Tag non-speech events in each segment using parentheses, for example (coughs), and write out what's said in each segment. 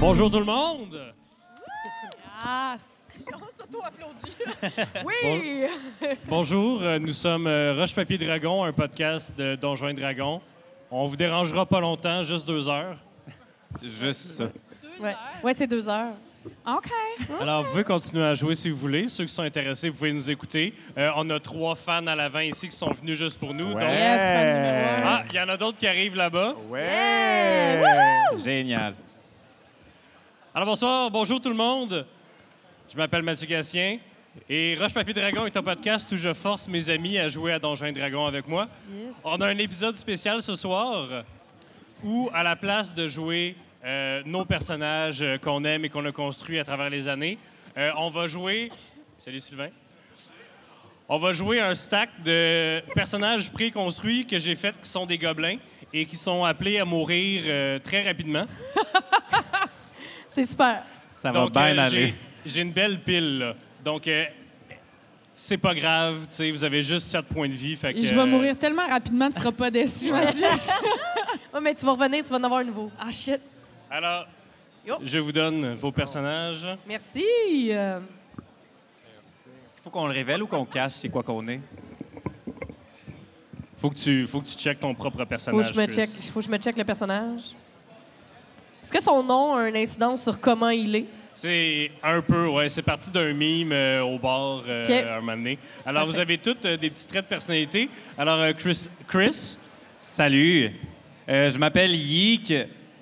Bonjour tout le monde! Yes. On s'auto-applaudit. Ah, (laughs) Oui! Bonjour, euh, nous sommes euh, Roche Papier Dragon, un podcast de Donjons et Dragons. On vous dérangera pas longtemps, juste deux heures. Juste ça. Ouais, ouais c'est deux heures. OK. Alors, vous pouvez continuer à jouer si vous voulez. Ceux qui sont intéressés, vous pouvez nous écouter. Euh, on a trois fans à l'avant ici qui sont venus juste pour nous. donc- Yes, fan numéro Ah, il y en a d'autres qui arrivent là-bas. Ouais! Génial. Alors, bonsoir, bonjour tout le monde. Je m'appelle Mathieu Gatien et Roche Papier Dragon est un podcast où je force mes amis à jouer à Donjons et Dragons avec moi. On a un épisode spécial ce soir où, à la place de jouer euh, nos personnages euh, qu'on aime et qu'on a construits à travers les années, euh, on va jouer. Salut Sylvain. On va jouer un stack de personnages préconstruits que j'ai faits qui sont des gobelins et qui sont appelés à mourir euh, très rapidement. C'est super. Ça Donc, va bien euh, aller. j'ai- J'ai une belle pile, là. Donc, euh, c'est pas grave, tu sais, vous avez juste 7 points de vie. Fait que, Je euh, vais mourir tellement rapidement, tu seras pas déçu, (laughs) Mathieu. ouais, mais tu vas revenir, tu vas en avoir un nouveau. Ah, shit. Alors, Yo. je vous donne vos personnages. Merci. Euh, Est-ce qu'il faut qu'on le révèle ou qu'on cache c'est quoi qu'on est? Faut que tu, faut que tu checkes ton propre faut, personnage. que je me Chris. check, faut que je me check le personnage. Est-ce que son nom a une incidence sur comment il est? C'est un peu, ouais, c'est parti d'un mime euh, au bar euh, OK. un moment donné. Alors, Parfait. vous avez toutes euh, des petits traits de personnalité. Alors, euh, Chris, Chris, Salut. Euh, je m'appelle Yik.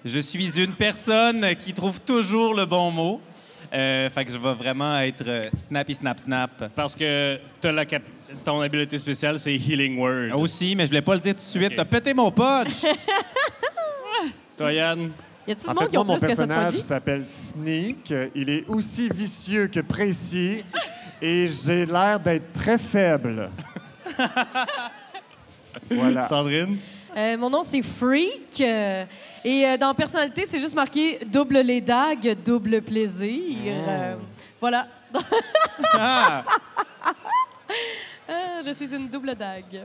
Je suis une personne qui trouve toujours le bon mot. Euh, fait que je vais vraiment être euh, snappy, snap, snap. parce que t'as la cap- ton habileté spéciale, c'est Healing Word. Aussi, mais je voulais pas le dire tout de suite. Ok. T'as pété mon punch! (laughs) Toi, Yann, Y a-t-il En du monde fait, qui ont moi, mon plus que ça de points de personnage vie? s'appelle Sneak. Il est aussi vicieux que précis. Et j'ai l'air d'être (laughs) très faible. Ah. voilà. Sandrine. Euh, mon nom, c'est Freak. euh, et euh, dans personnalité, c'est juste marqué double les dagues, double plaisir. Euh, voilà. (laughs) Ah! Ah, je suis une double dague.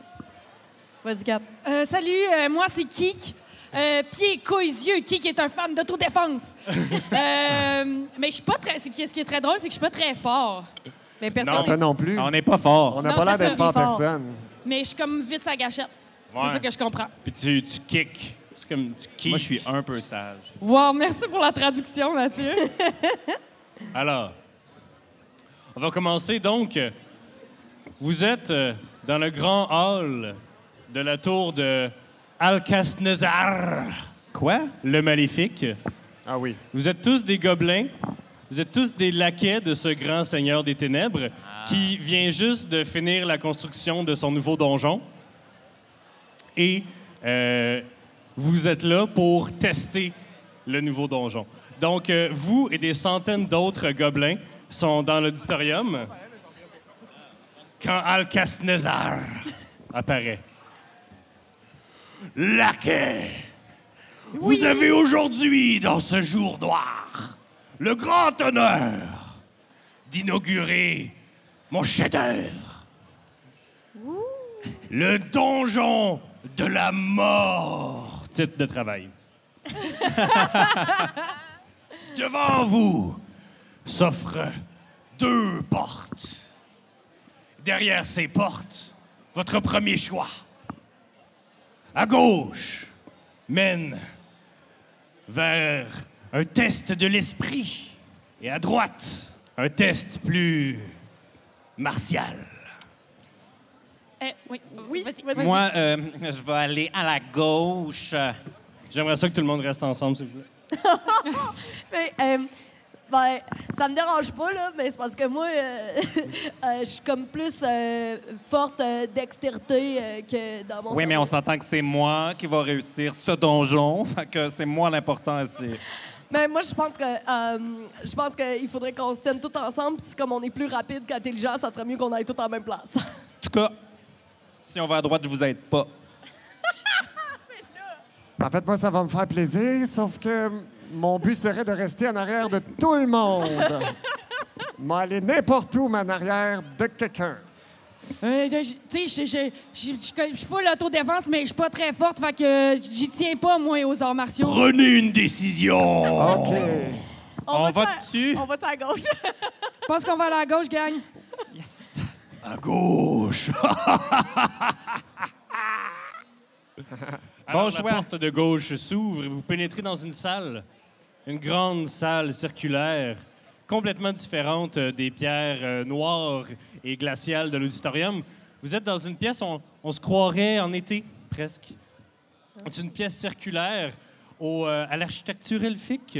Vas-y, Cap. Euh, salut, euh, moi c'est Kik. Euh, pieds, couilles, yeux, Kik est un fan (laughs) d'autodéfense. euh, mais je suis pas très. c'est- Ce qui est très drôle, c'est que je suis pas très fort. Mais personne. Non. Toi non plus. On n'est pas fort. On n'a Non, pas l'air c'est d'être ça, fort il est fort. personne. Mais je suis comme vite sa gâchette. Ouais. C'est ça que je comprends. Puis tu, tu kicks. C'est comme tu kicks. Moi, je suis un peu sage. Wow, merci pour la traduction, Mathieu. Alors, on va commencer donc. Vous êtes euh, dans le grand hall de la tour de Alcasnezar, Quoi? le maléfique. Ah oui. Vous êtes tous des gobelins. Vous êtes tous des laquais de ce grand seigneur des ténèbres qui vient juste de finir la construction de son nouveau donjon. Et euh, vous êtes là pour tester le nouveau donjon. Donc, euh, vous et des centaines d'autres gobelins sont dans l'auditorium quand Alcasnezar apparaît. Laquais! Vous avez aujourd'hui, dans ce jour noir, le grand honneur d'inaugurer mon chef-d'œuvre. Le donjon de la mort. Titre de travail. (laughs) Devant vous s'offrent deux portes. Derrière ces portes, votre premier choix. À gauche mène vers un test de l'esprit et à droite, un test plus martial. Euh, oui, oui. Vas-y. Moi, euh, je vais aller à la gauche. J'aimerais ça que tout le monde reste ensemble, s'il vous plaît. Mais, euh, ben, ça me dérange pas, là, mais c'est parce que moi, (laughs) euh, euh, je suis comme plus euh, forte euh, dextérité euh, que dans mon. Oui, mais on cerveau. s'entend que c'est moi qui va réussir ce donjon. (laughs) Fait que c'est moi l'important ici. Mais Ben, moi, je pense que euh, je pense qu'il faudrait qu'on se tienne tous ensemble. Puis comme on est plus rapide qu'intelligent, ça serait mieux qu'on aille tous en même place. En tout cas, si on va à droite, je vous aide pas. En fait, moi, ça va me faire plaisir, sauf que mon but serait de rester en arrière de tout (laughs) le monde. M'aller n'importe où, mais en arrière de quelqu'un. Euh, je- tu sais, je- je je- je- je suis full autodéfense, mais je suis pas très forte, fait que j'y tiens pas, moi, aux arts martiaux. Oh. Prenez une décision. OK. va-tu On à- va-tu? On va-tu à gauche? (laughs) Je pense qu'on va aller à gauche, gang. À gauche. Alors, Bon la choix. porte de gauche s'ouvre et vous pénétrez dans une salle, une grande salle circulaire, complètement différente euh, des pierres euh, noires et glaciales de l'auditorium. Vous êtes dans une pièce, on, on se croirait en été, presque. C'est une pièce circulaire au, euh, à l'architecture elfique,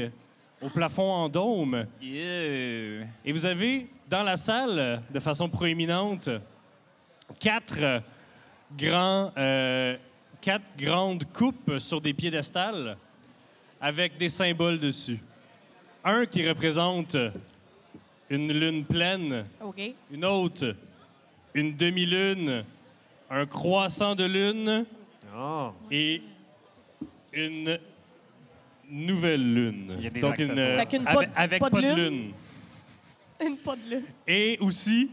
au plafond en dôme. Yeah. Et vous avez dans la salle, de façon proéminente, quatre, euh, grands, euh, quatre grandes coupes sur des piédestals avec des symboles dessus. Un qui représente une lune pleine, OK. une autre, une demi-lune, un croissant de lune Ah. et une nouvelle lune. Il y a des une, euh, accessoires. Fait qu'une pas avec, de- avec pas de pas de lune. lune. Une pas de lune. Et aussi,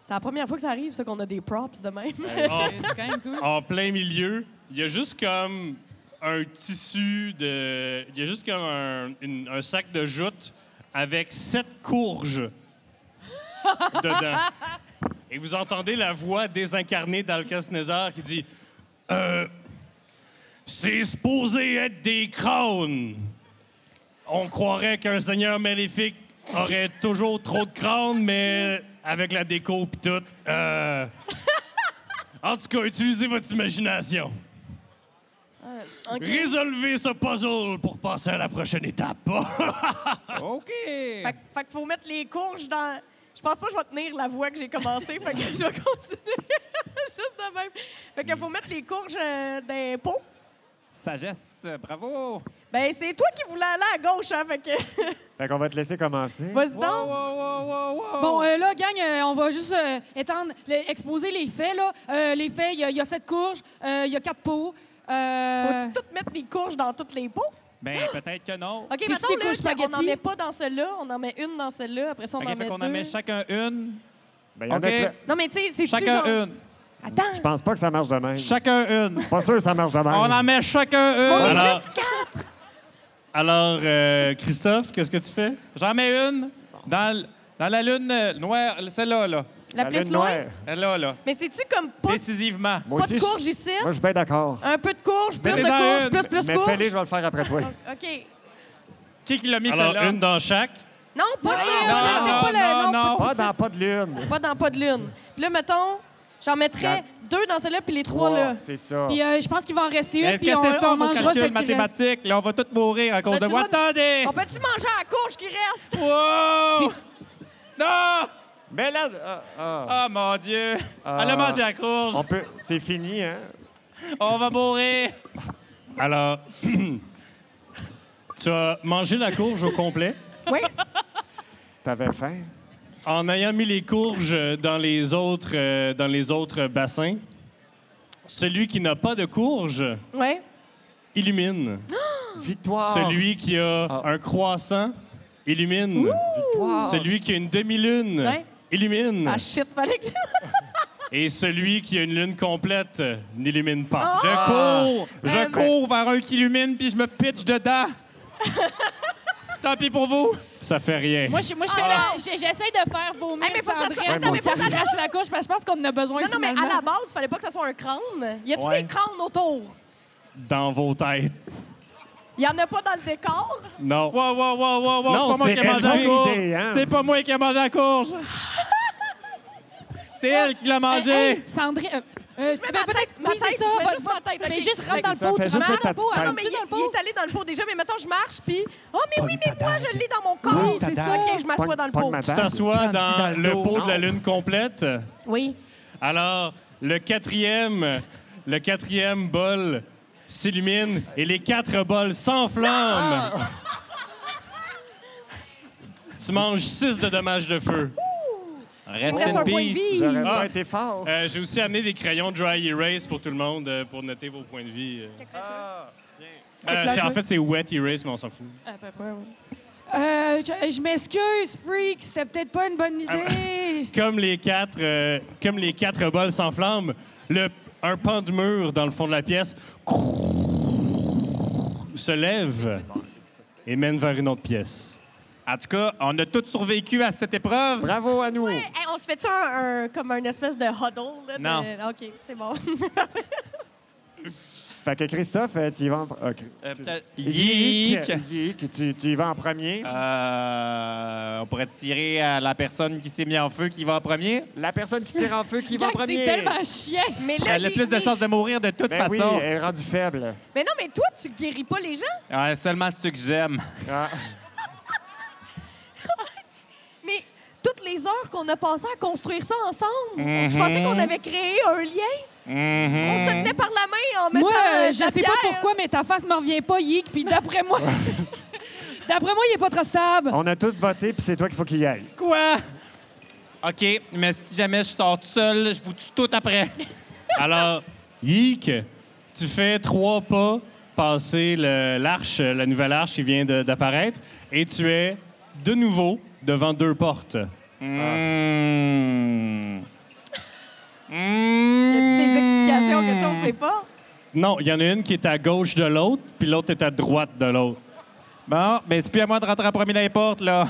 C'est la première fois que ça arrive, ça, qu'on a des props de même. en, C'est quand même cool. (laughs) en plein milieu, il y a juste comme un tissu de. Il y a juste comme un, une- un sac de jute avec sept courges dedans. Et vous entendez la voix désincarnée d'Alcasnezar qui dit Euh, C'est supposé être des crânes. On croirait qu'un seigneur maléfique aurait toujours trop de crânes, mais avec la déco pis tout. euh, en tout cas, utilisez votre imagination. Résolvez ce puzzle pour passer à la prochaine étape. OK. (laughs) Fait, que- fait qu'il faut mettre les courges dans. Je pense pas que je vais tenir la voie que j'ai commencée, fait que (laughs) je vais continuer. Juste de même. Fait qu'il faut mettre les courges euh, dans les pots. Sagesse, bravo. Ben, c'est toi qui voulais aller à gauche, hein, fait que. Fait qu'on va te laisser commencer. Vas-y Wow, donc. wow, wow, wow, wow. Oh. Bon, euh, là, gang, euh, on va juste euh, étendre, le- exposer les faits, là. Euh, les faits, il y, a- il y a sept courges, euh, il y a quatre pots. Euh, Faut-tu toutes mettre les courges dans toutes les pots? Ben, peut-être que non. OK, C'est-tu des maintenant, courges là, qu'on n'en spaghetti? met pas dans celle-là, on en met une dans celle-là, après ça, on OK, en fait met qu'on deux. en met chacun une. Ben, y en a OK. que- Non, mais tu sais, c'est Chacun genre... une. Attends. Je pense pas que ça marche de même. Chacun une. Pas sûr que ça marche de même. On en met chacun une. Alors, Alors, euh, Christophe, qu'est-ce que tu fais? J'en mets une dans, l- dans la lune euh, noire, celle-là, là. La, lune plus loin. noire. Celle-là, là. Mais c'est-tu comme pas, Décisivement. Moi pas de aussi, je- courges ici? Moi, je suis bien d'accord. Un peu de courges, plus de Mettez-en courges, une. plus, plus Mais courges. fais-les, je vais le faire après toi. OK. Qui qui l'a mis, Alors, celle-là? une dans chaque. Non, pas celle non, là, non, pas le- non, non. Pas dans pas de lune. Pas dans pas de lune. Puis là, mettons, j'en mettrais Dans- deux dans celle-là, puis les trois là. Wow, C'est ça. Puis euh, je pense qu'il va en rester une, Est-ce que puis on, c'est ça, vos on mangera calculs celle qui reste. mathématiques? Là, on va tous mourir à cause de As-tu moi. le droit de- Attendez! On peut-tu manger à la courge qui reste? Wow! Non! Mais là, euh, euh, Oh mon Dieu! Elle a mangé la courge. on peut. C'est fini, hein? On va mourir. Alors, (clears throat) tu as mangé la courge au complet Oui. T'avais faim? en ayant mis les courges dans les autres, euh, dans les autres bassins. Celui qui n'a pas de courge Oui. illumine. Victoire! Celui qui a un croissant illumine. Victoire! Celui qui a une demi-lune Ah. Ouais. illumine. Ah shit, fallait que je- (laughs) Et celui qui a une lune complète euh, n'illumine pas. Ah! Je cours. Je cours vers un qui illumine, puis je me pitche dedans. (laughs) Tant pis pour vous. Ça fait rien. Moi, je, moi, je fais la- j'ai- j'essaie de faire vomir Ah. Hey, mais faut que ça Sandrine s'arrête, Ouais, moi puis ça aussi. arrache la couche, parce que je pense qu'on en a besoin Non, non, mais à finalement. la base, fallait pas que ça soit un crâne. Y a-tu Ouais. des crânes autour? Dans vos têtes. Y en a pas dans le décor? (laughs) Non. Wow, wow, wow, wow, wow. Non, C'est pas moi c'est qui ai mangé la elle courge. l'idée, hein. C'est pas moi qui ai mangé la courge. C'est elle qui l'a Hey, mangé. hey, Sandrine... euh, euh, mets ben, ma peut-être, tête- ma oui, c'est tête, ça. je mets va- juste ma tête, Mais ok. juste rentre Fait dans que le ça pot. fait tu juste rentres ta dans le pot, petite elle tête. Non, mais rentre-tu il, dans le il pot? est allé dans le pot déjà, mais mettons, je marche, puis. Oh, mais oui, Pogne mais ta moi, dague. je l'ai dans mon corps. Pogne ta c'est ça. dague. Ok, je m'assois Pogne- dans le pogne pot. ma Tu dague. t'assois dans Prends-tu dans le le dos? pot de la Non. lune complète. Oui. Alors, le quatrième, le quatrième bol s'illumine et les quatre bols s'enflamment. Ah! Tu manges six de dommages de feu. Reste Il reste un point de vie. J'aurais Ah. pas été fort. Euh, J'ai aussi amené des crayons dry erase pour tout le monde euh, pour noter vos points de vie. euh. Ah, Euh, c'est- en fait, c'est wet erase, mais on s'en fout. Euh, je je m'excuse, freak. C'était peut-être pas une bonne Ah, idée. Comme les quatre, euh, comme les quatre bols s'enflamment, le, un pan de mur dans le fond de la pièce se lève et mène vers une autre pièce. En tout cas, on a tous survécu à cette épreuve. Bravo à nous. Hey, Eh, on se fait-tu un, un- comme une espèce de huddle? là, de- Non. OK, c'est (laughs) bon. Fait que Christophe, euh, tu y vas en... euh, Cri- Euh, peut-être- Yeek. Yeek. Yeek, tu, tu y vas en premier. Ah. Euh, on pourrait tirer à la personne qui s'est mise en feu qui va en premier. La personne qui tire en feu qui va en Gag, c'est premier. tellement chien. Mais là, Elle a j'ai- plus de mais- chances de mourir de toute Ben oui, façon. elle est rendue faible. Mais non, mais toi, tu guéris pas les gens. Ouais, seulement ceux que j'aime. Ah. Mais toutes les heures qu'on a passées à construire ça ensemble, je pensais qu'on avait créé un lien. On se tenait par la main en mettant Moi, euh, euh, je la sais pas pierre. pourquoi, mais ta face me revient pas, Yik. Puis d'après moi, (laughs) d'après moi, il est pas trop stable. On a tous voté, puis c'est toi qu'il faut qu'il y aille. Quoi? OK, mais si jamais je sors tout seul, je vous tue tout (laughs) après. Alors, Yik, tu fais trois pas passer le- l'arche, la nouvelle arche qui vient de- d'apparaître, et tu es de nouveau devant deux portes. Mmh. Y a-t-il des Mmh. explications, quelque chose, je sais pas. Non, il y en a une qui est à gauche de l'autre, puis l'autre est à droite de l'autre. Bon, ben c'est plus à moi de rentrer en premier dans les portes, là.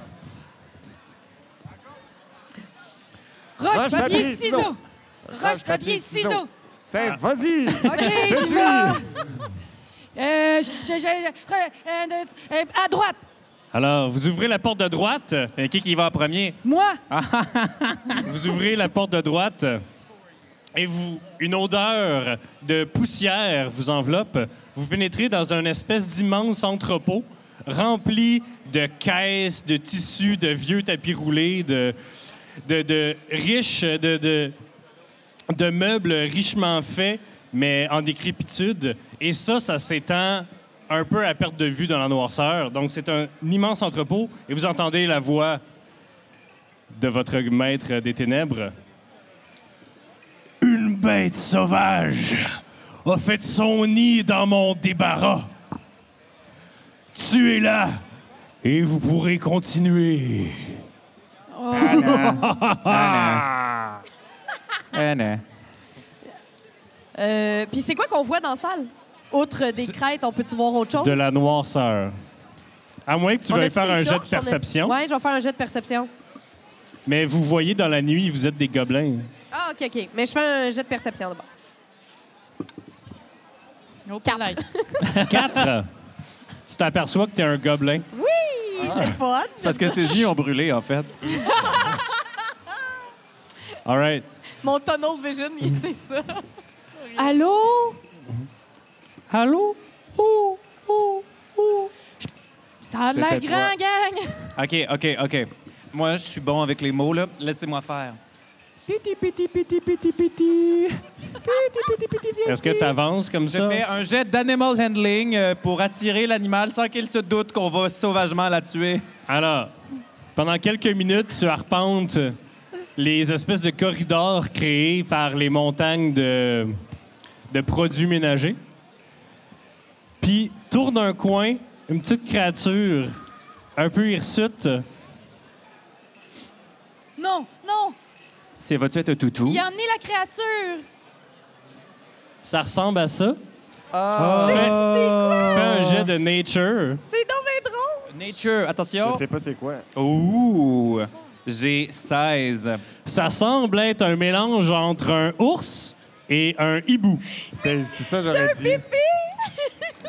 Roche, Roche, papier, papier, ciseaux. ciseaux. Roche, papier, ciseaux. T'es, Ah. vas-y. OK, je suis. vais. Euh, je- je- je- re- un, deux, t- euh, à droite, Alors, vous ouvrez la porte de droite, Euh, qui qui va en premier? moi. Ah. vous ouvrez la porte de droite, et vous, une odeur de poussière vous enveloppe. Vous pénétrez dans un espèce d'immense entrepôt rempli de caisses, de tissus, de vieux tapis roulés, de, de, de riches, de, de, de meubles richement faits, mais en décrépitude. Et ça, ça s'étend un peu à perte de vue dans la noirceur. Donc, c'est un immense entrepôt et vous entendez la voix de votre maître des ténèbres. Une bête sauvage a fait son nid dans mon débarras. Tuez-la et vous pourrez continuer. Ah, non. Euh, Puis c'est quoi qu'on voit dans la salle? Outre des crêtes, on peut-tu voir autre chose? De la noirceur. À moins que tu On veuilles a-tu faire des un jet de torches? On a- perception, Ouais, je vais faire un jet de perception. mais vous voyez dans la nuit, vous êtes des gobelins. Ah, OK, OK. Mais je fais un jet de perception d'abord. Carlaï. Quatre, (laughs) tu t'aperçois que t'es un gobelin. Ah. C'est le fun. C'est parce que ces génies ont brûlé, en fait. All right. Mon tunnel vision, il- c'est ça. Allô? Allô? Ouh, ouh, ouh. Je- Ça a l'air C'était grand, gang. OK, OK, OK. Moi, je suis bon avec les mots, là. Laissez-moi faire. Piti, piti, piti, piti, piti. Piti, piti, piti, viens Est-ce que tu avances comme Je ça? fais un jet d'animal handling euh, pour attirer l'animal sans qu'il se doute qu'on va sauvagement la tuer. Alors, pendant quelques minutes, tu arpentes les espèces de corridors créés par les montagnes de, de produits ménagers. Puis, tourne un coin, une petite créature un peu hirsute. Non, non. C'est votre être toutou. Il a emmené la créature. Ça ressemble à ça. Ah! Fais- Fais un jet de nature. C'est donc bien drôle. Nature, Je attention. sais pas c'est quoi. Oh. Ouh, j'ai 16. Ça semble être un mélange entre un ours et un hibou. C'est, c'est ça, j'aurais dit.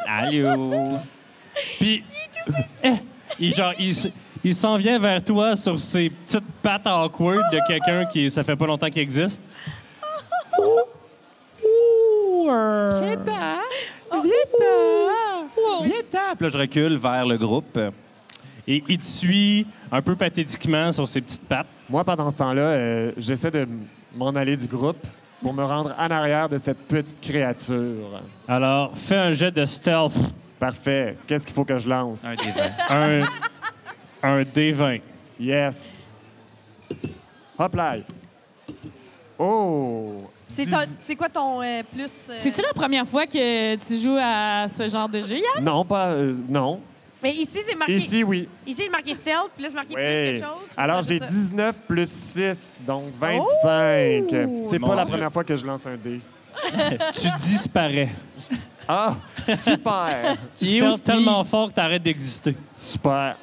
Allô. Puis, eh, il, genre, il, s- il s'en vient vers toi sur ses petites pattes awkward de quelqu'un qui, ça fait pas longtemps qu'il existe. Viens-t'en. Viens-t'en. Puis là, je recule vers le groupe. Et il te suit un peu pathétiquement sur ses petites pattes. Moi, pendant ce temps-là, euh, j'essaie de m'en aller du groupe pour me rendre en arrière de cette petite créature. Alors, fais un jet de stealth, Parfait. Qu'est-ce qu'il faut que je lance? Un des vingt. un, un D20. Yes. Hop là. Oh! C'est Dix- ton- C'est quoi ton euh, plus. euh, C'est-tu la première fois que tu joues à ce genre de jeu, Yann? Non, pas. euh, non. Mais ici, c'est marqué. Ici, Ici, oui. c'est marqué stealth, puis là, c'est marqué Ouais. plus quelque chose. Alors, j'ai Ça- Oh! 19 plus 6, donc 25. C'est Mon pas la Dieu. première fois que je lance un dé. Tu disparais. Ah, (laughs) super. Tu Il est te où, tapes tellement fort que t'arrêtes d'exister. super.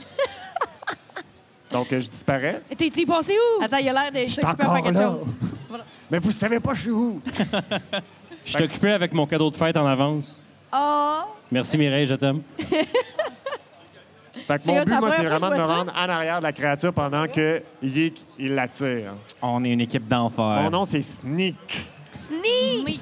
Donc, euh, je disparais. T'es t'es passé où? Attends, il a l'air de T'es s'occuper à encore faire quelque là. chose. Mais vous savez pas, je suis où? Je suis occupé avec mon cadeau de fête en avance. Ah! Merci Mireille, je t'aime. Fait que C'est mon la but, moi, première c'est fois que vraiment de je me vois ça. rendre en arrière de la créature pendant que Yik, il l'attire. On est une équipe d'enfer. Mon nom, c'est Sneak. Sneak!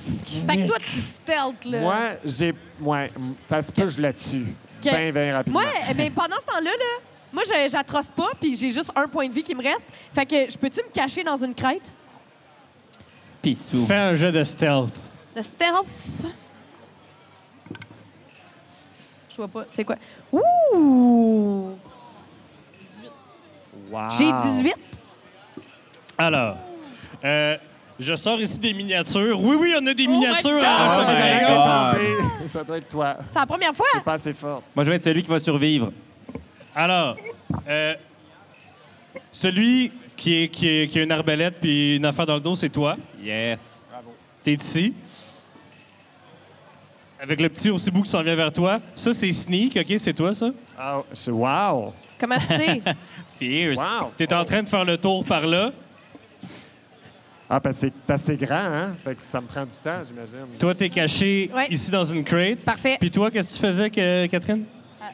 Fait que toi, tu stealth, là. Moi, j'ai. Ouais, m- ça se peut, que je la tue. Ok. Ben, ben rapidement. Moi, eh ben, pendant ce temps-là, là, moi, je- j'atroce pas, puis j'ai juste un point de vie qui me reste. Fait que, je peux-tu me cacher dans une crête? Pissou. Fais un jeu de stealth. Le stealth. Je vois pas. C'est quoi? Ouh! Wow. J'ai 18. Alors, euh, je sors ici des miniatures. Oui, oui, on a des miniatures. hein. Oh God! à Ah, Roche mais my Papier-Dragon. God. t'es tombé. (laughs) Ça doit être toi. C'est la première fois. T'es pas assez forte. Moi, je vais être celui qui va survivre. Alors, euh, celui qui, est, qui, est- qui a une arbalète puis une affaire dans le dos, c'est toi. Yes. T'es ici. Avec le petit aussi bout qui s'en vient vers toi. Ça, c'est sneak, OK? C'est toi, ça? Ah, je- wow. Comment tu sais? Fierce. Wow. T'es en train de faire le tour par là. Ah, parce que c'est assez grand, hein? Fait que ça me prend du temps, j'imagine. Toi, t'es caché Ouais. ici dans une crate. Parfait. Puis toi, qu'est-ce que tu faisais, que- Catherine? Ah,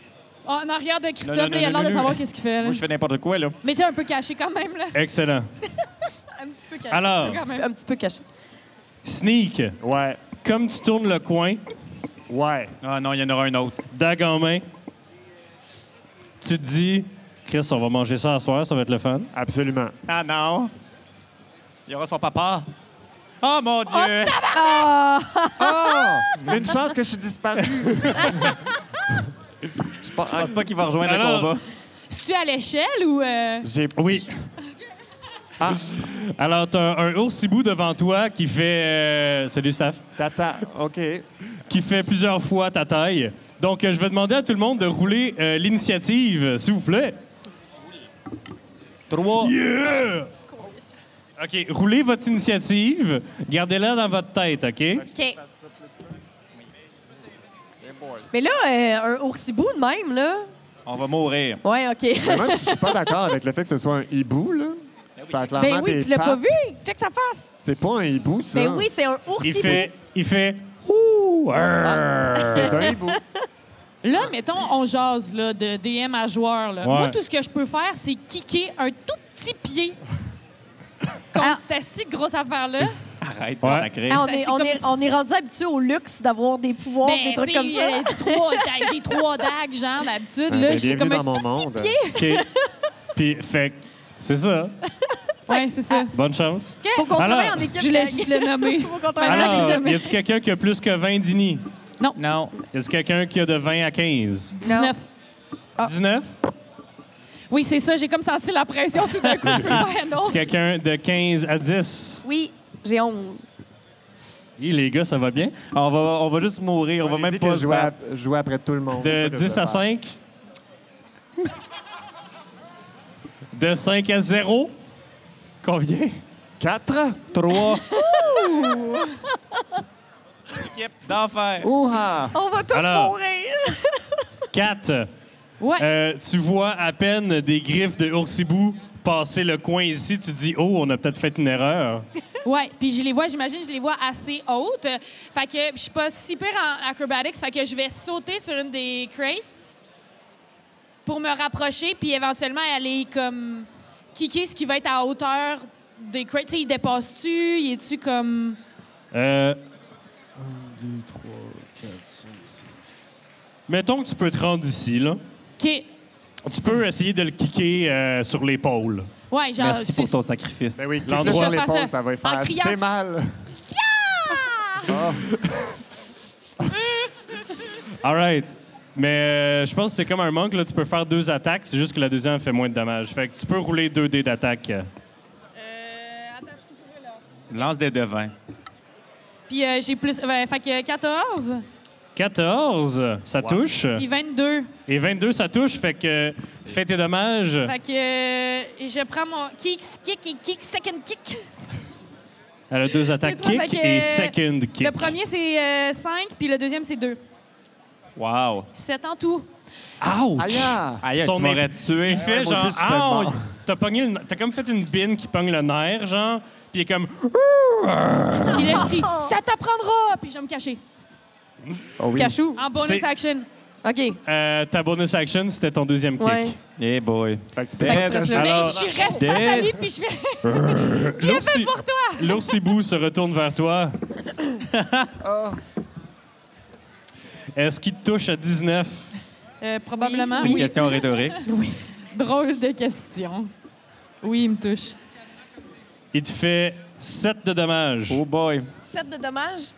En arrière de Christophe, Non, non, là, il a non, l'air non, de non. savoir qu'est-ce qu'il fait. là. Moi, je fais n'importe quoi, là. Mais tu es un peu caché quand même, là. Excellent. (laughs) Un petit peu caché. Alors. quand même. un petit peu caché. Sneak, Ouais, comme tu tournes le coin, ouais. Ah non, il y en aura un autre. dague en main, tu te dis, Chris, on va manger ça à soir, ça va être le fun. Absolument. Ah non. Il y aura son papa. Oh mon Dieu! Ah! Mais une chance que je suis disparu. (laughs) je pense, je pense pas qu'il va rejoindre Alors- le combat. Es-tu à l'échelle ou. euh, J'ai... Oui. Ah. Alors, t'as un oursibou devant toi qui fait. euh, salut, Staff. Tata, OK. Qui fait plusieurs fois ta taille. Donc, euh, je vais demander à tout le monde de rouler euh, l'initiative, euh, s'il vous plaît. 3. OK, roulez votre initiative. Gardez-la dans votre tête, OK? OK. Mais là, euh, un oursibou de même, là. On va mourir. Ouais, OK. (laughs) Mais moi, je suis pas d'accord avec le fait que ce soit un hibou, là. Ça a clairement Ben Eh oui, des tu l'as pas pattes. vu. Check sa face. C'est pas un hibou, ça. Ben oui, c'est un Il oursibou. fait. Il fait. Ouh! Ah, c'est un hibou. Là, mettons, on jase là, de DM à joueur. Là. Ouais. Moi, tout ce que je peux faire, c'est kicker un tout petit pied (laughs) contre Ah. cette asti grosse affaire-là. Arrête, Ouais. sacré. Ah, on, Ça, est, c'est on, comme est, si- on est rendu habitué au luxe d'avoir des pouvoirs, Ben, des trucs t'sais, comme ça. euh, trois- t'as- J'ai trois dagues, genre, d'habitude. Ben, là, ben, j'ai comme bienvenue un dans mon tout monde. OK. Puis, fait que c'est ça. petit- Ouais, c'est ça. Bonne chance. Faut qu'on Alors, travaille en équipe. Je voulais gang. juste le (laughs) nommer. Faut qu'on travaille en Alors, équipe. Ah, y a-tu quelqu'un qui a plus que 20 dini? Non. Y a-tu quelqu'un qui a de 20 à 15? 19. 19? Oui, c'est ça. J'ai comme senti la pression tout d'un coup. (laughs) Je peux pas handle. C'est quelqu'un de 15 à 10. Oui, j'ai 11. Hi, les gars, ça va bien? On va, on va juste mourir. On, va a même dit pas que se je jouais, battre. ap- jouais après tout le monde. De C'est ça que je 10 veux à faire. 5? De 5 à 0? Combien? 4? 3. Équipe d'enfer. Ouha! On va tous Alors. Oh, mourir. 4. Ouais. Euh, tu vois à peine des griffes de oursibou passer le coin ici. Tu dis, oh, on a peut-être fait une erreur. Ouais, puis je les vois, j'imagine, je les vois assez hautes. Euh, Fait que je suis pas si pire en acrobatics, fait que je vais sauter sur une des crates pour me rapprocher, puis éventuellement aller comme kicker ce qui va être à hauteur des crates. Tu sais, il dépasse-tu? Il est-tu comme. Euh... 1, 2, 3, 4, 5, 6. Mettons que tu peux te rendre ici, là. OK. Tu peux essayer de le kicker euh, sur l'épaule. Ouais, genre. Merci pour tu- ton sacrifice. Ben oui, qui L'endroit- sur Je vais faire l'épaule, ça. ça va y En faire criant. assez mal. All right. Mais euh, je pense que c'est comme un monk, là. Tu peux faire deux attaques, c'est juste que la deuxième fait moins de dommages. Fait que tu peux rouler deux dés d'attaque. Euh, attends, je suis tout brûlée, là. Lance des devins. Puis euh, j'ai plus. ben, fait que 14, 14, ça touche. puis 22. Et 22, ça touche. Fait que euh, fais tes dommages. Fait que euh, je prends mon kick, kick et kick, second kick. Elle a deux attaques trois, kick fait que, et euh, second kick. Le premier, c'est 5, puis le deuxième, c'est 2. Wow. 7 en tout. Ouch! Aïe, ah! Aïe, aïe. tu Son m'aurais imp- tué. Il fait moi genre, aussi, je suis tellement- Ah, t'as pogné le- t'as comme fait une bine qui pogne le nerf, genre, puis il est comme, Puis là, je crie, ça t'apprendra! Puis je vais me cacher. Oh oui. Cachou. En bonus C'est- action. OK. Euh, ta bonus action, c'était ton deuxième kick. Ouais. Eh boy. Ah Fait que tu peux Fait pas que te tu rajouter. Mais Alors- je suis restée Dead. à sa vie, puis je fais, L'ours i- pour toi! L'ours hibou se retourne vers toi. Ah. Est-ce qu'il te touche à 19? Euh, probablement. C'est une question rhétorique. Drôle de question. Oui, il me touche. Il te fait 7 de dommages. Oh boy. 7 de dommages.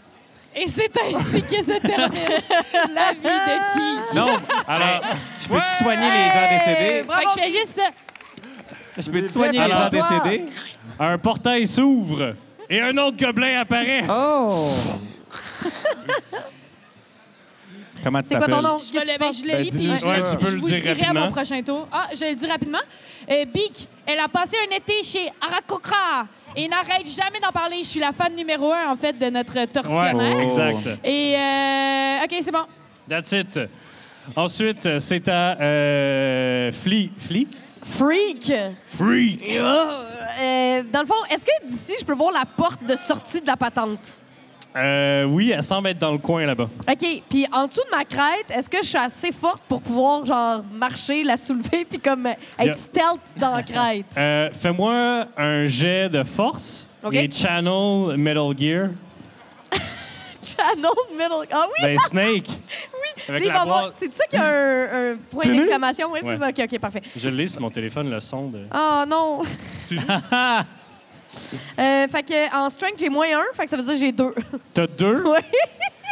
Et c'est ainsi que se termine la vie de qui? Non, Alors, je peux soigner les gens Euh, décédés? Fait que je fais juste ça. Je peux Les soigner les gens bienfaits à toi. décédés? un portail s'ouvre et un autre gobelin apparaît. Ah. Oh! Comment tu C'est quoi ton t'appelles? nom? Qu'est-ce Je, qui le, se ben, passe? je le Ben, lis, puis dis-le. je, Ouais, je tu peux le vous dire dirai à rapidement. mon prochain tour. Ah, je le dis rapidement. Euh, Bic, elle a passé un été chez Arakokra et n'arrête jamais d'en parler. Je suis la fan numéro un, en fait, de notre tortionnaire. Ouais, Oh. exact. Et, euh, OK, c'est bon. That's it. Ensuite, c'est à euh, Flea. Flea? Freak! Freak! Euh, dans le fond, est-ce que d'ici, je peux voir la porte de sortie de la patente? Euh, oui, elle semble être dans le coin là-bas. OK. Puis en dessous de ma crête, est-ce que je suis assez forte pour pouvoir, genre, marcher, la soulever, puis comme euh, être Yeah. stealth dans la crête? (laughs) Euh, Fais-moi un jet de force OK. et channel Metal Gear. Channel middle. Ah oui! Ben, Snake. oui! avec Là, il la va voir- boîte. C'est ça qu'il y a un, un point Tenez. d'exclamation? Oui, Ouais. c'est ça. OK, OK, parfait. Je l'ai sur mon téléphone, le son de. Oh non! (laughs) Euh, fait que en strength, j'ai moins un, fait que ça veut dire que j'ai deux. (laughs) T'as deux? Ouais.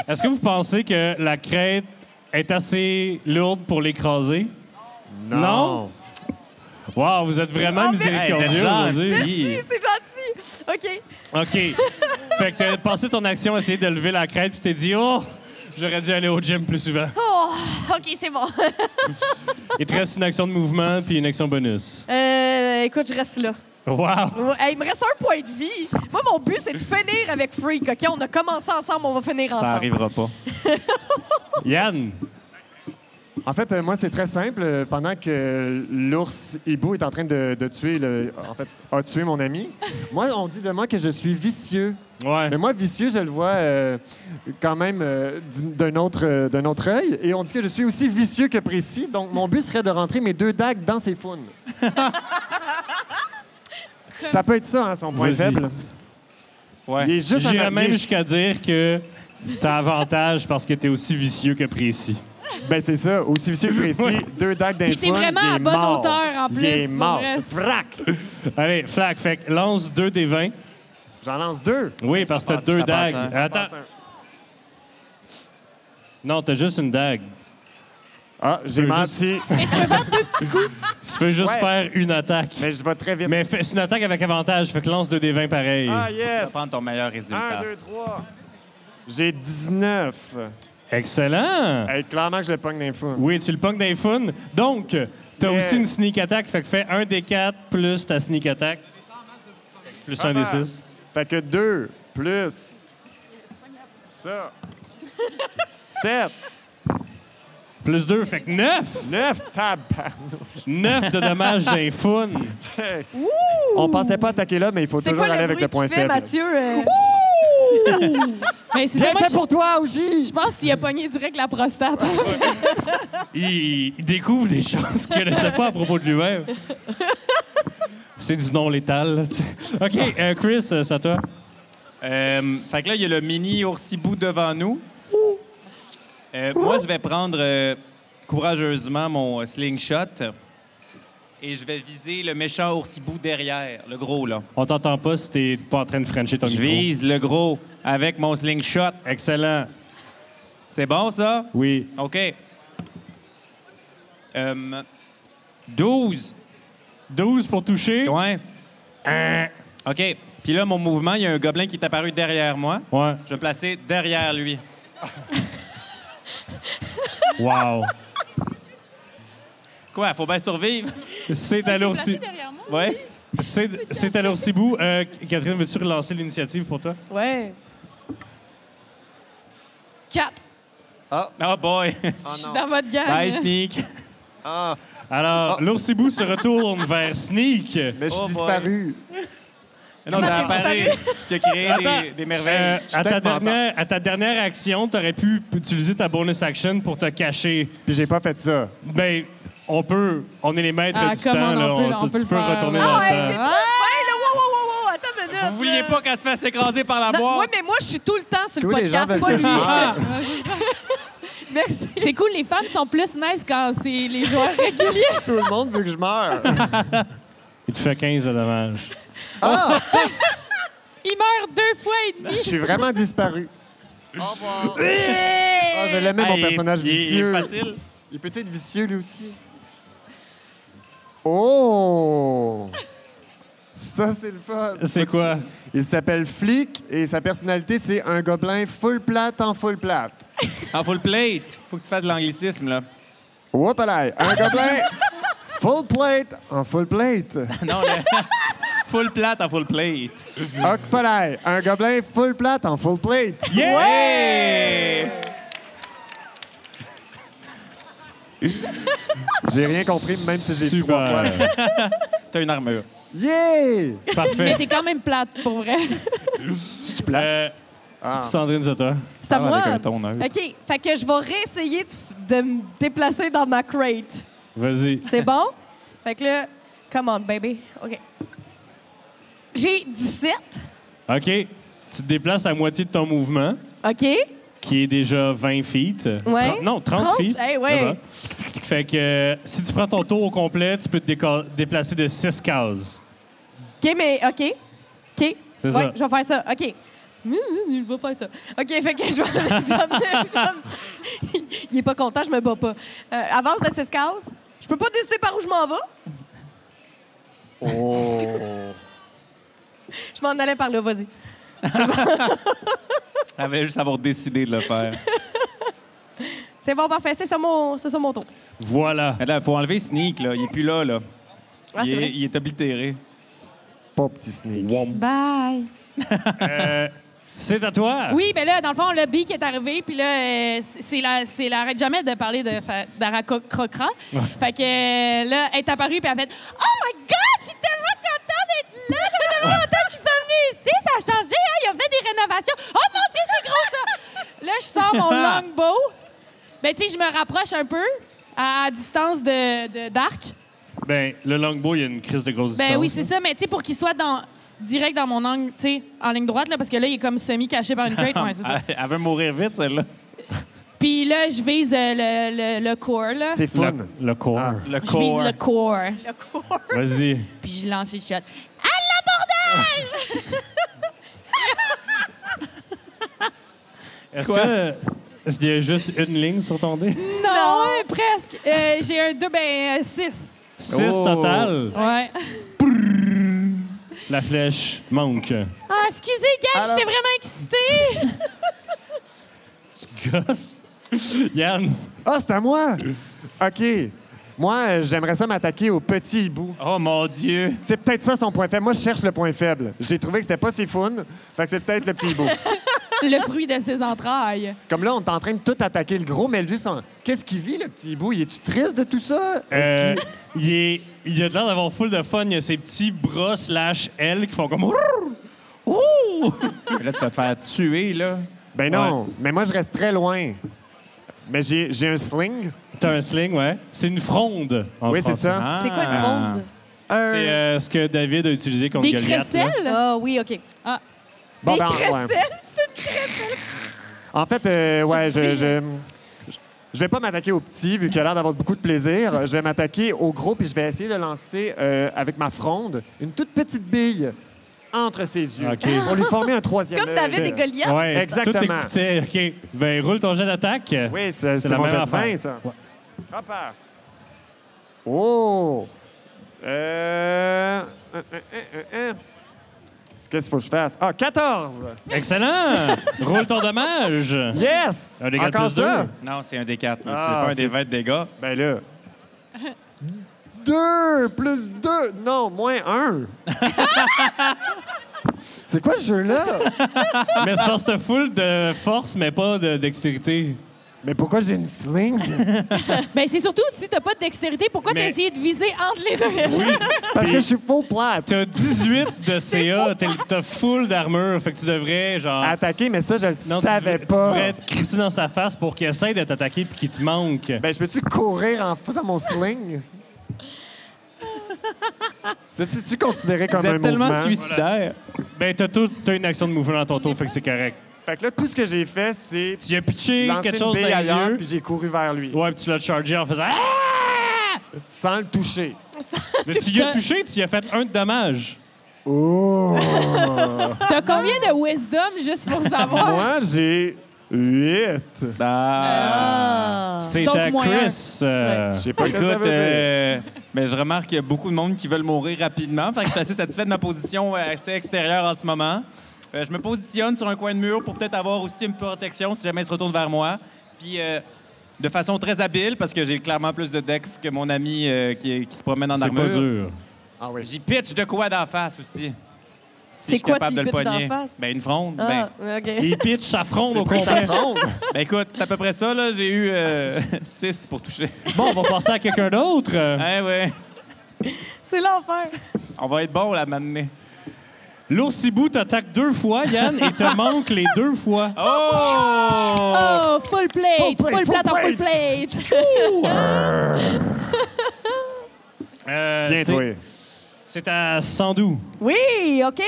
Est-ce que vous pensez que la crête est assez lourde pour l'écraser? Non. Wow, vous êtes vraiment Ah, Oh, Hey, miséricordieux vous êtes aujourd'hui. Merci, c'est gentil! OK. OK. fait que t'as passé ton action à essayer de lever la crête, puis t'es dit, oh, j'aurais dû aller au gym plus souvent. Oh, OK, c'est bon. Il te reste une action de mouvement, puis une action bonus. Euh, écoute, je reste là. Wow. Ouais, hey, il me reste un point de vie. Moi, mon but, c'est de finir avec Freak. OK, on a commencé ensemble, on va finir ensemble. Ça arrivera pas. Yann, En fait, euh, moi, c'est très simple. Euh, Pendant que l'ours hibou est en train de, de tuer, le, en fait, a tué mon (laughs) ami, moi, on dit de moi que je suis vicieux. ouais. Mais moi, vicieux, je le vois euh, quand même euh, d'une- d'un autre, euh, d'un autre œil. Et on dit que je suis aussi vicieux que précis. Donc, mon but serait de rentrer mes deux dagues dans (laughs) ses founes. ça peut être ça, hein, son point Vas-y. faible. Ouais. Il est juste en J'irais arrière. même jusqu'à dire que t'as avantage parce que t'es aussi vicieux que précis. Ben, c'est ça. Aussi vicieux que précis, deux dagues d'un Puis t'es fun, vraiment il est à bonne mort. hauteur, en Il plus, est pour mort. vrai. Frac! Allez, Flac, fait que lance deux des 20. J'en lance deux. Oui, parce que t'as passe, je deux t'en passe hein. dagues. un. Attends. Non, t'as juste une dague. Ah, j'ai peux menti. Mais tu peux pas deux Tu peux juste Ouais. faire une attaque. (laughs) Mais je vais très vite. Mais fais- c'est une attaque avec avantage, fait que lance 2 des 20 pareil. Ah, Ça yes! prend ton meilleur résultat. Un, deux, trois. J'ai 19. Excellent! Hey, clairement que je le pogne dans les founes. Oui, tu le pognes d'un fun. Donc, t'as Yeah. aussi une sneak attack, fait que fais un des 4 plus ta sneak attack. Plus un des Ah. 6. Fait que 2 plus ça. 7, Plus 2, fait que 9! 9, tab. 9 de dommages d'un fun. On pensait pas attaquer là, mais il faut C'est toujours quoi aller le avec bruit le point qu'il fait, faible. Mathieu? euh? Mais Ben, c'est ça, Bien moi, fait je- pour toi aussi! je pense qu'il a pogné direct la prostate. Il, il découvre des choses qu'il ne sait pas à propos de lui-même. C'est du non létal, là, tu sais. OK, euh, Chris, euh, c'est à toi. Euh, fait que là, il y a le mini oursibou devant nous. Euh, moi, je vais prendre euh, courageusement mon euh, slingshot et je vais viser le méchant oursibou derrière, le gros, là. On t'entend pas si t'es pas en train de frencher ton Je micro. vise le gros avec mon slingshot. Excellent. C'est bon, ça? Oui. OK. Euh, 12. 12 pour toucher. Ouais. Euh, OK. Puis là, mon mouvement, il y a un gobelin qui est apparu derrière moi. Ouais. Je vais me placer derrière lui. Wow. Quoi? Faut bien survivre? C'est à l'ours. (laughs) Placé derrière moi. (laughs) Ouais. C'est c'est à l'oursibou. Euh, Catherine, veux-tu relancer l'initiative pour toi? Ouais. 4. Oh boy! Oh Je suis non. dans votre (laughs) gang. Bye, Sneak! Ah, Alors, l'oursibou se retourne vers Sneak. Euh, mais je suis Oh boy. disparu. Non, t'as apparu. Tu as créé des, des merveilles. Euh, à, ta peut-être pas dernière, à ta dernière action, tu aurais pu utiliser ta bonus action pour te cacher. Puis j'ai pas fait ça. Ben, on peut. On est les maîtres Ah, du temps. comment on là, peut- on tu peut tu le peux faire, retourner là. dans Ah ouais, le t'es temps. trop fin, là! Wow, wow, wow, wow! Attends une minute! Vous vouliez là. pas qu'elle se fasse écraser par la Non, boire? oui, mais moi, je suis tout le temps sur le Tous les gens podcast, pas veulent lui. que je Ah! (laughs) Merci. C'est cool, les fans sont plus nice quand c'est les joueurs réguliers. Tout le monde veut que je meure. Il te fait 15 de (laughs) dommage. Ah, Ils meurent deux fois et je demi. suis vraiment disparu. Au revoir. Ah, je l'aimais, Ah, mon il- personnage il- il est vicieux. facile. Il peut être vicieux, lui aussi. Oh! Ça, c'est le fun. C'est quoi? Il s'appelle Flic et sa personnalité, c'est un gobelin full plate en full plate. En full plate. Faut que tu fasses de l'anglicisme, là. (laughs) Whoop Un gobelin full plate en full plate. Non, là. full plate en full plate. Ocpalay. Un gobelin full plate en full plate. Yeah! Ouais! J'ai rien compris, même si j'ai Super. trois fois. T'as une armure. Yeah! Mais Parfait. t'es quand même plate, pour vrai. Tu te plates. Euh, Ah. Sandrine, c'est toi. C'est à Parle moi. avec un ton neutre. OK. Fait que je vais réessayer de, f- de me déplacer dans ma crate. Vas-y. C'est (laughs) bon? fait que là, come on, baby. OK. J'ai 17. OK. Tu te déplaces à moitié de ton mouvement, OK? qui est déjà 20 feet. Ouais. Tren- non, 30, 30? feet. Eh ouais. Là-bas. Fait que euh, si tu prends ton tour au complet, tu peux te déca- déplacer de 6 cases. OK, mais OK. OK. C'est ouais, ça. je vais faire ça. OK. Hum, hum, Il va faire ça. OK, fait que je vais. (laughs) je vais- je vais- (laughs) Il est pas content, je me bats pas. Euh, avance de 6 cases. Je peux pas décider par où je m'en vais. Oh. (laughs) Je m'en allais par là, vas-y. Elle avait juste avoir décidé de le faire. C'est bon, parfait. C'est ça mon, c'est ça mon tour. Voilà. Mais là, faut enlever Sneak, là. Il est plus là, là. Ah, il, c'est est, vrai. il est oblitéré. Pas petit sneak. Bye. C'est à toi. Oui, ben là, dans le fond, le B qui est arrivé, puis là, euh, c'est- c'est la, c'est la reine Jamel de parler de fa- d'Araka Crocra. Fait que euh, là, elle est apparue, puis elle a fait Oh my God, je suis tellement contente d'être là! Ça fait tellement longtemps que je suis pas venue ici, ça a changé, hein? Ils ont fait des rénovations. Oh mon Dieu, c'est gros ça! là, je sors mon longbow. Ben, tu sais, je me rapproche un peu à, à distance de, de d'arc. Ben, le longbow, il y a une crise de grosse Ben distance, oui, c'est là. ça, mais tu sais, pour qu'il soit dans. Direct dans mon angle, tu sais, en ligne droite, là, parce que là, il est comme semi-caché par une crate. Ouais, c'est ça. Elle, elle veut mourir vite, celle-là. Puis là, je vise euh, le, le, le corps, là. C'est fun. Le, le corps. Ah. Le Je vise corps. le corps. Vas-y. Puis je lance les shots. À l'abordage! Est-ce Quoi? que. Est-ce qu'il y a juste une ligne sur ton dé? non, ouais, presque. Euh, J'ai un 2, ben 6. 6 Oh. total. Ouais. La flèche manque. Ah, excusez, gang, j'étais vraiment excitée. Tu gosses? Yann, Ah, c'est à moi! OK. Moi, euh, j'aimerais ça m'attaquer au petit hibou. Oh mon Dieu. C'est peut-être ça son point faible. Moi, je cherche le point faible. J'ai trouvé que c'était pas si fun. Fait que c'est peut-être le petit (laughs) hibou. (laughs) le fruit de ses entrailles. Comme là, on est en train de tout attaquer le gros, mais lui, son- qu'est-ce qu'il vit, le petit hibou? Il est-tu triste de tout ça? Est-ce euh, qu'il- il, est, il a de l'air d'avoir full de fun. Il y a ces petits bras slash L qui font comme. Ouh! Ouh! Là, tu vas te faire tuer, là. Ben non, mais moi, je reste très loin. Mais j'ai j'ai un sling. T'as un sling, ouais. C'est une fronde. en oui, c'est français. ça. Ah. C'est quoi une ronde? Un- C'est euh, ce que David a utilisé contre Des Goliath. là. crécelles? Ah oui, OK. Bon, Ah, ben, crécelles, ouais. En fait, euh, ouais, (laughs) je, je, je vais pas m'attaquer au petit, vu qu'il a l'air d'avoir beaucoup de plaisir. Je vais m'attaquer au gros, puis je vais essayer de lancer euh, avec ma fronde une toute petite bille entre ses yeux. OK. Pour lui former un troisième. Comme œil. David et Goliath. Ouais, Exactement. Tout écoutait. OK. Ben, roule ton jet d'attaque. Oui, c'est C'est c'est la mon même jeu de affaire. vin, ça. Hop là. Oh! Euh... euh, euh, euh, euh. Qu'est-ce qu'il faut que je fasse? Ah, 14! (laughs) Excellent! roule ton dommage. Yes! Un des quatre Encore plus ça? deux. Non, c'est un des quatre. là. Ah, c'est pas un c'est- des 20 de dégâts. Ben là. 2, plus 2, non, moins (laughs) 1. C'est quoi ce jeu-là? Mais c'est parce que t'as full de force, mais pas de- d'extérité. Mais pourquoi j'ai une sling? Ben, c'est surtout si t'as pas de dextérité, pourquoi Mais- t'as essayé de viser entre les deux? Oui. Parce que je suis full plate. T'as 18 (laughs) de CA, t'es- t'as full d'armure, fait que tu devrais, genre... Attaqué, mais ça, je le Non, tu Ah, savais devrais- Tu pas. devrais te crisser dans sa face pour qu'il essaie de t'attaquer puis qu'il te manque. Ben, je peux-tu courir en faisant mon sling? C'est-tu considéré comme Vous un êtes tellement mouvement? suicidaire. Ben, t'as tout- t'as une action de mouvement dans ton tour, fait que c'est correct. Fait que là, tout ce que j'ai fait, c'est Tu lui as pitché lancer quelque une chose dans bille les ailleurs, yeux. puis j'ai couru vers lui, Ouais, puis tu l'as chargé en faisant... Ah! sans le toucher. Mais tu lui as touché, tu lui as fait un de dommage. Oh! T'as combien de wisdom, juste pour Ah! savoir? Moi, j'ai 8. Ah, C'est Donc, à moins un. Chris. euh, Je sais pas ce Écoute, que ça veut dire. euh, mais je remarque qu'il y a beaucoup de monde qui veulent mourir rapidement. Fait que je suis assez satisfait de ma position euh, assez extérieure en ce moment. Euh, je me positionne sur un coin de mur pour peut-être avoir aussi une protection si jamais il se retourne vers moi. Puis euh, de façon très habile, parce que j'ai clairement plus de dex que mon ami euh, qui, qui se promène en C'est pas armure. dur. Ah oui. J'y pitch de quoi d'en face aussi. Si je suis quoi capable tu de le pitches d'en pogner. face? Ben, une fronde. Ben, Ah, OK. Il pitch sa fronde au C'est quoi complet. ça prendre? ben, écoute, c'est à peu près ça. là. J'ai eu (laughs) 6 pour (laughs) toucher. Bon, on va passer à quelqu'un d'autre. Ouais, ouais. C'est l'enfer. On va être bon la m'amener. L'oursibou t'attaque deux fois, Yann, et te manque les deux fois. Oh! Oh, full plate, Full full, plate, full plate en full plate. (laughs) Euh, Tiens, c'est- toi. C'est à Sandou. oui, OK.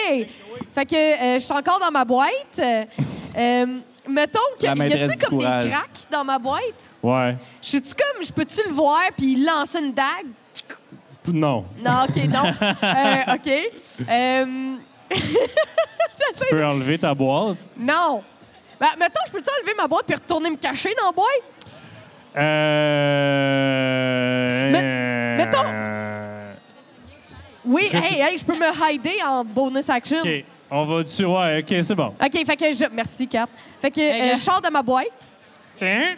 Fait que euh, je suis encore dans ma boîte. Euh, euh, mettons que La y maîtresse a-tu du comme courage. des cracks dans ma boîte? Ouais. Je suis-tu comme, je peux-tu le voir puis lancer une dague? P- Non. Non, OK, non. (laughs) Euh, OK. Euh, Tu peux enlever ta boîte. non. Ben, mettons, je peux-tu enlever ma boîte puis retourner me cacher dans la boîte? Euh... Oui, Est-ce que hey, hey, je peux me hider en bonus action. OK. On va dessus. Ouais, OK, c'est bon. OK, fait que je... Merci, Kat. Fait que Hey, euh, gars. je sors de ma boîte. Hein?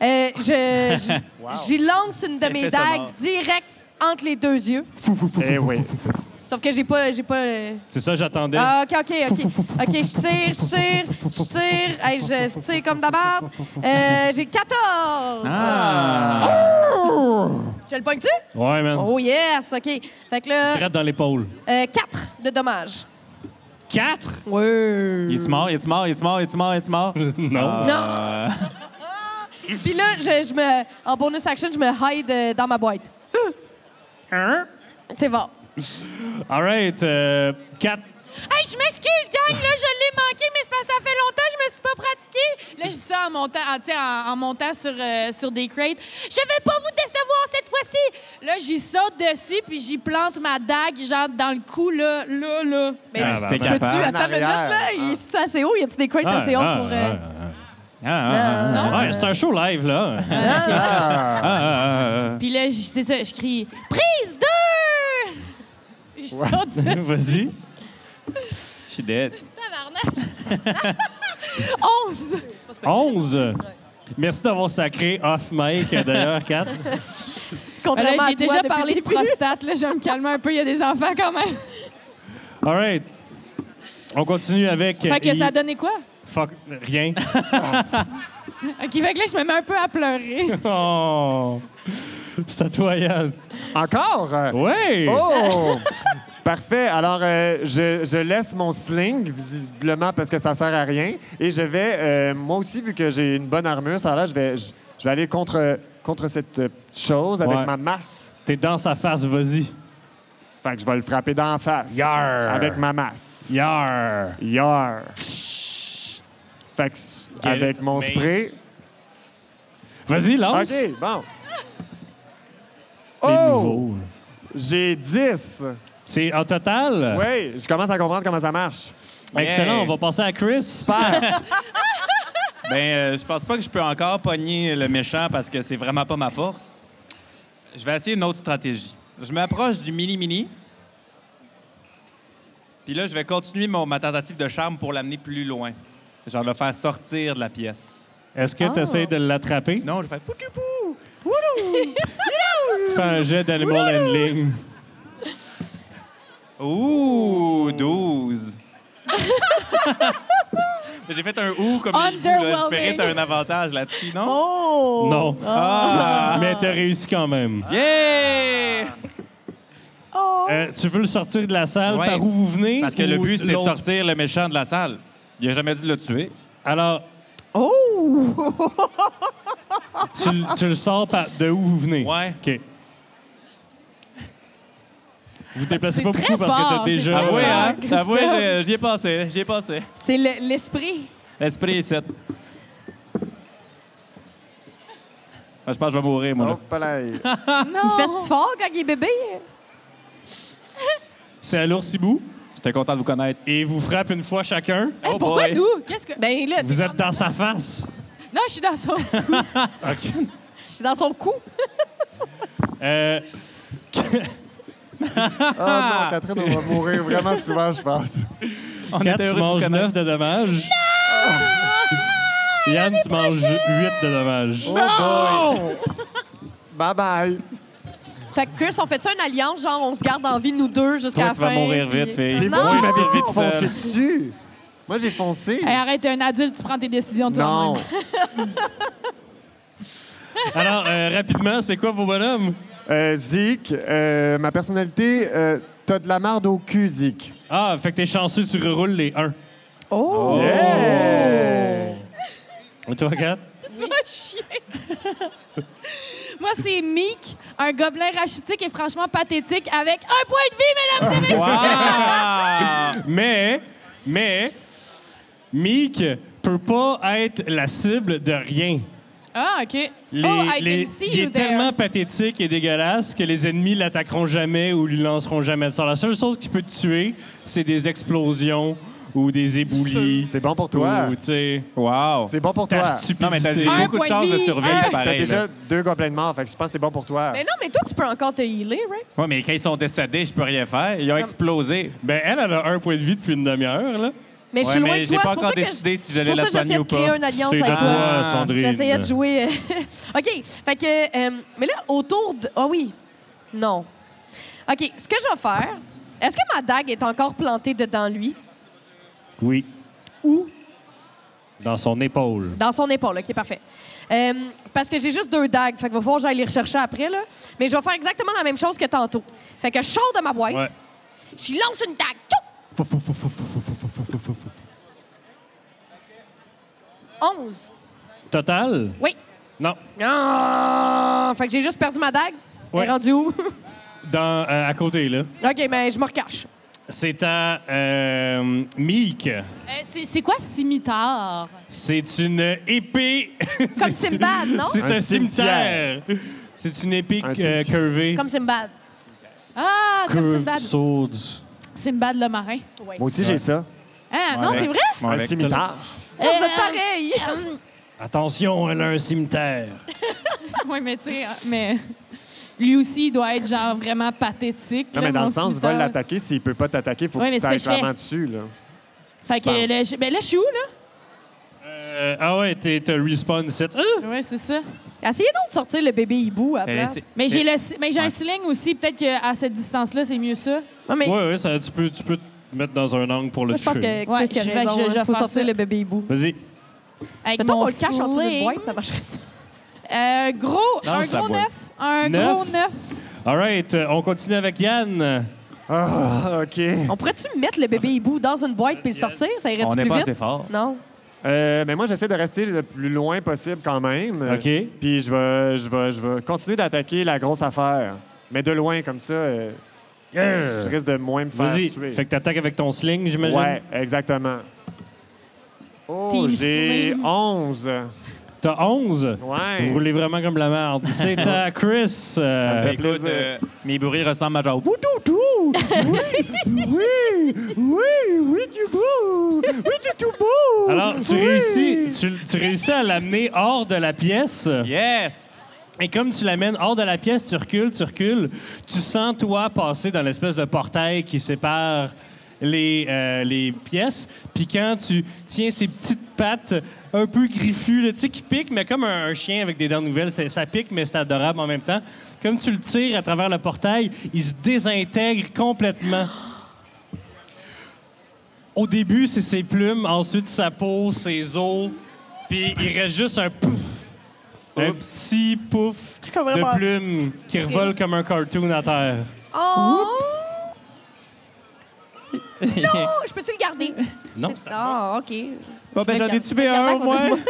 euh, je, je- J'y lance une de mes Effet sonore. dagues direct entre les deux yeux. Eh oui. Sauf que j'ai pas... J'ai pas euh, C'est ça, j'attendais. Ah, OK, OK, OK. OK, je tire, je tire, je tire. Hey, je tire comme d'abord. Euh, j'ai 14. Ah! Je le pogne-tu? Ouais, man. Oh yes, OK. Fait que là, Drette dans l'épaule. 4 Euh, de dommages. Quatre? Ouais. Il est mort, il est mort, il est mort, il est mort, il est mort. Non. Non. Euh. (laughs) Puis là, je, je me, en bonus action, je me hide euh, dans ma boîte. Un? C'est bon. All right. euh, quatre. Hey, je m'excuse, gang, là, je l'ai manqué, mais c'est parce que ça fait longtemps, je me suis pas pratiquée. Là, je dis ça en montant, en, tu sais, en- en montant sur, euh, sur des crates. Je vais pas vous décevoir cette fois-ci. Là, j'y saute dessus, puis j'y plante ma dague, genre, dans le cou, là, là, là. Mais Ah, tu ben, bah, peux-tu bah. attendre En une minute, là? arrière. Il est assez haut? Y a-tu des crates Ah, assez hautes ah, pour... ah, euh, ah. Ah, ah, Non. Ouais, c'est un show live, (laughs) là. ah, ah, ah, Puis là, j- c'est ça, je crie « Prise 2! » Je saute ah. Vas-y. Je suis dead. Tabarnak! 11! 11. Merci d'avoir sacré off mic, euh, d'ailleurs, 4. contrairement à j'ai toi, déjà depuis parlé le de début? prostate, là, je vais me calmer un peu, il y a des enfants quand même. All right. On continue avec. euh, Fait que ça a I- donné quoi? Fuck, rien. (laughs) OK, fait que là, je me mets un peu à pleurer. Oh. C'est à toi, Yann. Encore? Ouais. Oh! (laughs) Parfait. Alors, euh, je, je laisse mon sling, visiblement, parce que ça sert à rien. Et je vais, euh, moi aussi, vu que j'ai une bonne armure, ça là, je vais, je, je vais aller contre, contre cette euh, chose avec Ouais. ma masse. T'es dans sa face, vas-y. Fait que je vais le frapper d'en face. Yar. Avec ma masse. Yar. Yar. Fait que s- Get avec it, mon mace. Oh, spray. Vas-y, lance. OK, bon. T'es Oh! nouveau. J'ai 10. Euh. C'est en total. Oui, je commence à comprendre comment ça marche. Excellent. Yeah. On va passer à Chris. Super. Ben, euh, je pense pas que je peux encore pogner le méchant parce que c'est vraiment pas ma force. Je vais essayer une autre stratégie. Je m'approche du mini-mini. Puis là, je vais continuer mon, ma tentative de charme pour l'amener plus loin. Genre le faire sortir de la pièce. Est-ce que tu t'essayes de l'attraper? Non, je vais faire poutou-pou! fais un jet d'animal handling. Ouh, 12. (laughs) Mais J'ai fait un ouh comme les hiboux, là. J'espérais que t'as un avantage là-dessus, non? Oh! Non. Ah! Mais t'as réussi quand même. Yeah! Euh, tu veux le sortir de la salle Ouais. par où vous venez? Parce que le ou but, c'est de l'autre? sortir le méchant de la salle. Il a jamais dit de le tuer. Alors, Oh! tu, l- tu le sors par- de où vous venez? Ouais. OK. Vous vous déplacez C'est pas très beaucoup parce que fort, t'as c'est déjà... très Avouez, fort. hein? Christophe. Avouez, j'ai- j'y ai pensé. J'y ai pensé. C'est le- l'esprit. L'esprit est 7. Ah, je pense que je vais mourir, moi. là. Hop là. Il fait fort quand il est bébé. C'est à l'ours hibou J'étais content de vous connaître. et vous frappe une fois chacun. Hey, Oh pourquoi boy. nous? Qu'est-ce que. Ben là, Vous êtes dans sa face. Non, je suis dans son. je suis dans son cou. Euh, Ah non, Catherine, on va mourir vraiment souvent, je pense. On Kat, était tu heureux de vous manges connaître. 9 de dommages. Yann, tu manges 8 de dommages. Oh boy! Bye bye! Fait que Chris, on fait ça une alliance, genre on se garde en vie nous deux jusqu'à Toi, la tu fin. vas mourir vite, puis- fille. C'est Non! vous qui m'avez dit de Toute seule. foncer dessus! Moi, j'ai foncé! Hey, arrête, t'es un adulte, tu prends tes décisions Non! toi-même. Alors, euh, rapidement, c'est quoi vos bonhommes? Euh, Zik, euh, ma personnalité, euh, t'as de la marde au cul, Zik. Ah, fait que t'es chanceux, tu reroules les 1. Oh! Yeah! Toi, Kat? (laughs) Moi, chier. Moi, c'est Mick, un gobelin rachitique et franchement pathétique avec un point de vie, mesdames et messieurs. Wow! Mais, mais, Meek peut pas être la cible de rien. Ah, OK. Les- oh, I les- didn't see il you est there. tellement pathétique et dégueulasse que les ennemis l'attaqueront jamais ou lui lanceront jamais de sort. La seule chose qui peut te tuer, c'est des explosions ou des éboulis. C'est bon pour toi. Ou, tu sais, Wow! C'est bon pour ta toi. stupidité. Non, mais t'as des- Un beaucoup de point de chances de vie, Hein? survivre, un- T'as pareil. déjà là. deux gobelins de mort, fait que je pense que c'est bon pour toi. Mais non, mais toi, tu peux encore te healer, right? Ouais, mais quand ils sont décédés, je peux rien faire. Ils ont explosé. Ben, elle, elle a un point de vie depuis une demi-heure, là. Mais je suis Ouais, loin mais de j'ai toi. pas c'est pour encore ça que décidé je- si j'allais c'est pour la ça que soigner J'essayais ou de pas. créer une alliance C'est avec de toi. toi, Ah, Sandrine. J'essayais de jouer. euh, (laughs) OK. Fait que. euh, mais là, autour de. Ah oui. Non. OK. Ce que je vais faire, est-ce que ma dague est encore plantée dedans lui Oui, ou dans son épaule. dans son épaule? OK, parfait. Euh, parce que j'ai juste deux dagues. Fait que va falloir que j'aille les rechercher après, là. Mais je vais faire exactement la même chose que tantôt. Fait que je sors de ma boîte, Ouais. je lance une dague. Tchou! 11. Total? Oui. Non. Ah! Fait que j'ai juste perdu ma dague. Elle Ouais. est rendue où? Dans, euh, à côté, là. OK, mais je me recache. C'est à euh, Meek. Euh, c'est c'est quoi cimitar? C'est une épée. (laughs) Comme Simbad, non? C'est Un un cimetière. C'est une épée Un euh, cimetière. curvée. Comme Simbad. Ah, comme Curved Simbad. swords. Simbad le marin. Moi aussi, j'ai ça. Hein? Non, Ouais. c'est vrai? (laughs) Bon, Un avec- cimitar. Non, Oh, vous êtes pareil. Attention, elle a un cimetière. Oui, mais tu sais, euh, mais lui aussi, il doit être genre vraiment pathétique. Non, là, mais dans mon le sens, cimitar. veulent l'attaquer. S'il peut pas t'attaquer, faut Ouais, que mais tu ailles c'est ce que je clairement dessus. Là. Fait que là, je- ben là, je suis où, là? Euh, ah ouais, t'es- t'as respawn set. Ah! Oui, c'est ça. eh. Essayez donc de sortir le bébé hibou à la Mais place. Eh, c'est- Mais j'ai c'est- le, ci- mais j'ai un sling aussi. Peut-être qu'à cette distance-là, c'est mieux ça. Ouais, mais Ouais, ouais, ça, tu, peux, tu peux te mettre dans un angle pour le moi, je pense toucher. que Ouais, Chris a je vais- raison. je- Il je vais faut faire sortir ça. le bébé hibou. Vas-y. Avec Mettons mon qu'on le cache en dessous d'une sling. boîte, ça marcherait. Euh, gros, Non, un c'est la gros boîte. neuf. Un Neuf. gros neuf. All right, euh, on continue avec Yann. Ah, OK. On pourrait-tu mettre le bébé hibou dans une boîte puis le sortir? Ça irait On plus n'est pas vite? assez fort. Non. Euh, mais moi, j'essaie de rester le plus loin possible quand même. OK. Puis je vais, je vais, je vais continuer d'attaquer la grosse affaire. Mais de loin, comme ça, euh, je risque de moins me faire Vas-y. tuer. Fait que t'attaques avec ton sling, j'imagine. Ouais, exactement. Oh, Team j'ai Slim. 11. T'as 11. Ouais. Vous roulez vraiment comme la (laughs) merde. C'est à Chris. euh, fait Écoute, plaisir. euh, mes bruits ressemblent à genre... Oui, oui, du beau. Oui, du tout beau. Alors, tu réussis, tu, tu réussis à l'amener hors de la pièce. Yes! Et comme tu l'amènes hors de la pièce, tu recules, tu recules. Tu sens, toi, passer dans l'espèce de portail qui sépare les, euh, les pièces. Puis quand tu tiens ses petites pattes un peu griffu, là, tu sais, qui pique, mais comme un, un chien avec des dents nouvelles, c'est- ça pique, mais c'est adorable en même temps. Comme tu le tires à travers le portail, il se désintègre complètement. Au début, c'est ses plumes, ensuite sa peau, ses os, puis il reste juste un pouf, un petit pouf Je comprends pas. de plumes qui revole comme un cartoon à terre. Oh! non! Je peux-tu le garder? Non, c'est Ah, OK. Bon, ben, Je j'en vais ai tué un au garder à moins. côté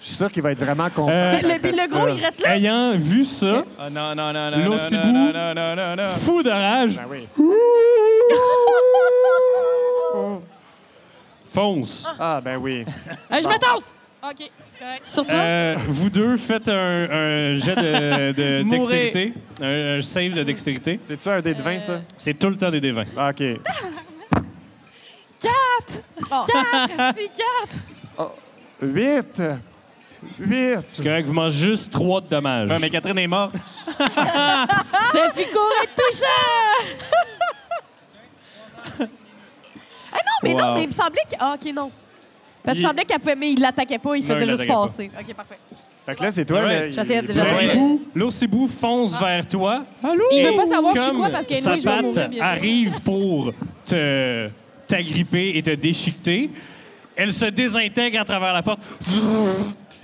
Je suis sûr qu'il va être vraiment content. Euh, Le, puis le Ben gros, il reste là. Ayant vu ça, Ah, non, non, non, non, non, L'ossibou. non, non, non, non, non. fou de rage, Ben oui. fonce. Ah, ben oui. Euh, je me tasse! OK, c'est correct. Sur toi? Euh, vous deux faites un, un jet de, de Mourrez. dextérité, un, un save de dextérité. C'est-tu un dé de vin, ça? C'est tout le temps des dévins. Ah, OK. Ah. Quatre! si, quatre! 8. 8. C'est correct, vous mangez juste trois de dommages. Ouais, mais Catherine est morte. Ce fico est touchant! Mais non, Wow. mais il me semblait que. Ah, OK, non. Parce qu'il Il- semblait qu'elle pouvait, mais il l'attaquait pas, il Non, faisait il juste l'attaquait pas. passer. OK, parfait. Fait que là, c'est toi. Ouais. le- J'essayais il- déjà. il- L'ours Ouais. hibou- L'ours hibou fonce vers toi. Allô? Il veut pas savoir je suis quoi parce qu'il y a une sa fois, je vais mourir patte Ah. bientôt. arrive pour te t'agripper et te déchiqueter. Elle se désintègre à travers la porte.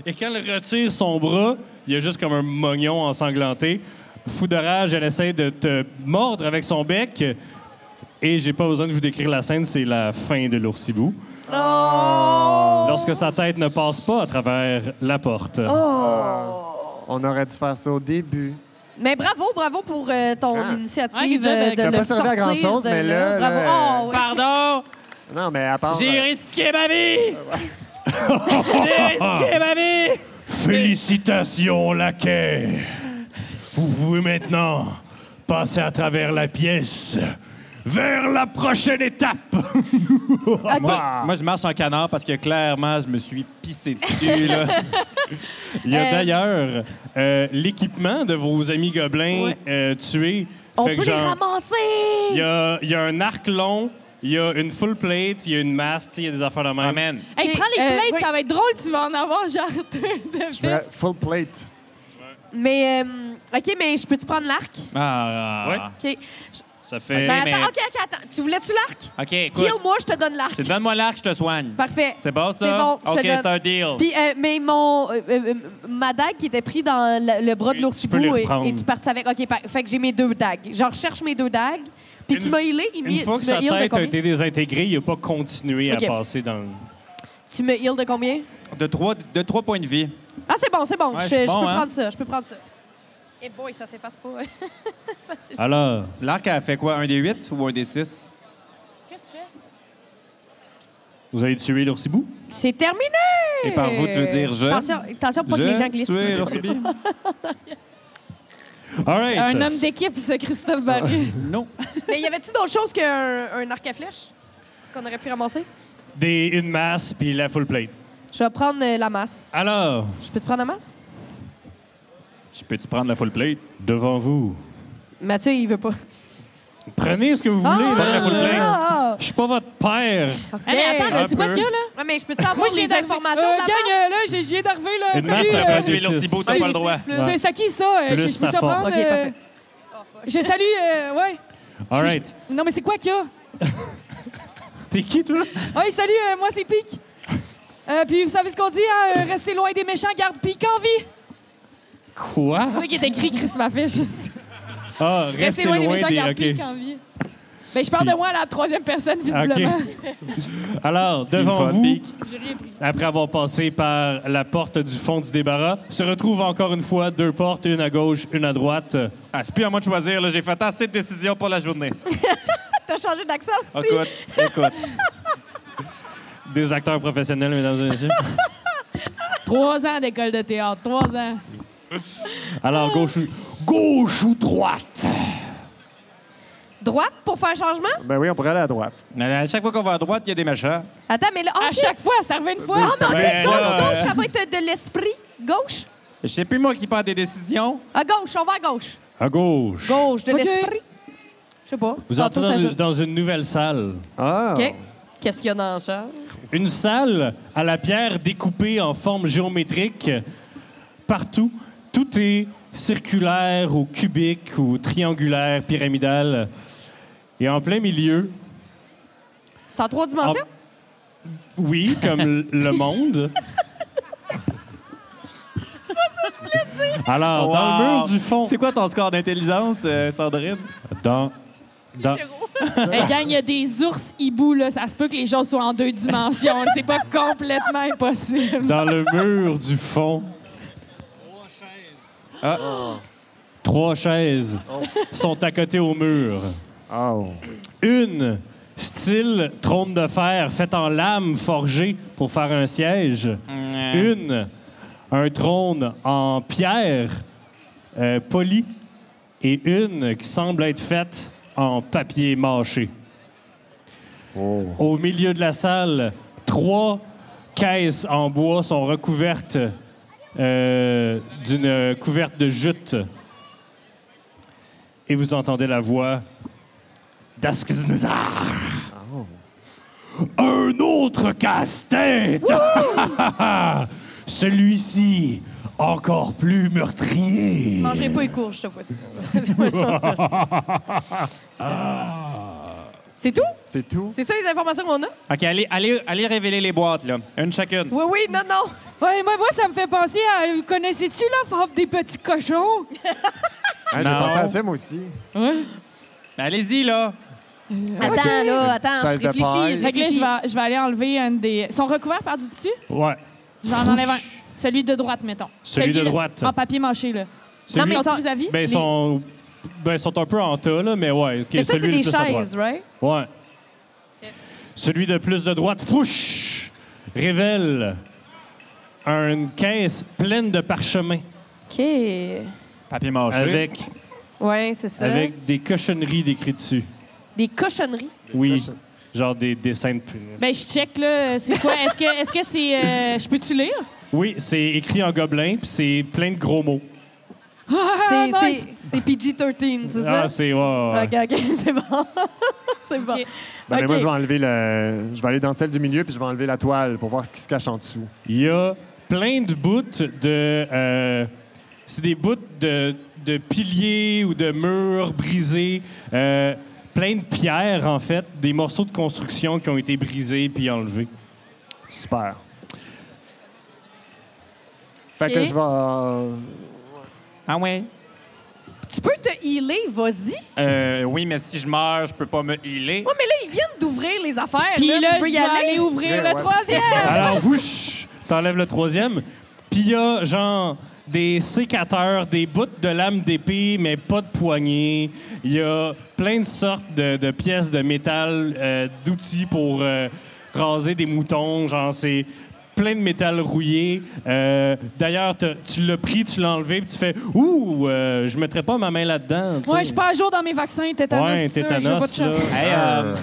Et quand elle retire son bras, il y a juste comme un mognon ensanglanté. Fou de rage, elle essaie de te mordre avec son bec. Et j'ai pas besoin de vous décrire la scène, c'est la fin de l'oursibou. Lorsque sa tête ne passe pas à travers la porte. On aurait dû faire ça au début. Mais bravo, bravo pour euh, ton Ah. Ouais, good initiative job, euh, Alex. de T'as le pas servi sortir. à grand-chose, de mais là, là, bravo. là, Oh, oui. Pardon! Non, mais à part. J'ai euh, risqué ma vie! J'ai risqué ma vie! Félicitations, laquais! Vous pouvez maintenant passer à travers la pièce vers la prochaine étape! Moi, moi, je marche en canard parce que clairement, je me suis pissé dessus. (laughs) Là. (laughs) Il y Euh, a d'ailleurs euh, l'équipement de vos amis gobelins euh, tués. On Fait peut que les genre, ramasser! il y a, il y a un arc long, il y a une full plate, il y a une masse, tu sais, il y a des affaires de même. Amen. Hey, OK, prends les euh, plates, oui. ça va être drôle, tu vas en avoir genre deux de je fait. ferais Full plate. Mais, euh, OK, mais je peux-tu prendre l'arc? Ah, OK. Ça fait. Ben, mais- attends, OK, OK, attends. Tu voulais-tu l'arc? OK, écoute. Guillaume, moi, je te donne l'arc. C'est donne-moi l'arc, je te soigne. Parfait. C'est bon, ça? Bah, C'est bon, je OK, te donne. c'est un Oh. deal. Puis, euh, mais mon, euh, euh, ma dague qui était prise dans le, le bras de Et tu peux les l'oursibou et, reprendre. et tu partais avec. OK, par- fait que j'ai mes deux dagues. Je recherche mes deux dagues. Puis Une- tu m'as healé. Il Une m'y- fois Ben, tu que me sa heal de tête a combien? été désintégrée, il n'a pas continué OK. à passer dans le. Tu me heal de combien? De trois, de trois points de vie. Ah, c'est bon, c'est bon. Ouais, je, je suis je bon, peux hein? prendre ça. Je peux prendre ça. Eh, Et boy, ça s'efface pas. Facile. Alors, L'arc, elle fait quoi? Un des huit ou un des six? Qu'est-ce que tu fais? vous avez tué l'oursibou? (laughs) C'est terminé! Et par vous, tu veux dire je? Attention, attention pour pas que les gens glissent. tué l'oursibi? All right. Un homme d'équipe, ce Christophe Barry. non. (laughs) Mais y avait-tu d'autres choses qu'un un arc à flèche qu'on aurait pu ramasser? Des, une masse puis la full plate. Je vais prendre euh, la masse. Alors, Je peux te prendre la masse? Je peux-tu prendre la full plate? devant vous, Mathieu, il veut pas. prenez ce que vous voulez dans la full plate. ah, Je suis pas votre père. ah, ok. Hey, Eh, mais attends, là, Un c'est pas peu. qu'il y a, là? Ouais, mais je peux-tu avoir Moi, je viens les d'arriver. informations Euh, de la gang, masse? euh, là, je viens d'arriver, là. Une masse, Salut, ça euh, fait Tu es du l'oursibo, t'as Un pas des le droit. six plus. C'est- C'est à qui, ça? Euh, Plus Je je peux ta te prendre? force. Ok, euh, parfait. Je salue, euh, ouais. All right. Non, mais c'est quoi qu'il y a? T'es qui, toi? Ouais, salut, euh, moi, c'est Pic. Euh, puis vous savez ce qu'on dit, hein? euh, Restez loin des méchants, garde Pic en vie. Quoi? C'est ça qui est écrit, Chris Mafiche. Ah, Restez loin des méchants, garde OK. Pic en vie. Mais je parle Puis- de moi à la troisième personne, visiblement. Alors, devant Une fois vous, pique. J'ai rien pris. après avoir passé par la porte du fond du débarras, se retrouvent encore une fois deux portes, une à gauche, une à droite. Ah, c'est plus à moi de choisir. là. J'ai fait assez de décisions pour la journée. T'as changé d'accent aussi? Écoute, écoute. Des acteurs professionnels, mesdames et messieurs. Trois ans d'école de théâtre, trois ans. Alors, gauche ou... Gauche ou droite? Droite pour faire un changement? Ben oui, on pourrait aller à droite. Euh, À chaque fois qu'on va à droite, il y a des machins. Attends, mais là. À ok. chaque fois, ça revient une fois. Ah, mais Ben, ok, gauche, là, gauche, ça va être de l'esprit. Gauche? Je sais plus moi qui prends des décisions. À gauche, on va à gauche. À gauche. Gauche, de Ok. l'esprit. Je sais pas. Vous Tantôt, entrez dans, c'est dans une nouvelle salle. Ah! ça. OK. Qu'est-ce qu'il y a dans le char? Une salle à la pierre découpée en forme géométrique partout. Tout est circulaire ou cubique ou triangulaire, pyramidal. Et en plein milieu, C'est en trois dimensions? oui, comme l- le monde. Alors, dans le mur Wow. du fond. C'est quoi ton score d'intelligence, euh, Sandrine? Dans, dans, Hey, Eh, gang, il y a des ours hiboux, là. Ça se peut que les choses soient en deux dimensions. C'est pas (laughs) complètement (laughs) impossible. dans le mur du fond. Ah. Trois chaises sont à côté au mur. Oh. Une, style trône de fer faite en lame forgée pour faire un siège. Une, un trône en pierre euh, polie. Et une qui semble être faite en papier mâché. Au milieu de la salle, trois caisses en bois sont recouvertes euh, d'une couverte de jute. Et vous entendez la voix d'Askznazar. Un autre casse-tête! Celui-ci, encore plus meurtrier. Mangerai pas les courges cette fois-ci. C'est tout? C'est tout? C'est ça les informations qu'on a? OK, allez, allez, allez révéler les boîtes, là. Une chacune. Oui, oui, non, non. Ouais, moi, moi, ça me fait penser à. Connaissais-tu la forme des petits cochons? Hein, J'ai Non. pensé à ça, moi aussi. Ben, Allez-y, là. Attends, là, attends, Chaise je de paille. réfléchis, je Fait que là, réfléchis. je vais, je vais aller enlever un des. Ils sont recouverts par du dessus? Ouais. J'en enlève un. Celui de droite, mettons. Celui de droite. En papier mâché, là. Celui- Ils mais sont ça- vis-à-vis? Ben, ils sont, ben, ils sont un peu en tas, là, mais ouais. OK, Mais ça, c'est celui des le plus à droite. chaises, right? Ouais. Celui de plus de droite, fouche, révèle une caisse pleine de parchemins OK. Ouais, Papier mâché. avec, Hein? c'est ça. avec des cochonneries décrites dessus. Des cochonneries. Oui, genre des dessins de punaises. Ben, je check, là. C'est quoi? Est-ce que est-ce que c'est. euh, je peux-tu lire? Oui, c'est écrit en gobelin, puis c'est plein de gros mots. C'est- nice. c'est- c'est PG-13, c'est ça? Ah, c'est... ouais, ouais, ouais. OK, (laughs) OK, c'est bon. c'est bon. Ok. Ben, mais moi, Ok. je vais enlever le. Je vais aller dans celle du milieu, puis je vais enlever la toile pour voir ce qui se cache en dessous. Il y a plein de bouts de... euh, c'est des bouts de, de piliers ou de murs brisés, euh, plein de pierres, en fait, des morceaux de construction qui ont été brisés puis enlevés. Super. Fait Ok. que je vais. euh, Ah ouais? Tu peux te healer, vas-y. Ouais, Euh, oui, mais si je meurs, je peux pas me healer. mais là, ils viennent d'ouvrir les affaires. Puis là, tu je peux y vais aller. aller ouvrir Ouais, le (laughs) ouais. troisième. Alors, wouch, t'enlèves le troisième. Puis il y a, genre, des sécateurs, des bouts de lame d'épée, mais pas de poignée. Il y a plein de sortes de, de pièces de métal, euh, d'outils pour euh, raser des moutons. Genre, c'est plein de métal rouillé. Euh, D'ailleurs, t'as- tu l'as pris, tu l'as enlevé, puis tu fais « Ouh, euh, je mettrais pas ma main là-dedans. » tu sais. Ouais, je suis pas à jour dans mes vaccins, tétanos. Ouais, pis ça, tétanos, j'ai pas de chance. là. Hey, euh,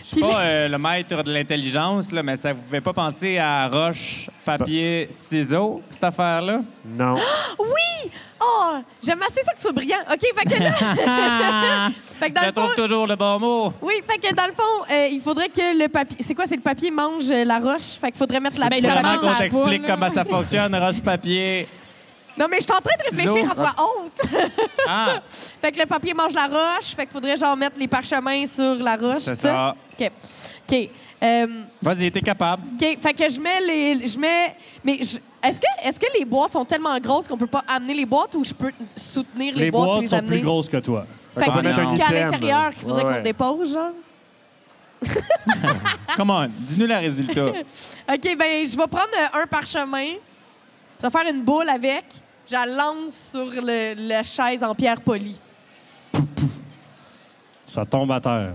je suis Puis- pas euh, le maître de l'intelligence, là, mais ça vous fait pas penser à roche, papier, ciseaux, cette affaire-là? (gasps) Non. Oui! Oh, j'aime assez ça que tu sois brillant. OK, fait que (laughs) Ah! là- fait que dans Je le fond, trouve toujours le bon mot. oui, fait que dans le fond, euh, il faudrait que le papier. C'est quoi, c'est le papier mange euh, la roche? Fait qu'il faudrait mettre la Ben, le ça papier Comment commence qu'on à mange- t'explique boule, là. comment ça fonctionne, roche, papier? Non, mais je suis en train de réfléchir à Ciseaux. voix haute. (laughs) Ah, fait que le papier mange la roche. Fait qu'il faudrait genre mettre les parchemins sur la roche. c'est tu sais. ça. OK. OK. Euh, Vas-y, t'es (laughs) capable. OK, fait que je mets les. Je mets. Mais je- est-ce que, est que les boîtes sont tellement grosses qu'on peut pas amener les boîtes ou je peux soutenir les, Les boîtes boîtes et les sont amener? plus grosses que toi. Fait que qu'on peut c'est tout mettre un ce qu'il y a à item. l'intérieur qu'il faudrait Ouais, qu'on ouais. dépose, genre? Come on, dis-nous le résultat. OK, ben je vais prendre euh, un parchemin. Je vais faire une boule avec. Je la lance sur le, la chaise en pierre polie. Ça tombe à terre.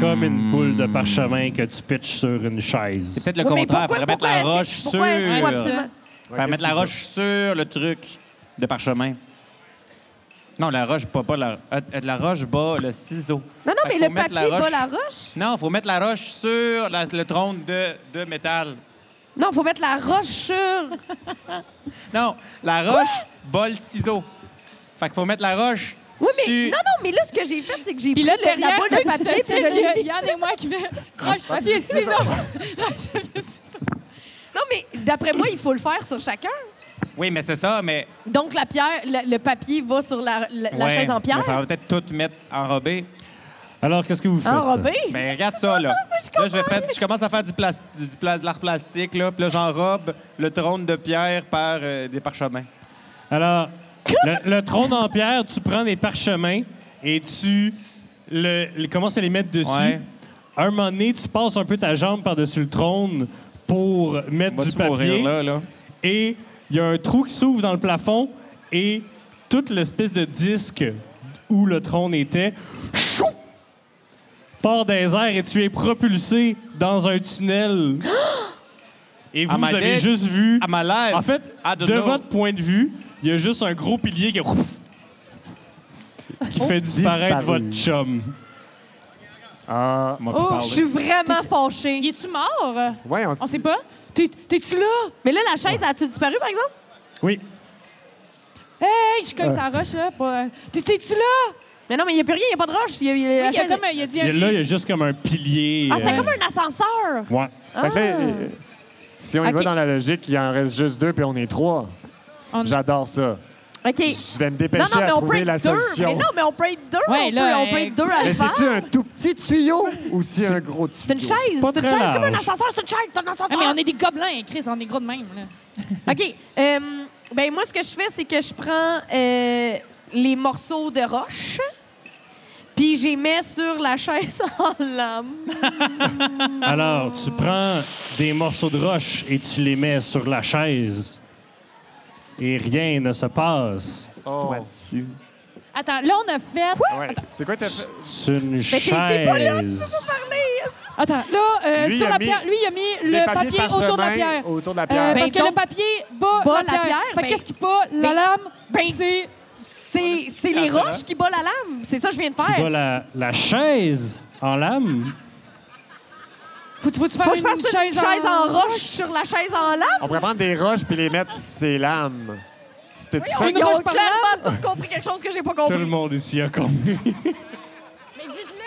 Comme une boule de parchemin que tu pitches sur une chaise. Hmm. C'est peut-être le Ouais, mais pourquoi- contraire. Faudrait mettre pourquoi la est-ce que- roche sur. pourquoi est-ce qu'il faut absolument- Faire mettre la roche sur le truc de parchemin. Non, la roche, pas, pas la... euh, euh, La roche bat le ciseau. Non, non, Fait mais qu'il faut le mettre papier la pas roche- la roche. Non, faut mettre la roche sur la- le trône de, de métal. Non, faut mettre la roche sur. Non, la roche bat le ciseau. Fait qu'il faut mettre la roche Oui, mais, reçu. non, non, mais là, ce que j'ai fait, c'est que j'ai pris Puis là, le- la derrière, (laughs) boule de (laughs) papier, puis je l'ai il y en a moi (laughs) qui (laughs) fait roche, papier, ciseaux. (laughs) Roche, papier, ciseaux. Non, mais d'après moi, il faut le faire sur chacun. Oui, mais c'est ça, mais. Donc, la pierre, le, le papier va sur la, la- la Ouais, chaise en mais pierre. faudrait peut-être tout mettre enrobé. Alors, qu'est-ce que vous faites? Enrobé. Mais regarde ça, là. Je là, je, vais faire- je commence à faire du, plas- du, du plas- de l'art plastique, là. Puis là, j'enrobe le trône de pierre par euh, des parchemins. Alors, le, le trône en pierre, tu prends des parchemins et tu le, le- commences à les mettre dessus. Ouais. Un moment donné, tu passes un peu ta jambe par-dessus le trône pour mettre Vas-tu du papier. mourir, là, là? Et il y a un trou qui s'ouvre dans le plafond et toute l'espèce de disque où le trône était chou, part des airs et tu es propulsé dans un tunnel. (gasps) Et vous, À ma vous avez tête, juste vu... À ma lèvre. En fait, I de don't know. votre point de vue, il y a juste un gros pilier qui, qui fait disparaître Disparu. votre chum. Ah, On m'a plus Oh, je parlé. suis vraiment fâchée. Il est-tu mort? ouais, on- On sait pas. T'es- T'es-tu là? Mais là, la chaise, a-tu disparu, par exemple? Oui. Hey, je suis comme ça roche, là. pas- euh, T'es- T'es-tu là? Euh, Mais non, mais il n'y a plus rien, il n'y a pas de roche. Il y a- il y a- Oui, la il, a chaise- comme, il a dit Il y un a- Là, il y a juste comme un pilier. Ah, c'était euh, comme un ascenseur. ouais. Fait que là, euh, si on y Ah. Ok. va dans la logique, il en reste juste deux, puis on est trois. On- J'adore ça. OK. Je vais me Non, dépêcher non, mais à on peut trouver être la deux. solution. Mais non, mais on peut être deux. Ouais, on, là, peut, on peut euh, être deux à Mais le faire. c'est-tu un tout petit tuyau ou si un gros C'est tuyau? une chaise. C'est pas une très chaise comme un large. ascenseur. C'est une chaise. C'est un Ah, ascenseur. mais on est des gobelins, Chris, on est gros de même. Là. OK. euh, ben moi, ce que je fais, c'est que je prends euh, les morceaux de roche, puis je les mets sur la chaise (laughs) en lame. Alors, tu prends des morceaux de roche et tu les mets sur la chaise. Et rien ne se passe. Oh. Attends, là, on a fait. Ouais. C'est quoi ta... C'est une t'es pas là, chaise. Attends, là, euh, Lui, il sur a la mis pierre, lui, il a mis Des le papiers papier autour de la parchemins pierre. Autour de la Euh, pierre. Ben, parce que donc, le papier bat, bat la la pierre. pierre, Fait que ben, qu'est-ce qui bat la ben, lame? ben, c'est. C'est c'est les roches qui bat la lame. C'est ça que je viens de Tu vois faire. la, la chaise en lame. Faut, faut-tu faire Faut que je une, fasse une chaise, en roche sur la chaise en lame. On pourrait prendre des roches puis les mettre ces lames. C'était tout ça? Une Ils ont roche par clairement tout compris quelque chose que j'ai pas compris. monde ici a compris. Mais dites-le!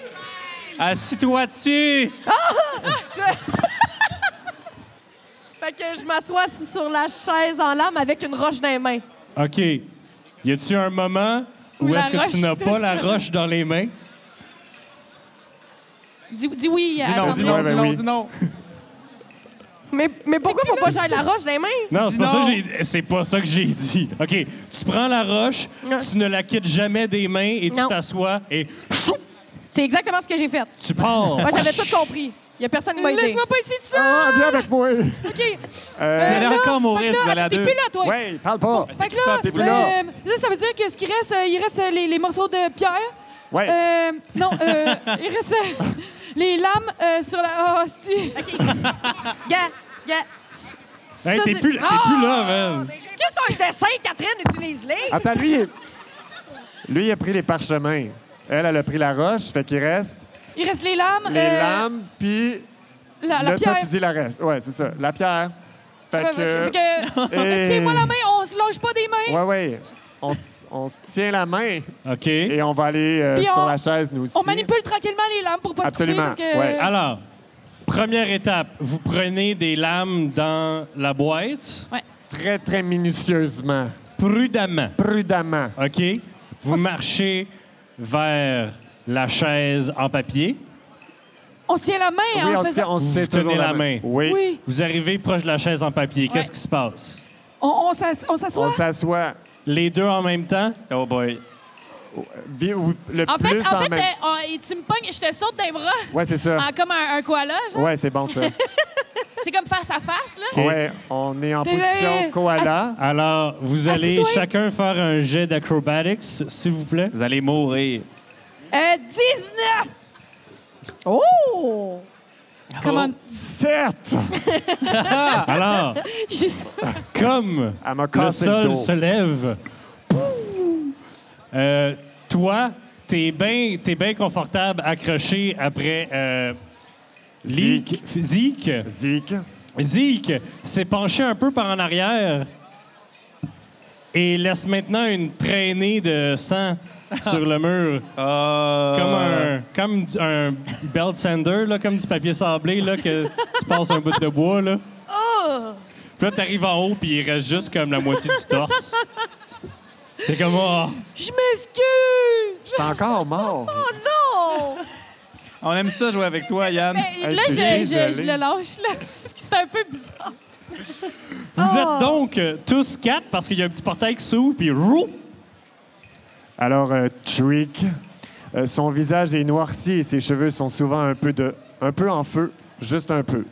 (laughs) Assis-toi dessus! Fait que je m'assois assis sur la chaise en lame avec une roche dans les mains. OK. Y a-tu un moment où, Où la est-ce que tu roche n'as te pas la choque. roche dans les mains? Dis, dis oui à Dis non, Sandra. dis non, Ouais, dis ben non, oui. dis non. Mais, mais pourquoi faut pas gérer la roche dans les mains? Non, Dis c'est pas, ça non. que j'ai- c'est pas ça que j'ai dit. OK. Tu prends la roche, Non. tu ne la quittes jamais des mains et tu Non. t'assois et C'est exactement ce que j'ai fait. tu pars. Moi, j'avais tout compris. Il a personne qui m'a aidé. Laisse-moi pas ici de ça! Ah, viens avec moi! OK. Vous allez Là, encore fait mourir que si vous allez là, à t'es deux. plus là, toi. Ouais, parle pas! Fait que Ça, là, t'es plus là. euh, là, ça veut dire que ce qui reste, euh, il reste euh, les, les morceaux de pierre. Ouais. Euh, non, euh, il reste euh, les lames euh, sur la. Oh, hostie. Gars, gars. Hey, ça, t'es c'est- plus, t'es Ah! plus là, man. Qu'est-ce qu'un dessin, Catherine? Utilise-les. Attends, lui, il- lui, il a pris les parchemins. Elle, elle a pris la roche, fait qu'il reste Il reste les lames. les euh, lames, puis La, la là, toi, pierre. tu dis la reste. Ouais, c'est ça, la pierre. Fait Ouais, que... fait que- Et- Tiens-moi la main, on se lâche pas des mains. Ouais, ouais. On, s- on se tient la main OK. et on va aller euh, Puis sur on- la chaise, nous aussi. On manipule tranquillement les lames pour pas Absolument, se couper. Parce que... ouais. Alors, première étape, vous prenez des lames dans la boîte, Très, très minutieusement, prudemment, prudemment. OK? Vous marchez vers la chaise en papier. On se tient la main oui, en on, se faisant... tient- on se Vous tient tenez toujours la main. Oui. Oui, Vous arrivez proche de la chaise en papier. Qu'est-ce Ouais. qui se passe? on, on s'ass- on s'assoit. On s'assoit. Les deux en même temps? Oh boy. Vi- ou Le En fait, plus en en fait même euh, on- et tu me pognes, je te saute d'un bras Ouais, c'est ça. en- comme un, un koala, genre. Ouais, c'est bon ça. C'est comme face à face, là. Ouais, on est en Mais là, euh, position koala. Alors, vous allez Assis-toi. chacun faire un jet d'acrobatics, s'il vous plaît. Vous allez mourir. Euh, 19! Oh! Comment? Certes! Alors, J'ai- comme Elle m'a le cassé le, sol dos. se lève. Euh, toi, t'es bien bien confortable accroché après euh, Leak- Zeke. Zig. Zeke s'est penché un peu par en arrière et laisse maintenant une traînée de sang sur le mur. Euh, Comme un, comme du- un belt sander, là, comme du papier sablé, là, que tu passes un bout de bois. Là. Puis là, t'arrives en haut, puis il reste juste comme la moitié du torse. C'est comme, ah, Je m'excuse! J'étais encore mort. Non! On aime ça jouer avec toi, Yann. Ben, Hey, là, je je, suis je- désolé. je le lâche, là. Parce que c'est un peu bizarre. vous êtes donc euh, tous quatre parce qu'il y a un petit portail qui s'ouvre, puis roux, Alors, euh, Trick, euh, son visage est noirci et ses cheveux sont souvent un peu, de, un peu en feu, juste un peu.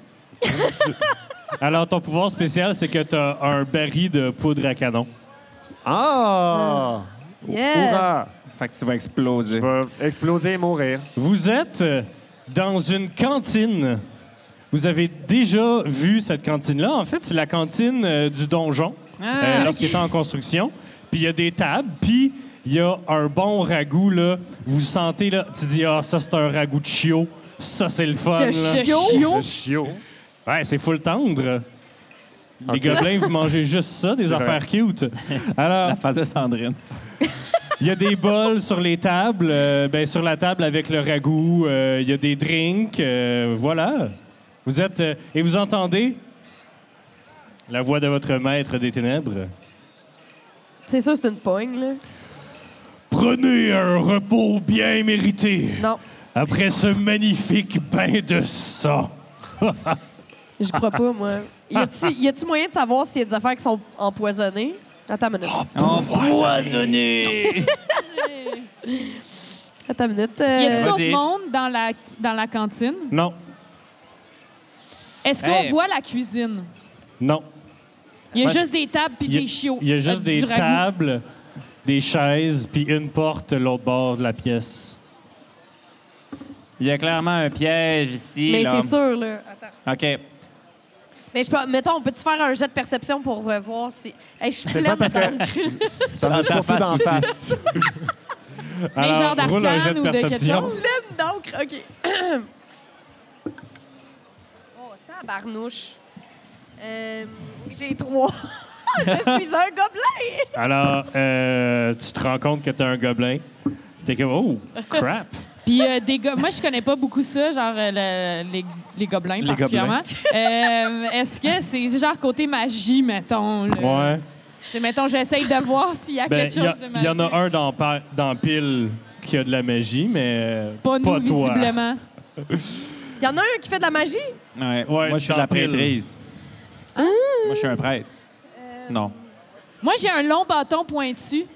Alors, ton pouvoir spécial, c'est que t'as un baril de poudre à canon. Ah! Yes. Hurrah! Fait que tu vas exploser. Va exploser et mourir. Vous êtes euh, dans une cantine. Vous avez déjà vu cette cantine-là. En fait, c'est la cantine euh, du donjon Ah, euh, lorsqu'il était en construction. Puis il y a des tables, puis il y a un bon ragoût. Là. Vous sentez, là, tu dis, ah, ça, c'est un ragoût de chiot. Ça, c'est le fun. De là. chiot? Le chiot. Ouais, c'est full tendre. Les gobelins, vous mangez juste ça, des affaires cute. Alors, La phase de Sandrine. il y a des bols sur les tables, euh, ben, sur la table avec le ragoût. euh, Il y a des drinks, euh, voilà. Vous êtes euh, et vous entendez la voix de votre maître des ténèbres. C'est sûr, c'est une poigne, là. Prenez un repos bien mérité Non, après ce magnifique bain de sang. je crois pas, moi. Y a-tu- Y a-tu moyen de savoir s'il y a des affaires qui sont empoisonnées? Attends une minute. Oh. Empoisonné! Attends une minute. Y a-tu euh, d'autres Vas-y. monde dans la, dans la cantine? Non, Est-ce qu'on Hey. voit la cuisine? non. Il y a Ouais. juste des tables puis Il y a- des chiots. Il y a juste Euh, des du ragoût. tables, des chaises, puis une porte l'autre bord de la pièce. Il y a clairement un piège ici. mais là. c'est sûr, là. Attends. OK. Mais je peux, mettons, on peut-tu faire un jet de perception pour euh, voir si. Hey, je suis C'est pas pleine parce d'entendre. que. T'en ta as surtout face d'en ici. face. Mais genre Alors, roule un jet d'arcane de ou de quelque perception. (laughs) chose? Pleine d'encre, OK. (coughs) oh, tabarnouche. Euh, J'ai trois. (laughs) je suis un gobelin! Alors, euh, tu te rends compte que t'es un gobelin. T'es comme, oh, (laughs) crap. Puis euh, des go- moi, je connais pas beaucoup ça, genre euh, le- les, les gobelins Les particulièrement. Euh, Est-ce que c'est genre côté magie, mettons? là? Ouais. Tu sais, mettons, j'essaye de voir s'il y a Ben, quelque il chose y, a- de il magique. y en a un dans, pa- dans pile qui a de la magie, mais euh, Pas nous, toi. visiblement. Y en a un qui fait de la magie? Ouais. Ouais, Moi, je suis de la t'en pile. prêtrise. Ah! Moi, je suis un prêtre. Non. Moi, j'ai un long bâton pointu.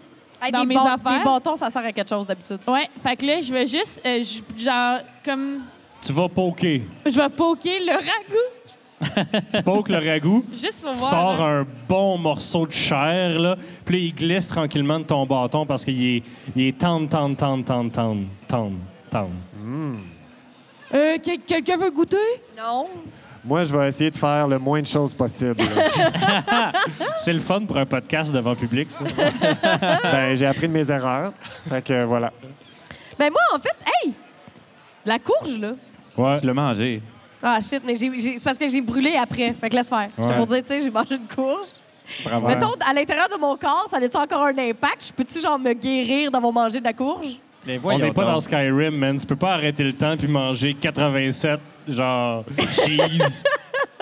Hey, Dans des, mes bâ- affaires? des bâtons, ça sert à quelque chose d'habitude. Ouais, fait que là, je vais juste, euh, je- genre, comme, Tu vas poker. je vais poker le ragoût, tu pokes le (laughs) ragoût, juste pour tu voir. sors là. un bon morceau de chair, là, puis là, il glisse tranquillement de ton bâton parce qu'il est, il est tendre, tendre, tendre, tendre, tendre, tendre, tendre. Euh, que- Quelqu'un veut goûter? Non. Moi, je vais essayer de faire le moins de choses (laughs) possible. C'est le fun pour un podcast devant public, ça. ben, j'ai appris de mes erreurs. Fait que voilà. Mais Ben, moi, en fait, hey! La courge, là. Ouais. Tu l'as mangé. Ah, shit, mais j'ai- j'ai- c'est parce que j'ai brûlé après. Fait que laisse faire. J'étais Ouais. pour dire, tu sais, j'ai mangé une courge. Bravo. Mettons, à l'intérieur de mon corps, ça a-tu encore un impact? Je peux-tu, genre, me guérir d'avoir mangé de la courge? Mais On voyons n'est pas donc. dans Skyrim, man. Tu peux pas arrêter le temps puis manger 87, (laughs) genre, cheese.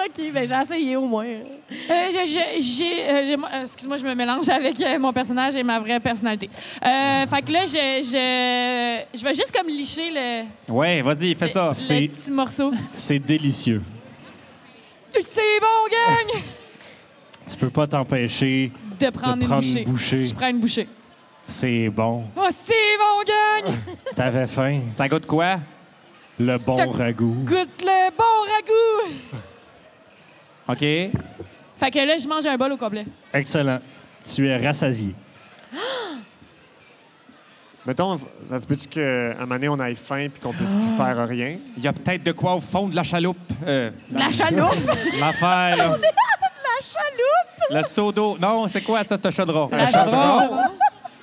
OK, ben j'ai essayé au moins. Euh, je- je- j'ai, euh, j'ai- moi, euh, excuse-moi, je me mélange avec euh, mon personnage et ma vraie personnalité. Euh, fait que là, je, je, je vais juste comme licher le, Ouais, vas-y, fais ça. le C'est- petit morceau. C'est délicieux. C'est (laughs) bon, gang! Tu peux pas t'empêcher. De prendre, prendre une, bouchée. une bouchée. Je prends une bouchée. C'est bon. Oh, c'est bon, (laughs) gang! T'avais faim. Ça goûte quoi? Le bon Check. ragoût. Goûte le bon ragoût! OK. Fait que là, je mange un bol au complet. Excellent. Tu es rassasié. Mettons, ça se peut-tu qu'à un moment donné, on aille faim puis qu'on puisse plus faire rien? Il y a peut-être de quoi au fond de la chaloupe. Euh, La chaloupe! (laughs) (laughs) L'affaire, là. Ah, la chaloupe! Le seau d'eau. Non, c'est quoi ça, ce chaudron? La chaudron.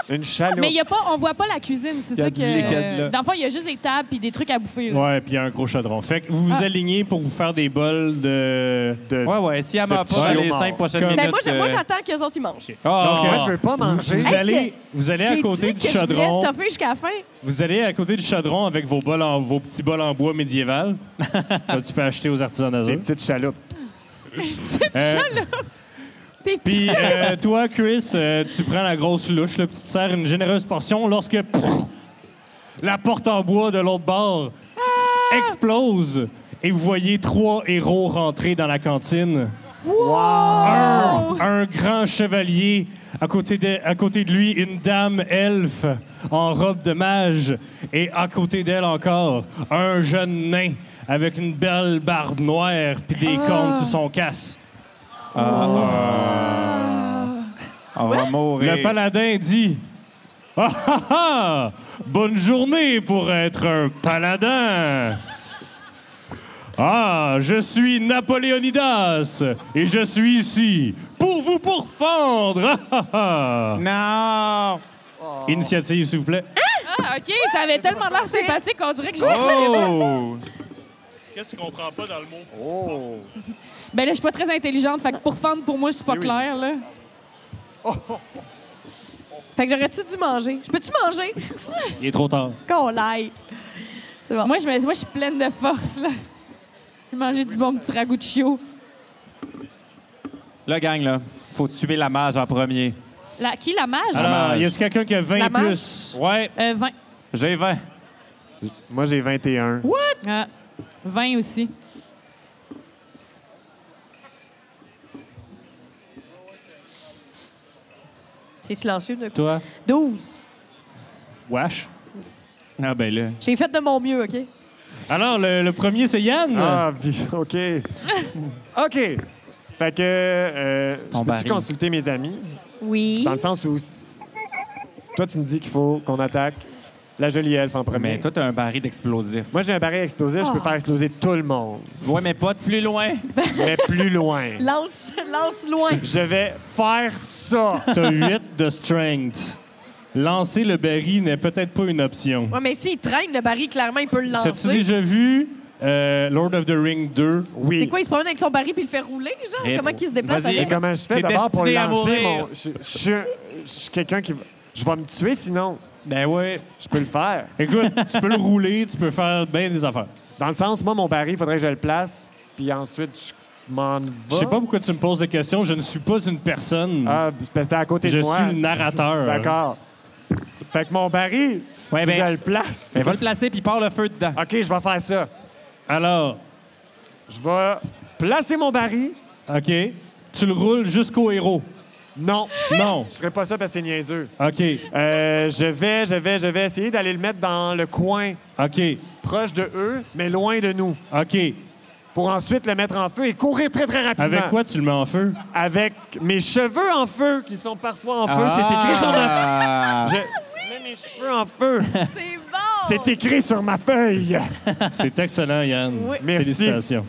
Une (laughs) chaloupe. Mais il y a pas, on voit pas la cuisine, c'est y a ça du que. liquide, là. dans le fond, il y a juste des tables puis des trucs à bouffer. là. Ouais, puis il y a un gros chaudron. Fait que vous Ah. vous alignez pour vous faire des bols de. de- Ouais, ouais. Si elle Le m'a petit pas, chiot les mort. cinq prochaines Comme- Ben, minutes. Mais moi, je- moi, euh, j'attends qu'ils autres, ils mangent. Ah, Non, OK. Moi, je veux pas manger. Vous allez, vous allez à euh, J'ai côté dit du que chaudron. Je voulais toffer jusqu'à la fin. Vous allez à côté du chaudron avec vos bols en- vos petits bols en (laughs) bois médiéval que tu peux acheter aux artisans Des d'Azur. petites chaloupes. Euh, T'es Puis euh, toi, Chris, euh, tu prends la grosse louche, là, puis tu te sers une généreuse portion lorsque pff, la porte en bois de l'autre bord explose et vous voyez trois héros rentrer dans la cantine. Un, un grand chevalier, à côté, de, à côté de lui, une dame elfe en robe de mage, et à côté d'elle encore, un jeune nain avec une belle barbe noire puis des cornes sur son casque. On va mourir. Le paladin dit Ah ah ah Bonne journée pour être un paladin Ah, je suis Napoléonidas et je suis ici pour vous pourfendre Ah, ah, Non! ah. Initiative, s'il vous plaît. Ah, OK, ça avait tellement l'air sympathique, on dirait que je. Oh! Qu'est-ce qu'on comprend pas dans le mot Ben là, je suis pas très intelligente, fait que pour fendre, pour moi, je suis pas claire, là. Fait que j'aurais-tu dû manger? Je peux-tu (laughs) manger? Il est trop tard. Qu'on l'aille. C'est bon. Moi, je, me- moi, je suis pleine de force, là. J'ai mangé du bon petit ragoût de chiot. Là, gang, là, faut tuer la mage en premier. La, qui, la mage? Alors, Dommage. y a quelqu'un qui a 20 La marche? plus Ouais, Euh, 20. j'ai 20. Moi, j'ai 21. Ah, 20 aussi. C'est silencieux de coup. Toi, 12. Wash. Ah, ben là. J'ai fait de mon mieux, OK? Alors, le, le premier, c'est Yann. Ah, vi- (laughs) OK. OK. Fait que, euh, Ton je peux-tu baril. consulter mes amis? Oui. Dans le sens où, s- toi, tu me dis qu'il faut qu'on attaque la jolie elfe en premier. Mais toi, t'as un baril d'explosifs. Moi, j'ai un baril explosif, je peux faire exploser tout le monde, Ouais, mais pas de plus loin. mais plus loin. Lance, lance (laughs) loin. Je vais faire ça. T'as 8 de strength. Lancer le baril n'est peut-être pas une option. Ouais, mais s'il traîne le baril, clairement, il peut le T'as-tu lancer. déjà vu euh, Lord of the Ring 2? Oui. C'est quoi, il se promène avec son baril puis il le fait rouler, genre? Rip. Comment il se déplace Vas-y. Et avec? comment je fais T'es d'abord pour destiné à lancer mourir. mon... Je je suis un- je suis quelqu'un qui... va- Je vais me tuer sinon. Ben oui. Je peux le faire. (laughs) Écoute, tu peux le rouler, tu peux faire bien des affaires. Dans le sens, moi, mon baril, il faudrait que je le place, puis ensuite, je m'en vais. Je sais pas pourquoi tu me poses des questions. Je ne suis pas une personne. Oh. Ah, parce que c'était à côté je de moi. suis le narrateur. D'accord. Fait que mon baril, Ouais, si ben- je le place... Mais va le placer, puis part le feu dedans. OK, je vais faire ça. Alors, Je vais placer mon baril. OK. Tu le roules jusqu'au héros. Non, Non. je ferai pas ça parce que c'est niaiseux. OK. Euh, je vais, je vais, je vais essayer d'aller le mettre dans le coin OK. proche de eux, mais loin de nous, OK. pour ensuite le mettre en feu et courir très, très rapidement. Avec quoi tu le mets en feu? Avec mes cheveux en feu, qui sont parfois en feu. C'est écrit sur ma... Ah! Je mets mes cheveux en feu. C'est bon! C'est écrit sur ma feuille. C'est excellent, Yann. Oui. Merci. Félicitations.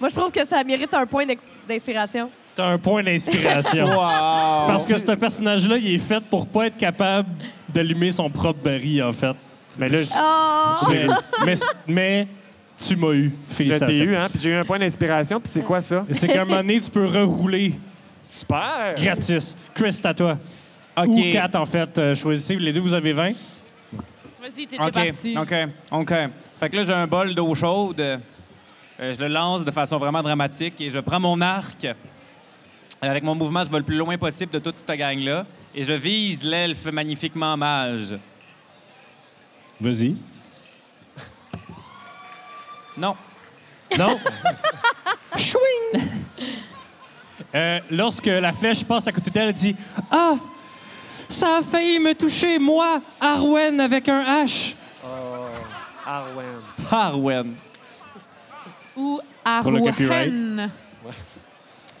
Moi, je trouve que ça mérite un point d'ex- d'inspiration. T'as un point (laughs) d'inspiration. Wow! Parce que ce personnage-là, il est fait pour pas être capable d'allumer son propre baril, en fait. Mais là, j- Oh! Mais, mais, mais tu m'as eu. je Félicitations. t'ai eu, hein, puis j'ai eu un point d'inspiration, puis c'est quoi ça? C'est qu'à un moment donné, tu peux rerouler Super! gratis. Chris, c'est à toi. OK. Ou 4, en fait. Euh, choisissez. Les deux, vous avez 20. Vas-y, t'es t'es OK, parti. OK, OK. Fait que là, j'ai un bol d'eau chaude. Euh, je le lance de façon vraiment dramatique et je prends mon arc. Euh, Avec mon mouvement, je vais le plus loin possible de toute cette gang-là et je vise l'elfe magnifiquement mage. Vas-y. Non. Non? Chouing! Euh, lorsque la flèche passe à côté d'elle, elle dit Ah, ça a failli me toucher, moi, Arwen avec un H. Arwen. Harwen. Ou Pour le Arwen. copyright.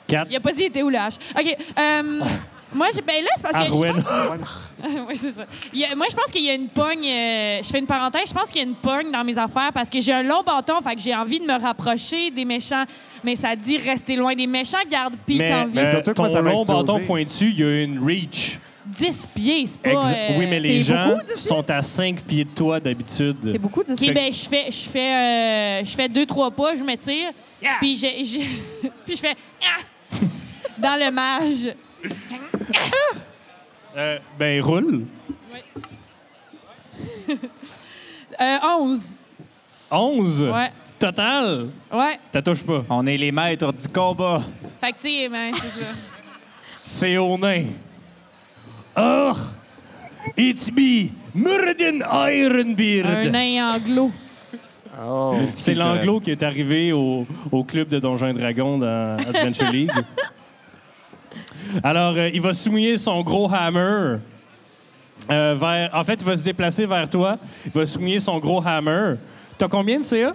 4. Il a pas dit il était où le H. OK. euh, moi, j'ai. Ben là, c'est parce que. je Arwen. (laughs) oui, c'est ça. Il y a- moi, je pense qu'il y a une pogne. euh, je fais une parenthèse. Je pense qu'il y a une pogne dans mes affaires parce que j'ai un long bâton, fait que j'ai envie de me rapprocher des méchants. Mais ça dit rester loin des méchants, garde pique en vie. mais surtout que ton moi, ça va long exploser. bâton pointu, il y a une reach. 10 pieds, c'est pas... Ex- euh, oui, mais les c'est gens beaucoup, dix pieds? sont à 5 pieds de toi d'habitude. C'est beaucoup de OK, ben, je fais, je fais, euh, je fais deux, trois pas, je me tire, puis je, je- (laughs) puis je fais... Ah! Dans le mage. Euh, ben, roule. Euh, 11. 11. Ouais. Total. Ouais. T'as touche pas. On est les maîtres du combat. Fait que, tu sais, ben, c'est ça. C'est au nain. Or, it's me, Murden Un Ironbeard. nain anglo. Oh. C'est l'anglo qui est arrivé au, au club de Donjons et Dragons dans Adventure League. Alors, euh, il va souiller son gros hammer. euh, vers, en fait, il va se déplacer vers toi. Il va souiller son gros hammer. T'as combien de CA?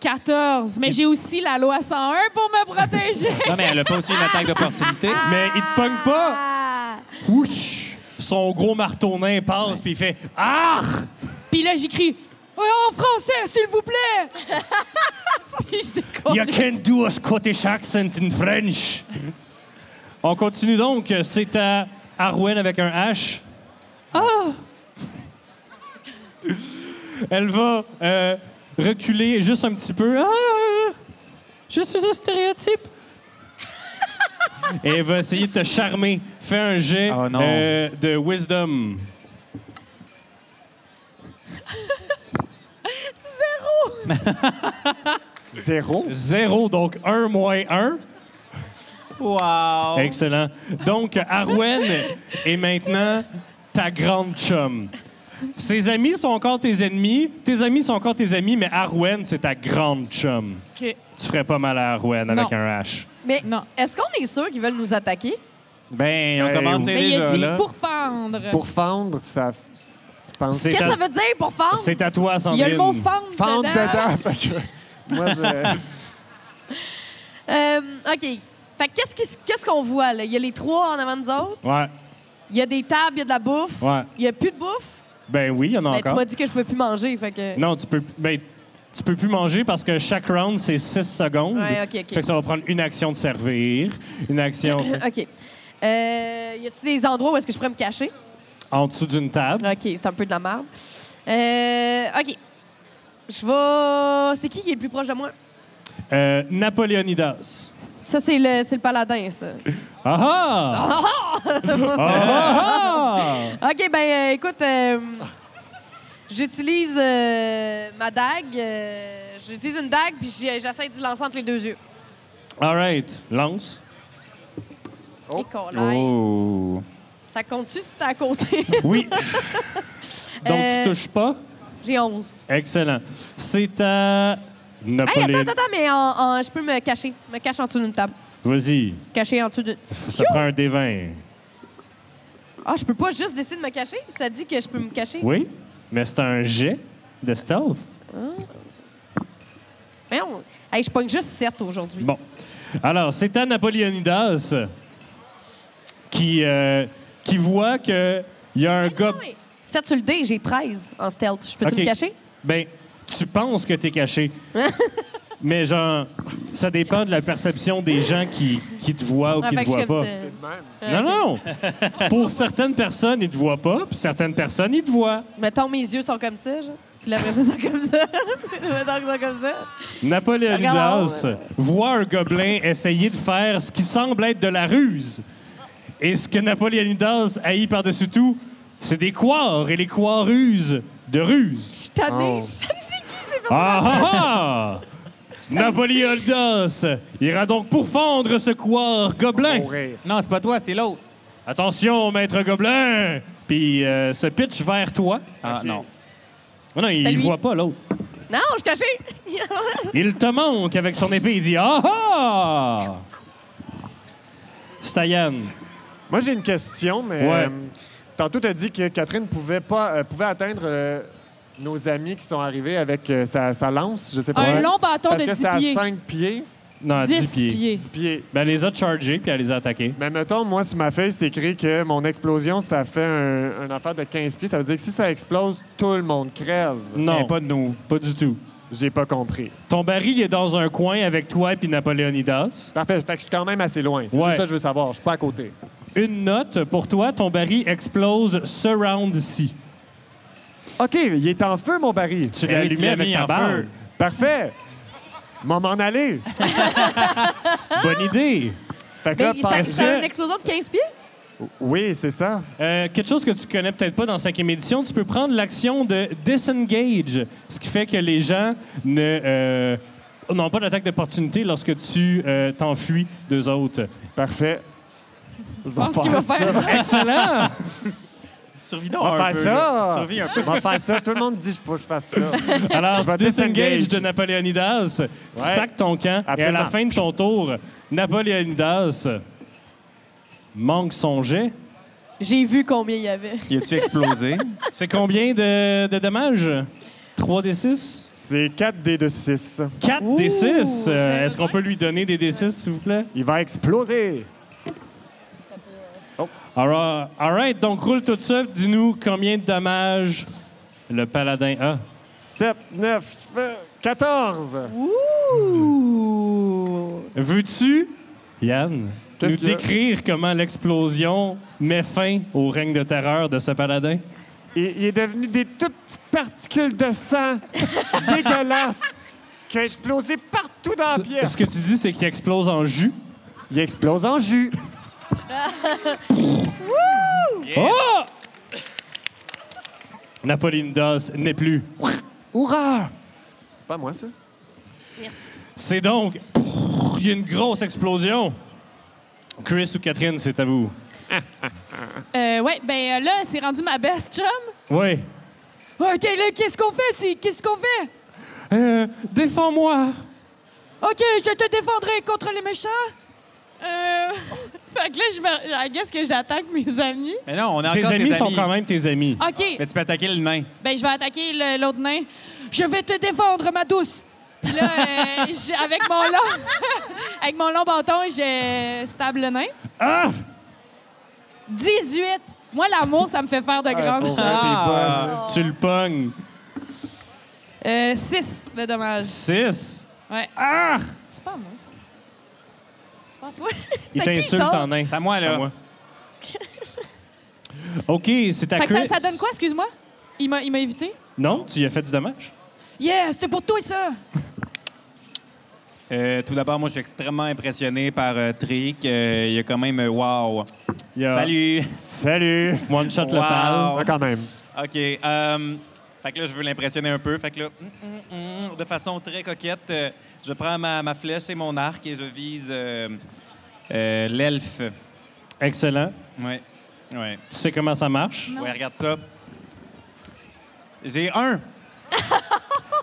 14. Mais j'ai aussi la loi 101 pour me protéger. (laughs) Non, mais elle a pas aussi une attaque d'opportunité. Mais il te pogne pas. Ah. Ouch! Son gros marteau nain passe, puis il fait Ah! Puis là, j'écris Ouais, en français, s'il vous (laughs) plaît. Puis je décolle. You can do a Scottish accent in French. On continue donc. C'est à Arwen avec un H. Ah! Elle va euh, reculer juste un petit peu. Ah! Je suis un stéréotype. Et elle va essayer de te charmer. Fais un jet Oh non. euh, de wisdom. Zéro? Zéro, donc un moins un. Wow! Excellent. Donc, Arwen est maintenant ta grande chum. Ses amis sont encore tes ennemis, tes amis sont encore tes amis, mais Arwen, c'est ta grande chum. OK. Tu ferais pas mal à Arwen avec Non. un H. Mais Non. est-ce qu'on est sûr qu'ils veulent nous attaquer? Ben, ils ont Hey, commencé oui. Mais il déjà, a dit là. pour fendre. Pour fendre, ça... Je pense... C'est Qu'est-ce à, que ça veut dire pour fendre? c'est à toi, Il Sandrine. y a le mot fendre. Fendre dedans. dedans. fait que Moi, je... Euh, OK. Fait que qu'est-ce qui s- qu'est-ce qu'on voit, là? Il y a les trois en avant de nous autres. Ouais. Il y a des tables, il y a de la bouffe. Ouais. Il y a plus de bouffe. Ben oui, il y en a Ben, tu encore. m'as dit que je pouvais plus manger, fait que... Non, tu peux, ben, tu peux plus manger parce que chaque round, c'est 6 secondes. Ouais, ok, ok. Fait que ça va prendre une action de servir, une (laughs) action tu sais, OK. Euh, y a-t-il des endroits où est-ce que je pourrais me cacher? en dessous d'une table. OK, c'est un peu de la merde. Euh, OK. Je vais... C'est qui qui est le plus proche de moi? Euh, Napoléonidas. Ça, c'est le, c'est le paladin, ça. Ah ah! Ah ah! OK, ben euh, écoute, euh, j'utilise euh, ma dague. euh, j'utilise une dague, puis j'ai- j'essaie d'y lancer entre les deux yeux. All right, lance. Et Oh! Ça compte-tu si t'es à côté? (laughs) Oui. (laughs) Donc Euh, tu touches pas. j'ai 11. Excellent. C'est à Hey, attends, Napoléon. attends, attends, mais en- en- je peux me cacher. Je me cache en dessous d'une table. Vas-y. Cacher en dessous d'une... Ça prend un D20. Ah, je peux pas juste décider de me cacher? Ça dit que je peux me cacher? Oui, mais c'est un jet de stealth. Mais on- Hey, je pogne juste 7 aujourd'hui. Bon. Alors, c'est à Napoléonidas qui, euh, qui voit que il y a un gars. 7 sur le dé, j'ai 13 en stealth. Je peux-tu OK. me cacher? Ben, tu penses que t'es (laughs) caché. Mais genre, ça dépend de la perception des gens qui, qui te voient ou Ah, qui fait te que je suis voient comme pas. ça. Non, non. (laughs) Pour certaines personnes, ils te voient pas, puis certaines personnes, ils te voient. Mettons, mes yeux sont comme ça, genre. Puis après ça, ils sont comme ça. (laughs) Mettons qu'ils sont comme ça. Napoléonidas Regarde. voit un gobelin essayer de faire ce qui semble être de la ruse. Et ce que Napoléonidas haït par-dessus tout, c'est des coires et les coires rusent de ruse. Je suis tannée. Je ne Oh. sais qui, c'est pas Ah ah ah! Napoléonidas ira donc pourfendre ce coire gobelin. Mourir. Non, c'est pas toi, c'est l'autre. Attention, maître gobelin! Puis euh, se pitch vers toi. Ah, non. Oh non, à il lui. voit pas l'autre. Non, je suis cachée. (laughs) Il te manque avec son épée. Il dit Ah ah! Stayan. Moi, j'ai une question, mais Ouais. euh, tantôt, tu as dit que Catherine pouvait pas euh, pouvait atteindre euh, nos amis qui sont arrivés avec euh, sa, sa lance, je sais pas. Un long bâton Parce de que 10 c'est à pieds. 5 pieds, Non, 10, 10 pieds. pieds. 10 pieds. Ben, elle les a chargés puis elle les a attaqués. Mais mettons, moi, sur ma feuille, c'est écrit que mon explosion, ça fait un, une affaire de 15 pieds. Ça veut dire que si ça explose, tout le monde crève. Non, Mais pas... pas de nous. du tout. J'ai pas compris. Ton baril est dans un coin avec toi et puis Napoléonidas. Parfait, fait que je suis quand même assez loin. C'est Ouais. juste ça que je veux savoir. Je suis pas à côté. une note. Pour toi, ton baril explose surround si. OK, il est en feu, mon baril. Tu Ben l'as oui, tu allumé l'as avec mis ta en balle. feu. Parfait. M'en m'en aller. Bonne idée. Fait que Mais là, il- par- ça- est-ce C'est que- une explosion de 15 pieds? Oui, c'est ça. Euh, quelque chose que tu connais peut-être pas dans cinquième édition, tu peux prendre l'action de disengage, ce qui fait que les gens ne euh, n'ont pas d'attaque d'opportunité lorsque tu euh, t'enfuis d'eux autres. Parfait. Je vais pense qu'il va faire ça. Excellent! (laughs) Survie donc On va un faire peu, là. ça. Survie un peu. On va faire ça. Tout le monde dit faut que je (laughs) fasse ça. Alors, Je vais tu disengages disengage. de Napoléonidas, tu Ouais. sacs ton camp, et à la Absolument. fin de ton tour, Napoléonidas manque son jet. J'ai vu combien il y avait. Il a-tu explosé? C'est combien de, de dommages? 3 des 6? C'est 4 d de 6. 4 Ouh, des 6. c'est Euh, Est-ce qu'on peut lui donner des D6, s'il vous plaît? Il va exploser. All right, all right, donc roule tout ça. Dis-nous combien de dommages le paladin a. 7, 9, 14. Ouh! Veux-tu, Yann, Qu'est-ce nous qu'il y a? décrire comment l'explosion met fin au règne de terreur de ce paladin? Il, il est devenu des toutes petites particules de (laughs) sang dégueulasses qui ont explosé partout dans la pièce. Ce que tu dis, c'est qu'il explose en jus. Il explose en jus. Napolinidas n'est plus. Hurrah! C'est pas moi, ça? C'est donc. Il y a une grosse explosion. Chris ou Catherine, c'est à vous. Euh, ouais, ben euh, là, c'est rendu ma best chum. Oui. OK, là, qu'est-ce qu'on fait? c'est- Qu'est-ce qu'on fait? Défends-moi. OK, je te défendrai contre les méchants. Euh... (laughs) fait que là, je me... I guess que j'attaque mes amis. (laughs) Mais non, on a Tes encore amis tes sont amis. quand même tes amis. OK, Mais tu peux attaquer le nain. ben je vais attaquer le- l'autre nain. Je vais te défendre, ma douce. Puis là, euh, j'ai- avec mon long... (laughs) avec mon long bâton, je stable le nain. Ah! 18! Moi, l'amour, ça me fait faire de grandes choses. Ah! Tu le pognes. Euh, 6 de dommages. 6. Ouais. Ah! C'est pas moi, ça. C'est (laughs) pas toi. Il à Ah, qui, t'insulte ça? en nain. C'est à moi, là. (laughs) OK, c'est à Fait que ça, Chris. ça donne quoi, excuse-moi? Il m'a il m'a évité? Non, tu y as fait du dommage. Yeah, c'était pour toi, ça! Euh, tout d'abord, moi, je suis extrêmement impressionné par euh, Trick. Euh, il y a quand même... euh, Wow! Il y a Salut! (laughs) Salut. One shot le Wow. pal. Ah, quand même. OK. euh, fait que là, je veux l'impressionner un peu. Fait que là, mm, mm, mm, de façon très coquette, euh, je prends ma, ma flèche et mon arc et je vise euh, euh, l'elfe. Excellent. Ouais. Ouais. Tu sais comment ça marche? Ouais, regarde ça. J'ai un.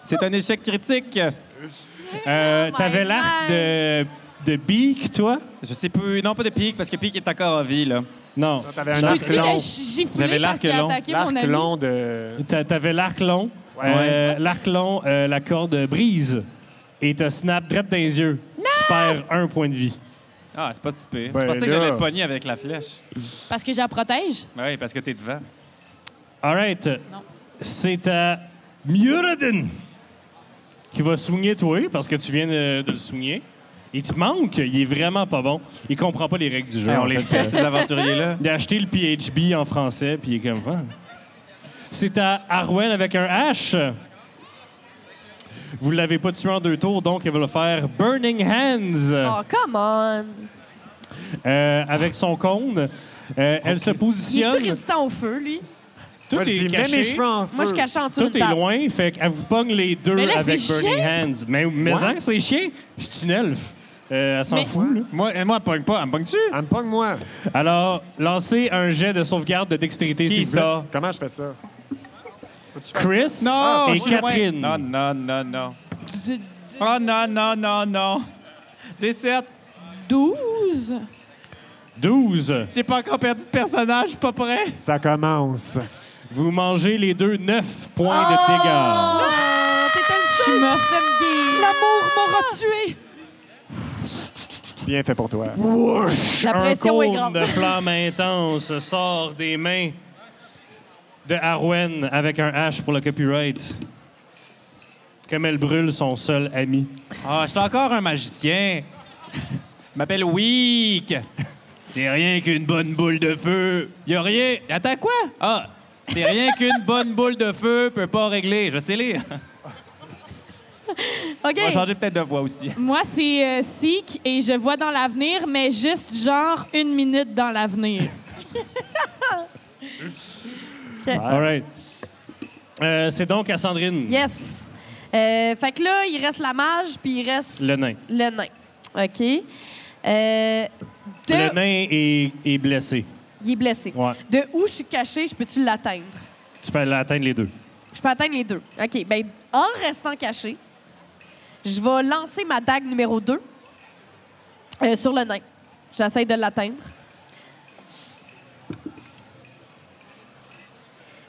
C'est un échec critique. Euh, Oh my T'avais l'arc God. de, de Beak, toi? Je sais plus. Non, pas de pique, parce que pique est encore en vie, là. Non. T'avais Je un te arc Peux-tu long. le gifler J'avais parce l'arc qu'il a long. attaqué mon L'arc ami? long de... T'a- T'avais l'arc long, euh, l'arc long, euh, la corde brise, et te snap direct dans les yeux. Tu perds un point de vie. Ah, c'est pas si pire. Ben je pensais que là. j'allais le pogner avec la flèche. Ben Parce que je la protège? Oui, parce que t'es devant. All right. C'est à Muradin qui va soigner toi, parce que tu viens de, de le soigner. Il te manque, il est vraiment pas bon. Il comprend pas les règles du jeu. Hey, Ben, on en les fait. euh, pète, ces aventuriers-là. Il a acheté le PHB en français, puis il est comme Ah. C'est à Arwen avec un H. Vous l'avez pas tué en deux tours, donc il va le faire Burning Hands. Oh, come on! Euh, avec son cône. Euh, Elle se Il est-tu positionne. résistant au feu, lui? Tout Moi, je est dis, mets mes caché. cheveux en feu. Moi, je cache en dessous Tout d'une est table. loin, fait qu'elle vous pogne les deux Mais là, avec c'est Burning Hands. Mais, mais What? hein, c'est chien. C'est une elfe. Euh, elle s'en Mais- fout. là. (laughs) Moi, moi, elle me pogne pas. Elle me pogne-tu? Elle me pogne, moi. Alors, lancez un jet de sauvegarde de dextérité, Qui s'il vous plaît. ça? Comment je fais ça? Chris Non! et je suis loin. Catherine. Non, non, non, non. Oh non, non, non, non. J'ai 7. 12? 12. J'ai pas encore perdu de personnage, je suis pas prêt. Ça commence. Vous mangez les deux 9 points de dégâts. T'es le seul L'amour m'aura tué! Bien fait pour toi. La Un pression est cône grande. de flamme intense sort des mains de Arwen avec un H pour le copyright. Comme elle brûle son seul ami. Ah, je suis encore un magicien. Je m'appelle Week. C'est rien qu'une bonne boule de feu. Y a rien. Attends quoi? Ah! C'est rien qu'une bonne boule de feu peut pas régler. Je sais lire. OK. On va changer peut-être de voix aussi. Moi, c'est euh, Sikh et je vois dans l'avenir, mais juste genre une minute (laughs) dans l'avenir. All right. Euh, c'est donc à Sandrine. Yes. Euh, fait que là, il reste la mage, puis il reste... Le nain. Le nain. OK. Euh, de... Le nain est, est blessé. Il est blessé. Ouais. De où je suis cachée, je peux-tu l'atteindre? Tu peux atteindre les deux. Je peux atteindre les deux. OK. Ben, en restant cachée, je vais lancer ma dague numéro 2 sur le nain. J'essaie de l'atteindre.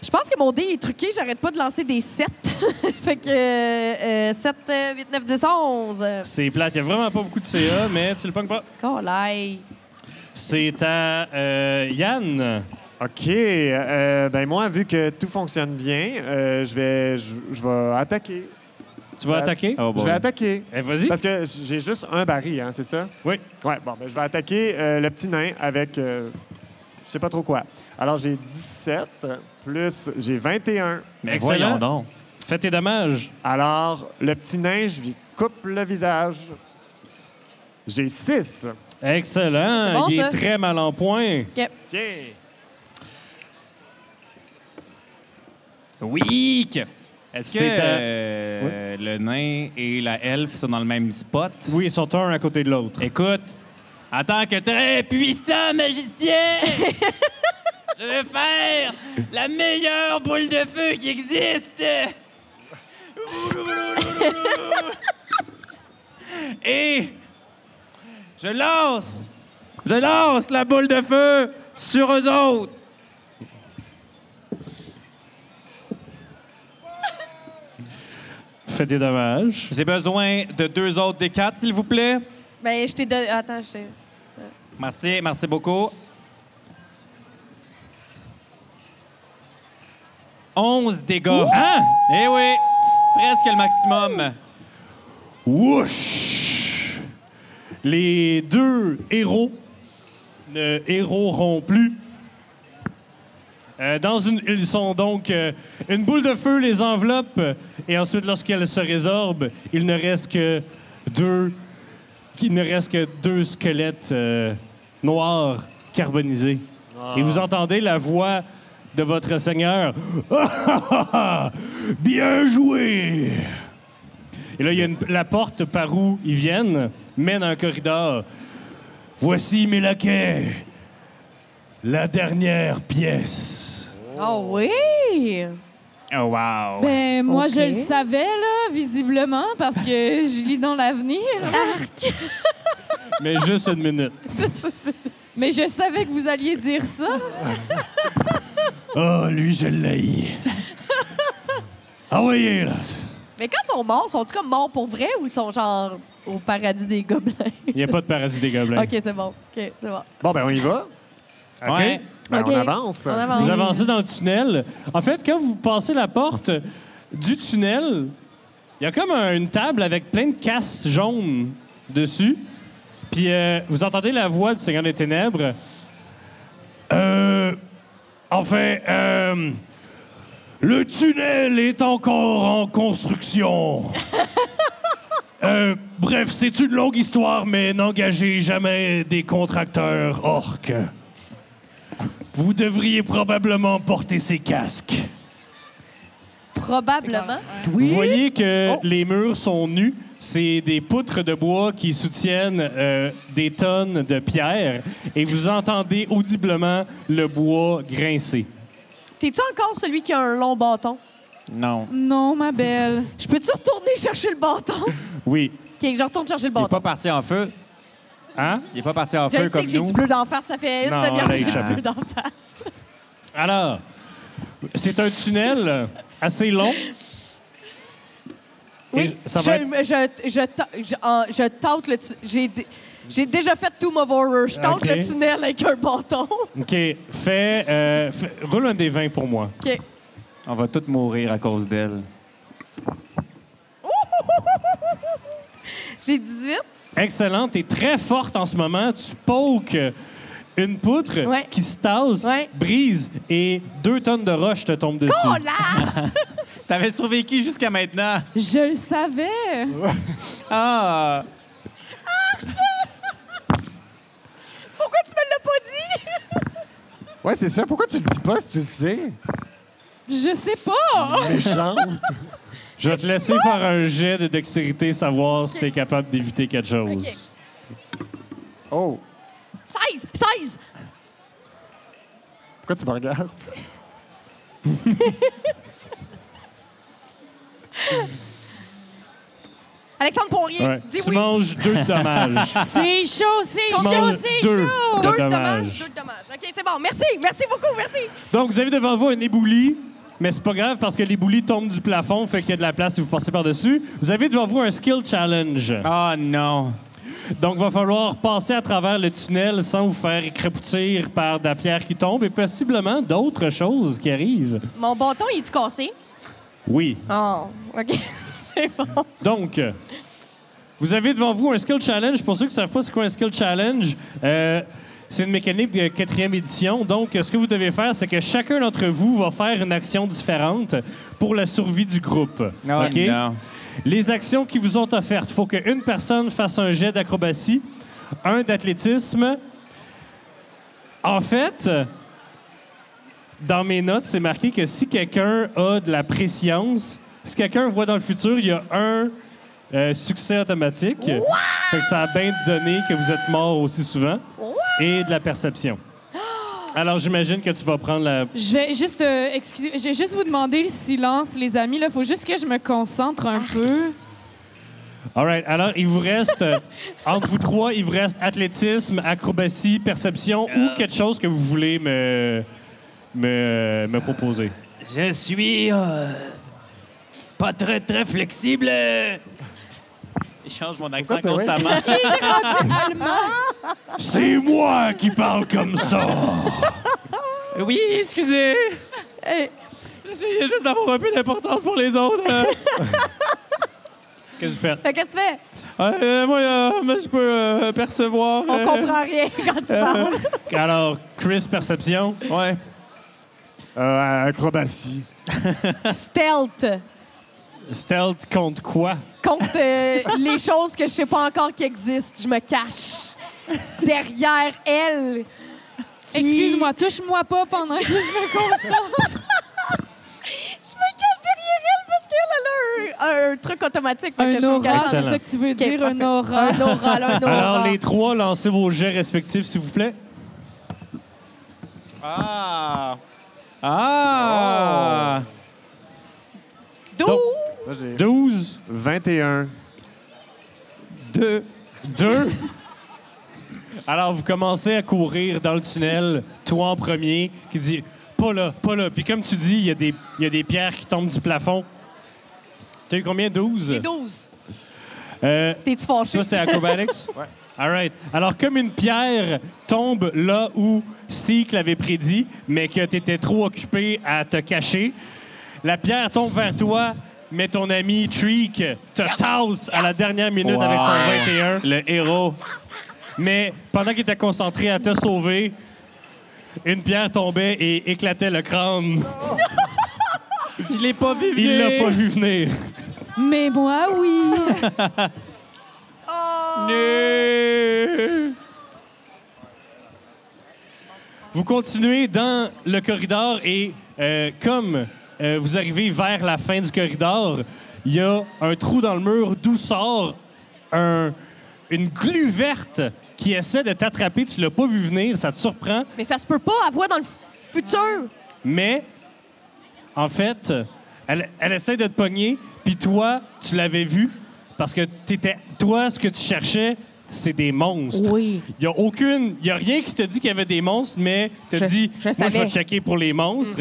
Je pense que mon dé est truqué. J'arrête pas de lancer des 7. (laughs) fait que euh, 7, 8, 9, 10, 11. C'est plate. Il n'y a vraiment pas beaucoup de CA, mais tu le pognes pas. Colaille. C'est à euh, Yann. OK. euh, ben moi, vu que tout fonctionne bien, euh, je vais je, je vais attaquer. Tu vas Ouais. attaquer? Je vais attaquer. Eh, vas-y. Parce que j'ai juste un baril, hein, c'est ça? Oui. Ouais, bon, ben, je vais attaquer euh, le petit nain avec euh, je sais pas trop quoi. Alors, j'ai 17 plus j'ai 21. Mais Excellent. voyons donc. Fais tes dommages. Alors, le petit nain, je lui coupe le visage. J'ai 6. Excellent. C'est bon, Il ça. est très mal en point. Tiens. Oui! que- Est-ce que C'est à- euh, le nain et la elfe sont dans le même spot? Oui, ils sont un à côté de l'autre. Écoute, en tant que très puissant magicien, je vais faire la meilleure boule de feu qui existe. Et je lance, je lance la boule de feu sur eux autres. Fais tes dommages. J'ai besoin de deux autres des quatre, s'il vous plaît. Ben, je t'ai donné. Attends, je sais. Merci, merci beaucoup. 11 dégâts. Hein? Eh oui, presque le maximum. Wouch! Les deux héros ne héroeront plus. Euh, dans une, ils sont donc euh, une boule de feu les enveloppe euh, et ensuite lorsqu'elle se résorbe, il ne reste que deux, il ne reste que deux squelettes euh, noirs carbonisés. Et vous entendez la voix de votre Seigneur. (laughs) Bien joué. Et là, il y a une- la porte par où ils viennent mène à un corridor. Voici mes laquais. La dernière pièce. Oh oui! Oh, wow. Ben, moi, OK. je le savais, là, visiblement, (laughs) parce que je lis dans l'avenir. Mais juste une minute. Mais je savais que vous alliez dire ça. Oh, lui, je l'ai. Ah voyez, là. Mais quand ils sont morts, sont-ils comme morts pour vrai ou ils sont genre au paradis des gobelins? (laughs) Il n'y a pas de paradis des gobelins. OK, c'est bon. OK, c'est bon. Bon, ben on y va. OK. Ouais. Ben, OK. on avance. On avance. Vous avancez dans le tunnel. En fait, quand vous passez la porte du tunnel, il y a comme un- une table avec plein de casses jaunes dessus. Puis euh, vous entendez la voix du Seigneur des Ténèbres. Euh, enfin, euh, le tunnel est encore en construction. Euh, bref, c'est une longue histoire, mais n'engagez jamais des contracteurs orques. Vous devriez probablement porter ces casques. Probablement. Vous voyez que Oh. les murs sont nus. C'est des poutres de bois qui soutiennent euh, des tonnes de pierres. Et vous entendez audiblement le bois grincer. T'es-tu encore celui qui a un long bâton? Non. Non, ma belle. Je peux-tu retourner (laughs) chercher le bâton? OK, Oui. je retourne chercher le Il n'est bâton. pas parti en feu. Hein? Il n'est pas parti en Je feu sais comme que j'ai nous. du bleu d'en face, ça fait une Non, demi-heure là, que j'ai il du chante. bleu d'en face. Alors, c'est un tunnel assez long. Et Oui, ça je, va être- je, je, ta- je, en- je tente le... tu- J'ai dé- j'ai déjà fait tout of Horror. Je tente OK. le tunnel avec un bâton. OK. Fais, euh, fais- Roule un des 20 pour moi. OK. On va tous mourir à cause d'elle. J'ai 18. Excellent. T'es très forte en ce moment. Tu pokes une poutre Ouais. qui se tasse, Ouais. brise et deux tonnes de roches te tombent dessus. Oh là! T'avais survécu jusqu'à maintenant. Je le savais. Ah! Pourquoi tu me l'as pas Ouais, c'est ça. Pourquoi tu le dis pas si tu le sais? Je sais pas. Méchante. Je vais te laisser faire un jet de dextérité, savoir si t'es capable d'éviter quelque chose. Oh, dit? 16! 16! pourquoi tu me regardes? Alexandre Poirier, Ouais. dis Tu oui. manges deux de (laughs) dommages. C'est chaud, c'est tu chaud, manges c'est deux chaud. de Deux dommages, dommages. deux dommages. OK, c'est bon. Merci, merci beaucoup, merci. Donc, vous avez devant vous un éboulis, mais c'est pas grave parce que l'éboulis tombe du plafond, fait qu'il y a de la place si vous passez par-dessus. Vous avez devant vous un skill challenge. Ah non! Donc, va falloir passer à travers le tunnel sans vous faire crépoutir par de la pierre qui tombe et possiblement d'autres choses qui arrivent. Mon bâton, il est-tu cassé? Oui. Oh, OK. (laughs) c'est bon. Donc, euh, vous avez devant vous un skill challenge. Pour ceux qui ne savent pas c'est quoi un skill challenge, euh, c'est une mécanique de quatrième édition. Donc, euh, ce que vous devez faire, c'est que chacun d'entre vous va faire une action différente pour la survie du groupe. Ah, OK? non. Les actions qui vous ont offertes, il faut qu'une personne fasse un jet d'acrobatie, un d'athlétisme. En fait, dans mes notes, c'est marqué que si quelqu'un a de la préscience, si quelqu'un voit dans le futur, il y a un euh, succès automatique. Fait que ça a bien donné que vous êtes mort aussi souvent. Et de la perception. Alors, j'imagine que tu vas prendre la... Je vais juste, euh, excusez, je vais juste vous demander le silence, les amis. Il faut juste que je me concentre un Ah. peu. All right. Alors, il vous reste, euh, entre vous trois, il vous reste athlétisme, acrobatie, perception ou quelque chose que vous voulez me, me, me proposer. Je suis euh, pas très très flexible. Il change mon accent Pourquoi t'as- constamment. C'est moi qui parle comme ça! Euh, oui, excusez. Eh. J'essayais juste d'avoir un peu d'importance pour les autres. Euh, (laughs) Qu'est-ce que vous faites? Fait que Qu'est-ce que tu fais? euh, moi, euh, moi, je peux euh, percevoir. On euh, comprend rien quand tu parles. Alors, Chris, perception. Ouais. Euh, acrobatie. Stealth. Stealth compte quoi? Compte euh, les choses que je sais pas encore qui existent. Je me cache derrière elle. qui- Excuse-moi, touche-moi pas (laughs) pendant que je me concentre. Je me cache derrière elle parce qu'elle elle a un, un truc automatique. fait que Un je me aura, cache. Excellent. c'est ça que tu veux Ok, dire, un parfait. Ah. aura. Un aura, un aura. (laughs) Alors, les trois, lancez vos jets respectifs, s'il vous plaît. Ah. Ah. Douze. Là, j'ai 12, 21. Deux. 2. Alors, vous commencez à courir dans le tunnel, toi en premier, qui dit pas là, pas là. Puis comme tu dis, il y, a des- il y a des pierres qui tombent du plafond. T'as eu combien? 12? 12. Euh, T'es-tu fâché? ça, c'est acrobatics? ouais. All right. Alors, comme une pierre tombe là où Seek l'avait prédit, mais que tu étais trop occupé à te cacher, la pierre tombe vers toi, mais ton ami Treek te tasse à la dernière minute Wow. avec son 21. Le héros. Mais pendant qu'il était concentré à te sauver, une pierre tombait et éclatait le crâne. Je l'ai pas vu Il l'a venir. pas vu venir. Mais moi, oui. Ah. Nul. Vous continuez dans le corridor et euh, comme euh, vous arrivez vers la fin du corridor, il y a un trou dans le mur d'où sort un- une glue verte qui essaie de t'attraper. Tu l'as pas vu venir, ça te surprend. Mais ça se peut pas avoir dans le f- futur. Mais, en fait, elle, elle essaie de te pogner, puis toi, tu l'avais vu, parce que t'étais, toi, ce que tu cherchais, c'est des monstres. Oui. Il y a aucune, il y a rien qui te dit qu'il y avait des monstres, mais tu Je- dit, je moi, je vais savais. checker pour les monstres.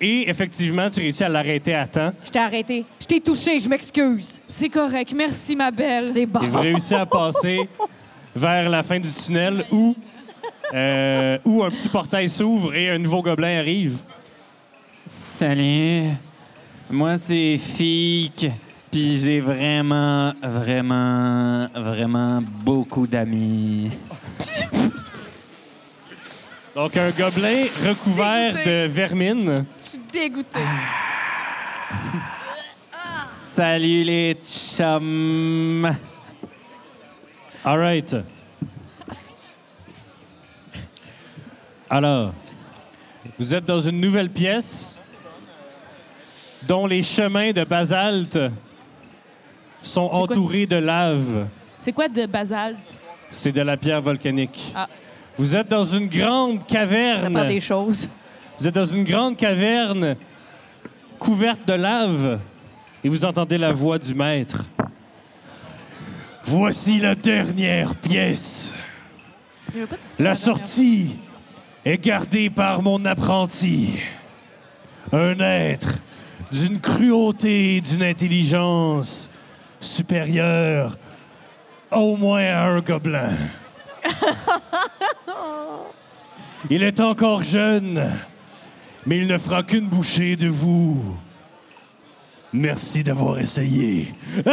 Et effectivement, tu réussis à l'arrêter à temps. Je t'ai arrêté. Je t'ai touché, je m'excuse. C'est correct. Merci, ma belle. C'est Et vous bon. réussissez à passer vers la fin du tunnel où, euh, où un petit portail s'ouvre et un nouveau gobelin arrive. Salut. Moi, c'est Fic. Puis j'ai vraiment, vraiment, vraiment beaucoup d'amis. Donc, un gobelin recouvert Dégoûté. de vermine. Je suis dégoûtée. Salut les chums. All right. Alors, vous êtes dans une nouvelle pièce dont les chemins de basalte sont quoi, entourés de lave. C'est quoi de basalte? C'est de la pierre volcanique. Ah. Vous êtes dans une grande Ça caverne. prend des choses. Vous êtes dans une grande caverne couverte de lave et vous entendez la voix du maître. Voici la dernière pièce. Il y avait pas de- c'est La dernière. sortie est gardée par mon apprenti. Un être d'une cruauté et d'une intelligence supérieure au moins à un (laughs) gobelin. Il est encore jeune, mais il ne fera qu'une bouchée de vous. Merci d'avoir essayé. (laughs)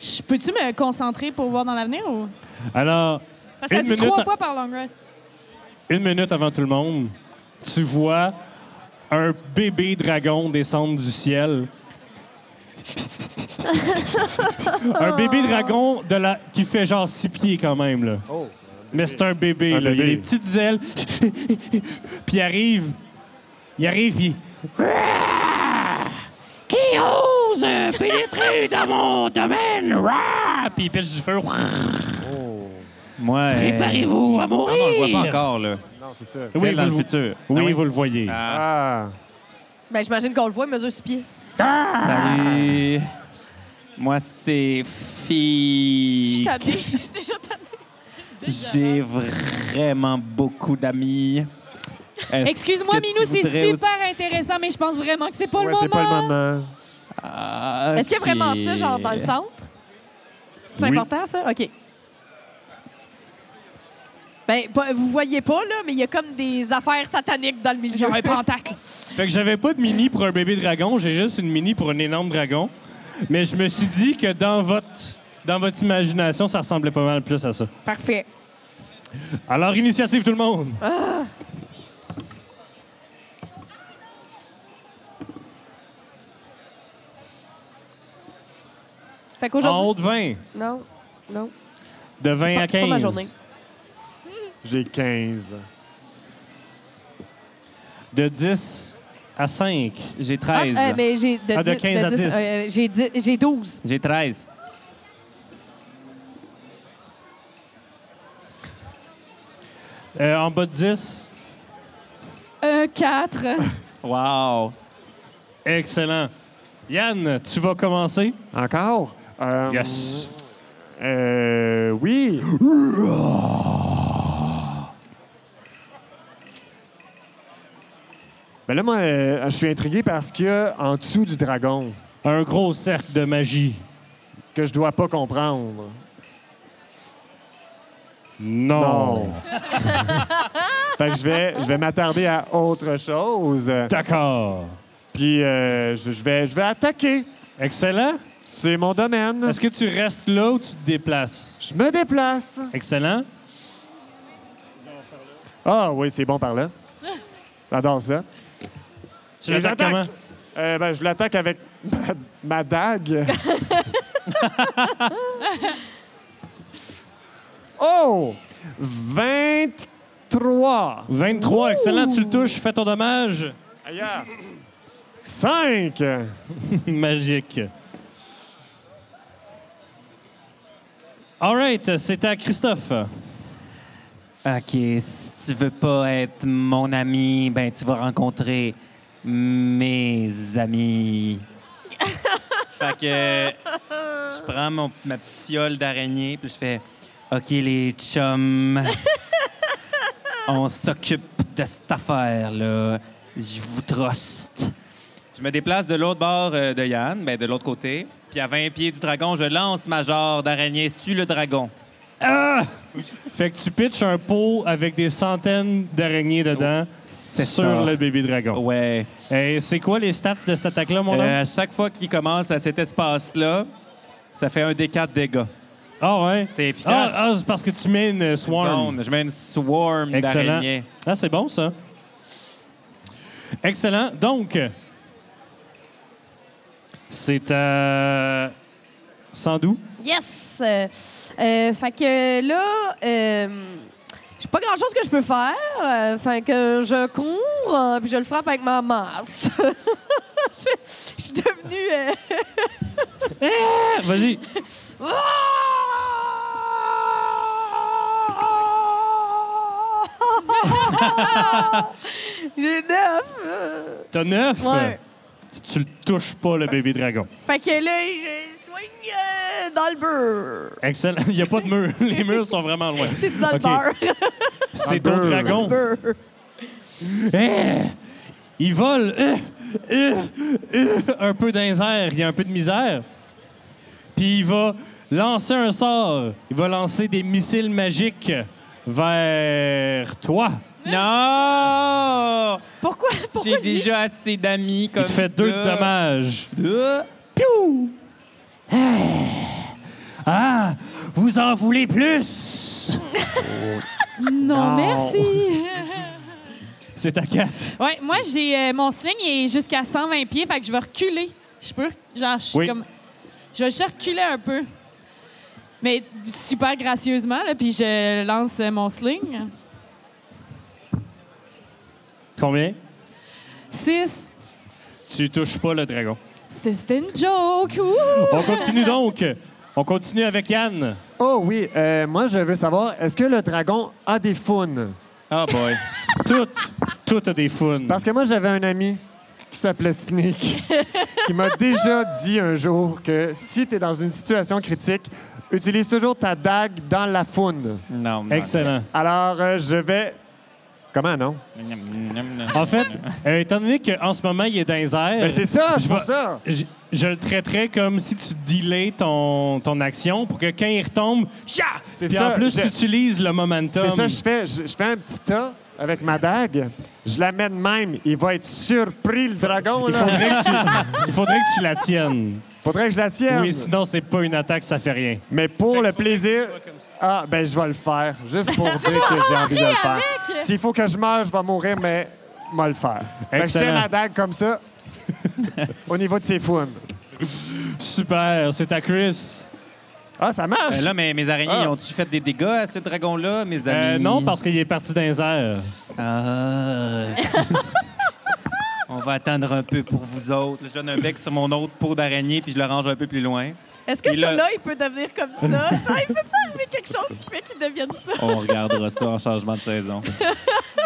Je- Peux-tu me concentrer pour voir dans l'avenir ou? Alors, Parce que ça Une dit minute trois en- fois par long rest. (laughs) une minute avant tout le monde, tu vois un bébé dragon descendre du (laughs) ciel. un bébé dragon de la... qui fait genre six pieds quand même. Là. Mais c'est un bébé. Un là. Il a bébé. des petites ailes. (laughs) puis il arrive. Il arrive, puis... il- Qui ose pénétrer dans mon domaine? Rah! Puis il pèse du feu. Moi. euh, Préparez-vous à ah non, on le voit mourir. pas encore, là. Non, c'est ça. C'est Oui, elle dans vous le le- futur. Oui, Ah vous le voyez. Ah, Ah, Ben, j'imagine qu'on le voit, il mesure six pieds. Salut. Moi, c'est fille. tannée. Je suis déjà tannée. J'ai vraiment beaucoup d'amis. Est-ce Excuse-moi, que tu Minou, c'est voudrais super aussi- intéressant, mais je pense vraiment que c'est pas, ouais, le c'est pas le moment. moment. Ah, Est-ce qu'il y a vraiment ça, ok. genre, dans le centre? C'est Oui. important, ça? OK. Ben, pas- vous voyez pas, là, mais il y a comme des affaires sataniques dans le milieu. Genre un pentacle. Fait que j'avais pas de mini pour un bébé dragon, j'ai juste une mini pour un énorme dragon. Mais je me suis dit que dans votre, dans votre imagination, ça ressemblait pas mal plus à ça. Parfait. Ah, Alors, initiative tout le monde! (laughs) Fait En qu'aujourd'hui... haut de 20, Non, non. de 20 à pas- c'est pas ma 15. journée. J'ai 15. De 10 à 5. J'ai Ah, 13. euh, ben, j'ai de, Ah, de 10 15 à 10. euh, j'ai dix- j'ai 12. J'ai 13. Euh, en bas de 10, Un quatre. Wow. excellent. Yann, tu vas commencer? Encore? Euh, Yes. Euh, oui. Ben là, moi, euh, je suis intrigué parce qu'il y a en dessous du dragon Un gros cercle de magie. que je dois pas comprendre. Non. Non. fait que je vais, je vais m'attarder à autre chose. D'accord. Puis euh, je, je vais, je vais attaquer. Excellent. C'est mon domaine. Est-ce que tu restes là ou tu te déplaces? Je me déplace. Excellent. Ah oui, c'est bon par là. J'adore ça. Tu Et l'attaques j'attaque. comment? Euh, ben, je l'attaque avec ma, ma (laughs) dague. oh! 23. 23, excellent, tu le touches, fais ton dommage. (laughs) Ailleurs. 5. Magique. All right, c'est à Christophe. OK, si tu veux pas être mon ami, ben tu vas rencontrer mes amis. fait que je prends mon- ma petite fiole d'araignée puis je fais OK les chums. on s'occupe de cette affaire là. Je vous trust. Je me déplace de l'autre bord euh, de Yann, ben de l'autre côté, puis à 20 pieds du dragon, je lance ma jarre d'araignée sur le dragon. Fait que tu pitches un pot avec des centaines d'araignées dedans C'est sur ça. Oh, le bébé dragon. Ouais. Et c'est quoi les stats de cette attaque-là, mon homme? Euh, à chaque fois qu'il commence à cet espace-là, ça fait un des quatre dégâts. Ah, ouais. C'est efficace. Ah, ah, c'est parce que tu mets une swarm. Zone. Je mets une swarm Excellent. d'araignées. Ah, c'est bon, ça. Excellent. Donc, c'est à Sandou. Yes! Euh, euh, fait que là, euh, j'ai pas grand-chose que je peux faire. Euh, fait que je cours, euh, puis je le frappe avec ma masse. (laughs) Je je suis devenue... euh, Ah, Vas-y. Ah! J'ai neuf! euh. T'as neuf. Ouais. Tu- Tu le touches pas, le bébé dragon. Fait que là, je swing euh, dans le beurre. Excellent. (laughs) Il n'y a pas de mur. Les murs sont vraiment loin. J'ai dit dans le OK. beurre. (laughs) C'est ton dragon. beurre. Eh! Il vole eh, eh, eh, un peu dans les airs. Il y a un peu de misère. Puis il va lancer un sort. Il va lancer des missiles magiques vers toi. Non! Pourquoi? Pourquoi J'ai lui? déjà assez d'amis comme il te fait ça. deux de dommages. Deux. Piou! Ah! Ah! Vous en voulez plus? Non, merci. C'est à quatre. ouais, moi, j'ai euh, mon sling est jusqu'à 120 pieds, fait que je vais reculer. Je peux? Genre, je suis Oui. comme... Je vais juste reculer un peu. Mais super gracieusement, là, puis je lance euh, mon sling. Combien? 6. Tu touches pas le dragon. C'était c'était une joke. Ouh! On continue donc. On continue avec Yann. Oh oui, euh, moi je veux savoir, est-ce que le dragon a des faunes? Oh boy. Tout, tout a des founes. Parce que moi j'avais un ami qui s'appelait (laughs) Snake, qui m'a déjà dit un jour que si tu es dans une situation critique, utilise toujours ta dague dans la foune. Non. non. Excellent. Alors euh, je vais... Comment non? En fait, euh, étant donné qu'en ce moment, il est dans les airs, Ben, c'est ça, je je vois vais- ça. je, je le traiterais comme si tu delay ton, ton action pour que quand il retombe, ya! C'est Puis ça, en plus, je- tu utilises le momentum. C'est ça que je fais. Je, je fais un petit tas avec ma dague. Je la mets de même. Il va être surpris, le dragon. il, Là. faudrait que tu, il faudrait que tu la tiennes. Faudrait que je la tienne. Oui, sinon, c'est pas une attaque, ça fait rien. Mais pour le plaisir... Ah, ben je vais le faire. (laughs) Juste pour dire que j'ai envie de le faire. S'il faut que je meure, je vais mourir, mais moi le faire. Fait que je tiens Excellent. ma dague (laughs) comme ça au niveau de ses founes. Super, c'est à Chris. Ah, ça marche! Euh, là, mes, mes araignées, Ah. ils ont-tu fait des dégâts à ce dragon-là, mes amis? Euh, non, parce qu'il est parti dans les airs. Ah. (laughs) On va attendre un peu pour vous autres. Je donne un bec sur mon autre peau d'araignée, puis je le range un peu plus loin. Est-ce que Il a- celui-là, il peut devenir comme ça? Genre, il peut arriver quelque chose qui fait qu'il devienne ça? On regardera ça en changement de saison.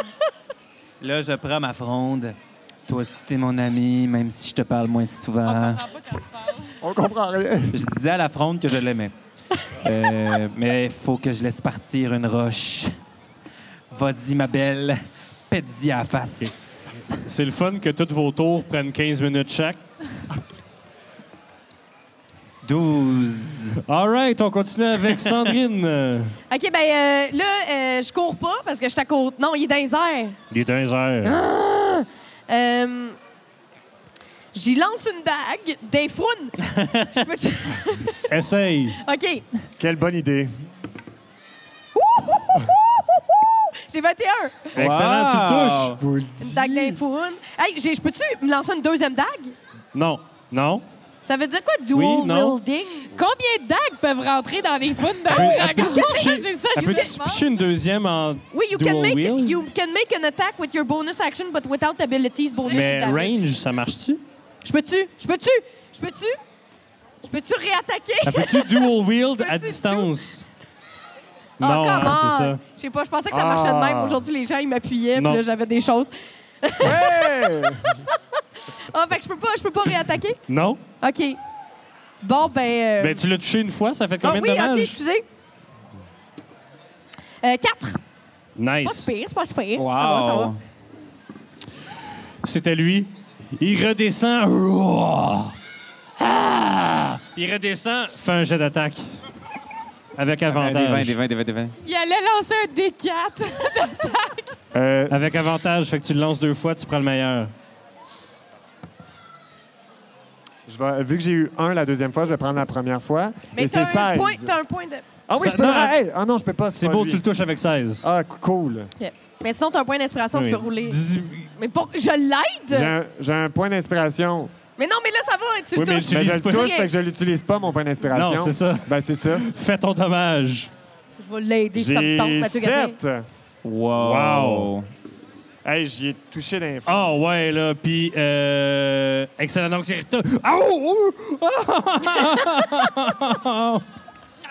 (laughs) Là, je prends ma fronde. Toi aussi, t'es mon ami, même si je te parle moins souvent. On comprend rien. Je disais à la fronde que je l'aimais. Euh, mais faut que je laisse partir une roche. Vas-y, ma belle. Pète-y à la face. C'est le fun que tous vos tours prennent 15 minutes chaque. 12. All right, on continue avec Sandrine. Euh, OK, ben euh, là, euh, je cours pas parce que je suis à côté. Non, il est dans les airs. Il est dans les airs. Euh, J'y lance une dague, des founes. Je (laughs) peux- Essaye. OK. Quelle bonne idée. J'ai 21. Excellent, tu le touches. Vous le Une dites. dague des founes. Hey, j'ai- je peux-tu me lancer une deuxième dague? Non, non. Ça veut dire quoi, dual Oui, non. wielding? Combien de dagues peuvent rentrer dans les founes d'un Elle peut- dragon? elle peut-tu pitcher- ah (laughs) C'est ça, elle peut-tu je voulais- se pitcher une deuxième en Oui, you dual can, make, wield? you can make an attack with your bonus action, but without abilities bonus. (laughs) Mais damage. range, ça marche-tu? Je peux-tu? Je peux-tu? Je peux-tu? Je peux-tu réattaquer? Elle peut-tu dual wield à (laughs) Peux-tu distance? (laughs) Oh, non, come hein, c'est on! ça. Je sais pas, je pensais que ça marchait de même. Ah. Aujourd'hui, les gens, ils m'appuyaient, puis Non. là, j'avais des choses. Hey! Ah, fait que je peux pas, je peux pas réattaquer? Non? OK. Bon, ben... euh, Ben, tu l'as touché une fois, ça fait ah combien oui, de OK, dommages? excusez. Euh, quatre. Pas Nice. si pire, c'est pas si pire. Wow. Ça va, ça va. C'était lui. Il redescend. Roar! Ah! Il redescend, fait un jet d'attaque. Avec Un ben, des 20, des avantage. 20, des 20, des 20. Il allait lancer un D4. Euh, Avec avantage, fait que tu le lances deux fois, tu prends le meilleur. je je vais- vu que j'ai eu un la deuxième fois, je vais prendre la première fois. Mais et c'est t'as un, 16. point- t'as un point de. Ah oui, Ça- je peux non. pas. Hey, Ah non, je peux pas. C'est pas beau, lui. tu le touches avec 16. Ah, cool. Ok. Mais sinon, t'as un point d'inspiration, Oui. tu peux rouler. 18. Mais pour... je l'aide? J'ai un, j'ai un point d'inspiration. Mais non, mais là, ça va, tu le Oui, mais touches. Tu Mais je l'utilises le pas. touche, Ok. fait que je l'utilise pas, mon point d'inspiration. Non, c'est ça. Ben, c'est ça. Fais ton dommage. Je vais l'aider si ça me tente, J'ai Mathieu Gagné. 7. Wow. Hey, j'y ai touché d'un Ah ouais, là, puis... Euh, excellent, donc c'est Rita. Ah, Oh,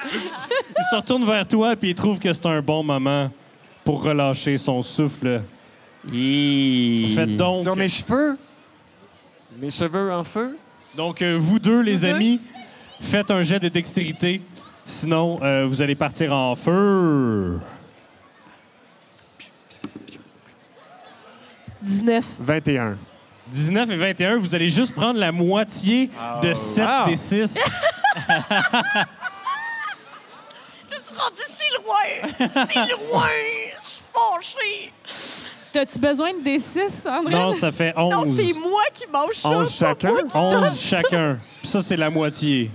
il se retourne vers toi, puis il trouve que c'est un bon moment pour relâcher son souffle. Faites donc... Sur mes cheveux. Mes cheveux en feu. Donc, euh, vous deux, les deux. amis, faites un jet de dextérité. Sinon, euh, vous allez partir en feu. 19. 21. 19 et 21, vous allez juste prendre la moitié de 7 wow. des (laughs) 6. rendu si loin! Si loin! Je suis fâchée! T'as-tu besoin de des six, André? non, ça fait Non, 11. c'est moi qui mange ça! 11 pas chacun. moi qui- 11 chacun. Puis ça, c'est la moitié.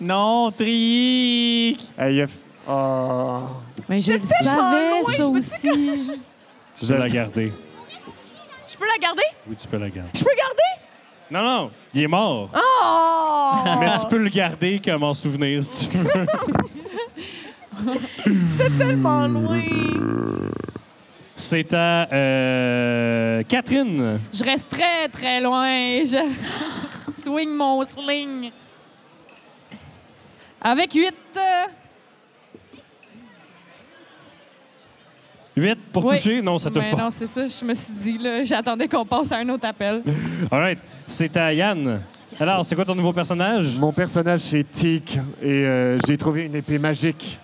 Non, trique! Hey, il a f- Ah. Mais je le savais, savais, loin, ça ça je me aussi. Tu peux la garder. Je peux la garder? Oui, tu peux la garder. Je peux garder? Non, non, il est mort. Oh! Ah! Mais tu peux le garder comme en souvenir, si (laughs) tu veux. tellement loin! C'est à euh, Catherine. Je reste très, très loin. Je (laughs) swing mon sling. Avec huit. euh, 8 pour Oui. toucher. Non, ça touche Ben Mais pas. ben non, c'est ça. Je me suis dit, là, j'attendais qu'on passe à un autre appel. All right. C'est à Yann. Alors, c'est quoi ton nouveau personnage? Mon personnage, c'est Teak, et euh, j'ai trouvé une épée magique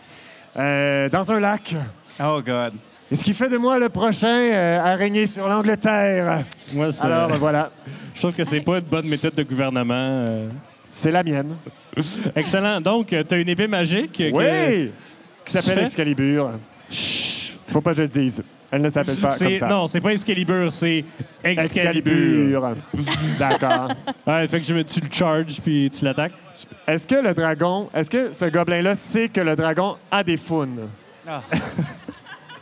euh, dans un lac. Oh, God. Et ce qui fait de moi le prochain euh, à régner sur l'Angleterre. Moi, c'est- Alors euh, voilà, je trouve que c'est pas une bonne méthode de gouvernement. euh. c'est la mienne. Excellent. Donc, tu as une épée magique. euh, que- Oui! Qui s'appelle fais? Excalibur. Chut. Faut pas que je le dise. Elle ne s'appelle pas comme C'est- ça. Non, c'est pas Excalibur, c'est Excalibur. Excalibur. (laughs) D'accord. Ouais, fait que je me, tu le charges puis tu l'attaques. Est-ce que le dragon, est-ce que ce gobelin-là sait que le dragon a des faunes?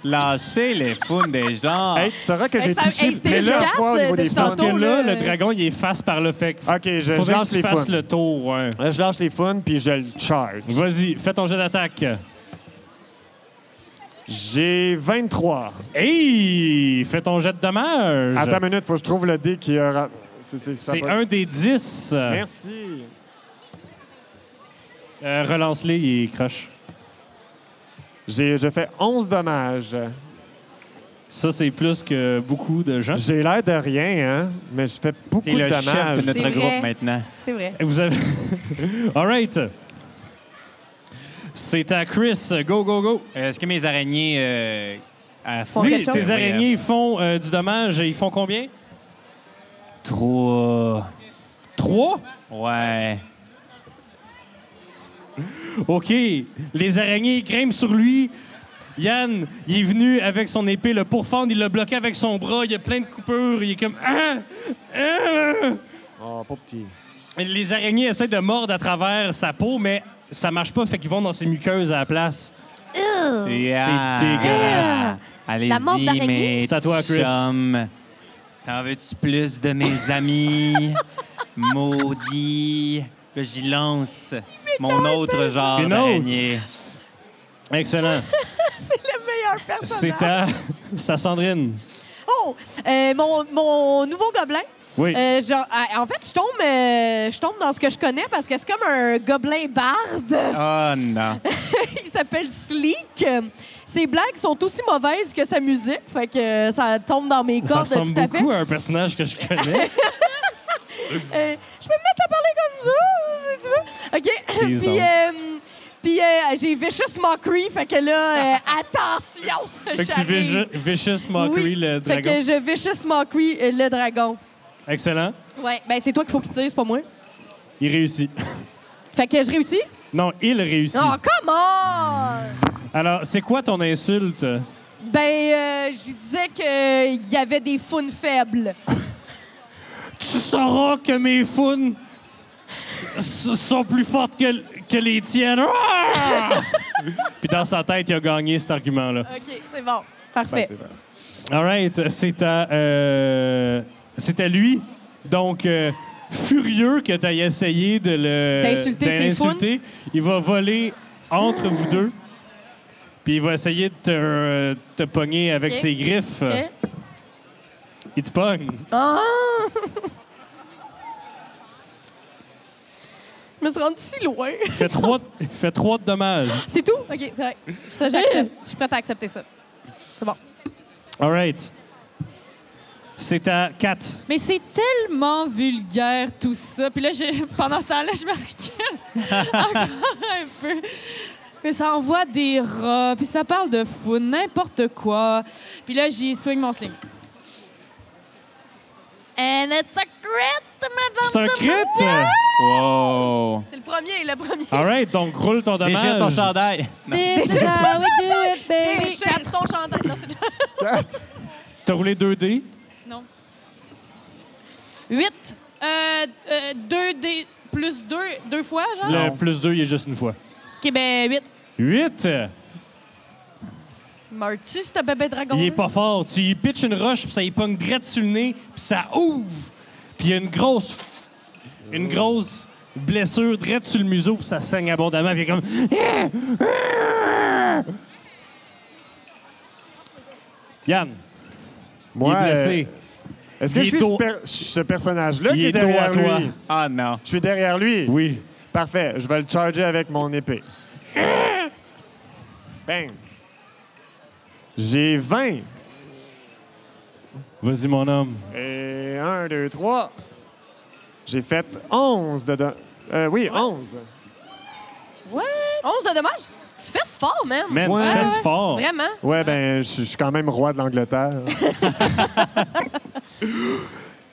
Lâchez les founes des gens. Ah. Hey, tu sauras que Hey, j'ai ça- touché hey, c'était plein de efficace, fois au niveau euh, des depuis faunes. Parce que Tantôt, là, le- le dragon, il est face par le fait. que- OK, je Faudrait lance que tu les fasses faunes. le tour. ouais. Là, je lâche les faunes, puis je le charge. Vas-y, fais ton jet d'attaque. J'ai 23. Hey! Fais ton jet de dommage. Attends une minute, faut que je trouve le dé qui aura... C'est c'est- ça c'est va- un des dix. Ah. Merci. Euh, Relance-les, il est croche. J'ai, je fais 11 dommages. Ça, c'est plus que beaucoup de gens. J'ai l'air de rien, hein, mais je fais beaucoup T'es de le chef dommages. de notre C'est vrai. groupe maintenant. C'est vrai. Vous avez. (laughs) All right. C'est à Chris. Go, go, go. Euh, Est-ce que mes araignées... euh, à Font fond- Oui, quelque chose. tes araignées font euh, du dommage. Ils font combien? Trois. Trois? Ouais. OK. Les araignées grimpent sur lui. Yann, il est venu avec son épée le pourfendre. Il l'a bloqué avec son bras. Il y a plein de coupures. Il est comme... Ah! Ah! Oh, pas petit. Les araignées essaient de mordre à travers sa peau, mais ça marche pas. Fait qu'ils vont dans ses muqueuses à la place. Yeah. C'est dégueulasse. La mort Allez-y, d'araignée. mes C'est à toi, Chris. chums. T'en veux-tu plus (laughs) de mes amis? Maudit. Là, j'y lance mon autre genre Une autre. d'araignée. Excellent. (laughs) Le meilleur personnage! C'est à... C'est à Sandrine. Oh! Euh, mon, mon nouveau gobelin. Oui. Euh, genre, euh, en fait, je tombe, euh, je tombe dans ce que je connais parce que c'est comme un gobelin barde. Oh non. Il s'appelle Sleek. Ses blagues sont aussi mauvaises que sa musique. Fait que euh, ça tombe dans mes Ça cordes tout à fait. ressemble beaucoup à un personnage que je (laughs) connais. Euh, je peux me mettre à parler comme ça, si (laughs) tu veux. Please OK. puis don't. euh, puis euh, j'ai Vicious Mockery, fait que (laughs) là, euh, attention! fait que tu j'arrive. viches- Vicious Mockery, Oui, le Fait dragon. que je Vicious Mockery, euh, le dragon. Excellent. Ouais, ben c'est toi qu'il faut qu'il tire, c'est pas moi. Il réussit. (laughs) Fait que je réussis? Non, il réussit. Oh, come on! Alors, c'est quoi ton insulte? euh, Ben, euh, je disais qu'il y avait des founes faibles. Tu tu sauras que mes founes s- sont plus fortes que, l- que les tiennes. Ah! Puis dans sa tête, il a gagné cet argument-là. OK, c'est bon. Ben, Parfait. c'est vrai. All right, c'est à, euh, c'est à lui. Donc, euh, furieux que tu aies essayé de le. D'insulter de ses l'insulter, Il va voler entre vous deux. Puis il va essayer de te, euh, te pogner avec Ok. ses griffes. OK. Il te pogne. Ah! Je me suis rendue si loin. Il fait trois, il fait trois de dommages. C'est tout? OK, c'est vrai. Ça, j'accepte. Je suis prête à accepter ça. C'est bon. All right. C'est à 4. Mais c'est tellement vulgaire tout ça. Puis là, j'ai- pendant ce temps-là, je (laughs) me recule (laughs) encore un peu. Mais ça envoie des rats, puis ça parle de fou, n'importe quoi. Puis là, j'y swing mon sling. And it's a crit, madame. C'est un crit! Wow! C'est le premier, le premier. All right, donc roule ton dommage. Déchire ton chandail. This is how we do it, Hey, baby. Richard, ton chandail. Non, (laughs) c'est- T'as roulé 2 dés. Non. 8. 2D euh, plus 2, deux fois, genre? Le Non. plus 2, il est juste une fois. OK, ben 8. 8! Meurs-tu, ce bébé dragon? Il est pas fort. Tu y pitches une roche, puis ça y pogne direct sur le nez, puis ça ouvre. Puis il y a une grosse... Une grosse blessure direct sur le museau, puis ça saigne abondamment. Puis il est comme... Yann, Moi, il est blessé. euh, est-ce que Il je suis est au- ce, per- ce personnage-là Il qui est est derrière dos à toi. lui? Ah non. Je suis derrière lui. Oui. Parfait, je vais le charger avec mon épée. (laughs) Bang! J'ai 20. Vas-y, mon homme. Et 1, 2, 3. J'ai fait 11 de... do- Euh, oui, 11. 11 de dommage? Tu fais ce fort, man. Man, Ouais. tu fesses fort. Vraiment? Ouais, ben, je suis je suis quand même roi de l'Angleterre.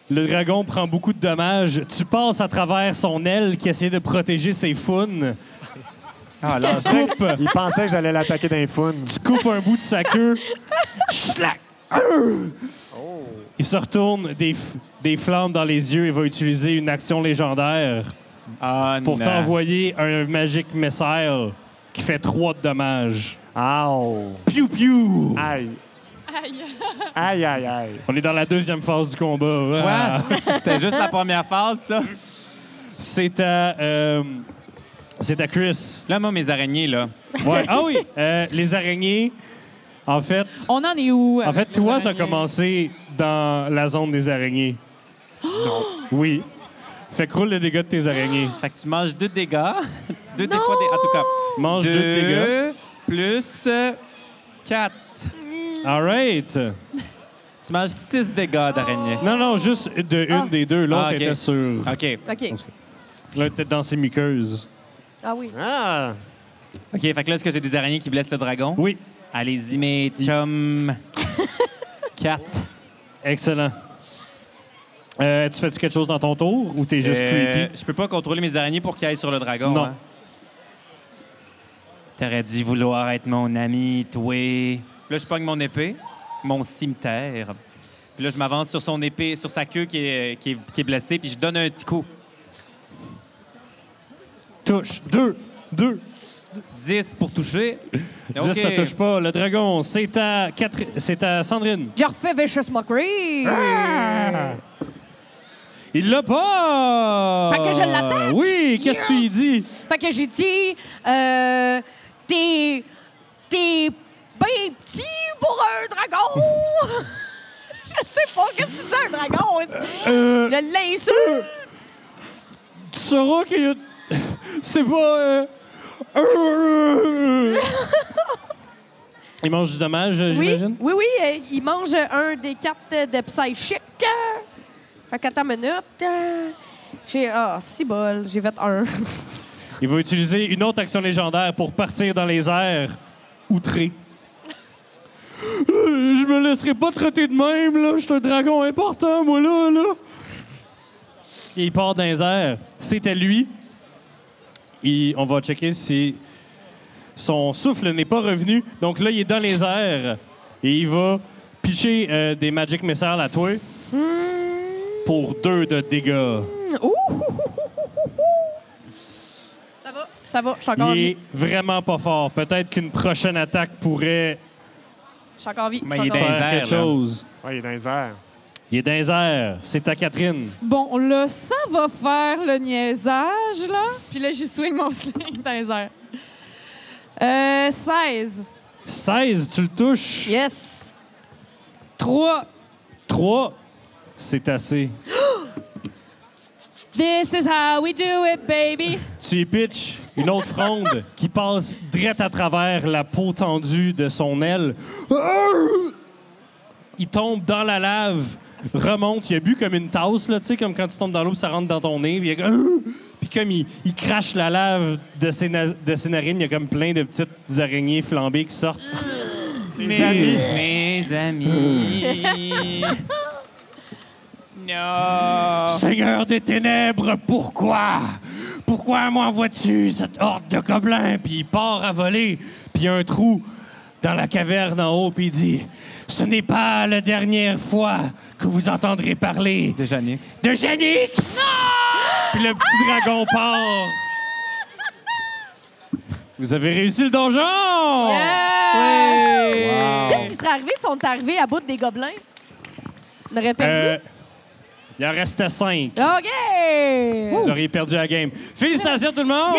Le dragon prend beaucoup de dommages. Tu passes à travers son aile qui essayait de protéger ses faunes. Ah là, Tu coupes, Il pensait que j'allais l'attaquer d'un fun. tu coupes un bout de sa queue. Schlac! Arrgh! Il se retourne des, f- des flammes dans les yeux et va utiliser une action légendaire ah pour non. t'envoyer un magique missile qui fait trois de dommages. Au! Piu piu! Aïe! Aïe. Aïe, aïe, aïe! On est dans la deuxième phase du combat. Ah. What? C'était juste la première phase, ça. C'est à euh, c'est à Chris. Là, moi, mes araignées, là. Ouais. Ah oui, euh, les araignées. En fait, On en est où? En fait, avec toi, les t'as araignées? commencé dans la zone des araignées. Oh! Non. Oui. Fait que roule le dégât de tes araignées. Fait que tu manges deux dégâts. (laughs) Deux des fois, des... en tout cas. Oh! Mange deux, de dégâts. Deux plus euh, quatre. All right. Tu manges six dégâts d'araignée. Non, non, juste de une des deux. L'autre Ah, ok. était sur... OK. OK. L'autre était dans ses muqueuses. Ah oui. Ah! OK, fait que là, est-ce que j'ai des araignées qui blessent le dragon? Oui. Allez-y, mes (laughs) chums. Quatre. Excellent. Euh, tu fais-tu quelque chose dans ton tour ou t'es juste Euh, creepy? Je peux pas contrôler mes araignées pour qu'elles aillent sur le dragon. Non. hein? T'aurais dû vouloir être mon ami, toi. Là, je pogne mon épée, mon cimetière. Puis là, je m'avance sur son épée, sur sa queue qui est, qui est- qui est blessée, puis je donne un petit coup. Touche. Deux. Deux. 10 pour toucher. (laughs) Dix, ça touche pas. Le dragon, c'est à, quatre... c'est à Sandrine. J'ai refait Vicious Mockery. Il l'a pas! Fait que je l'attaque? Oui, qu'est-ce que tu y dis? Fait que j'ai dit, euh, t'es, t'es ben petit pour un dragon. (laughs) je sais pas, qu'est-ce que tu dis à un dragon? Euh, Je l'insulte. tu sauras qu'il y a... C'est pas... euh, Il mange du dommage, Oui, j'imagine? oui, oui, euh, il mange un des cartes de Psychic. Fait qu'à ta minute, euh, j'ai... Ah, si bol, j'ai fait un. Il va utiliser une autre action légendaire pour partir dans les airs, outré. Euh, Je me laisserai pas traiter de même, là. Je suis un dragon important, moi, là, là. Et il part dans les airs. C'était lui. Et on va checker si son souffle n'est pas revenu. Donc là, il est dans les airs. Et il va pitcher euh, des Magic Missiles à toi. pour deux de dégâts. Ouh! Ça va, ça va. Je suis encore en Il vie. est vraiment pas fort. Peut-être qu'une prochaine attaque pourrait Je suis encore en vie. Mais je suis il est encore en dans vie. les faire airs, quelque là. chose. Ouais, il est dans les airs. Il est dans les airs. C'est à Catherine. Bon, là, ça va faire le niaisage, là. Puis là, j'y swing mon sling dans les airs. Euh, 16, 16, tu le touches. Yes! 3, 3, c'est assez. This is how we do it, baby. Tu y pitches une autre fronde qui passe drette à travers la peau tendue de son aile. Il tombe dans la lave, remonte. Il a bu comme une tasse, là, tu sais, comme quand tu tombes dans l'eau, puis ça rentre dans ton nez. Puis, il est comme- Puis comme il, il crache la lave de ses, na- de ses narines, il y a comme plein de petites araignées flambées qui sortent. Mes amis. Mmh. Mes amis. non. Seigneur des ténèbres, pourquoi? Pourquoi m'envoies-tu cette horde de gobelins? Puis il part à voler, puis il y a un trou dans la caverne en haut, puis il dit Ce n'est pas la dernière fois que vous entendrez parler De Janix. de Janix! Puis le petit dragon part. Vous avez réussi le donjon! Euh, Euh, Qu'est-ce qui serait arrivé si on est arrivé à bout des gobelins? On aurait Euh, perdu? il en restait cinq. OK! Vous auriez perdu la game. Félicitations tout le monde!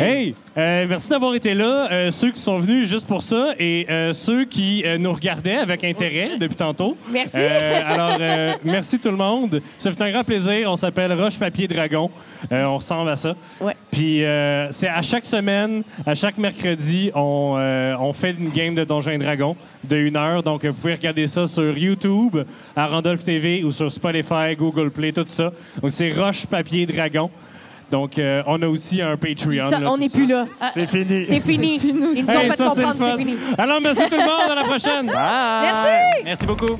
Hey! Euh, merci d'avoir été là. Euh, ceux qui sont venus juste pour ça et euh, ceux qui euh, nous regardaient avec intérêt depuis tantôt. Merci. (laughs) Euh, alors, euh, merci tout le monde. Ça fait un grand plaisir. On s'appelle Roche Papier Dragon. Euh, on ressemble à ça. Ouais. Puis euh, c'est à chaque semaine, à chaque mercredi, on, euh, on fait une game de Donjons et Dragons de une heure. Donc, vous pouvez regarder ça sur YouTube, à Randolph TV ou sur Spotify, Google Play, tout ça. Donc, c'est Roche Papier Dragon. Donc, euh, on a aussi un Patreon. Ça, là, on tout n'est ça. plus là. Ah, C'est fini. C'est (laughs) fini. Ils nous ont Hey, fait ça, c'est le comprendre que fun. c'est fini. Alors, merci tout le monde. À la prochaine. Bye. Merci! Merci beaucoup.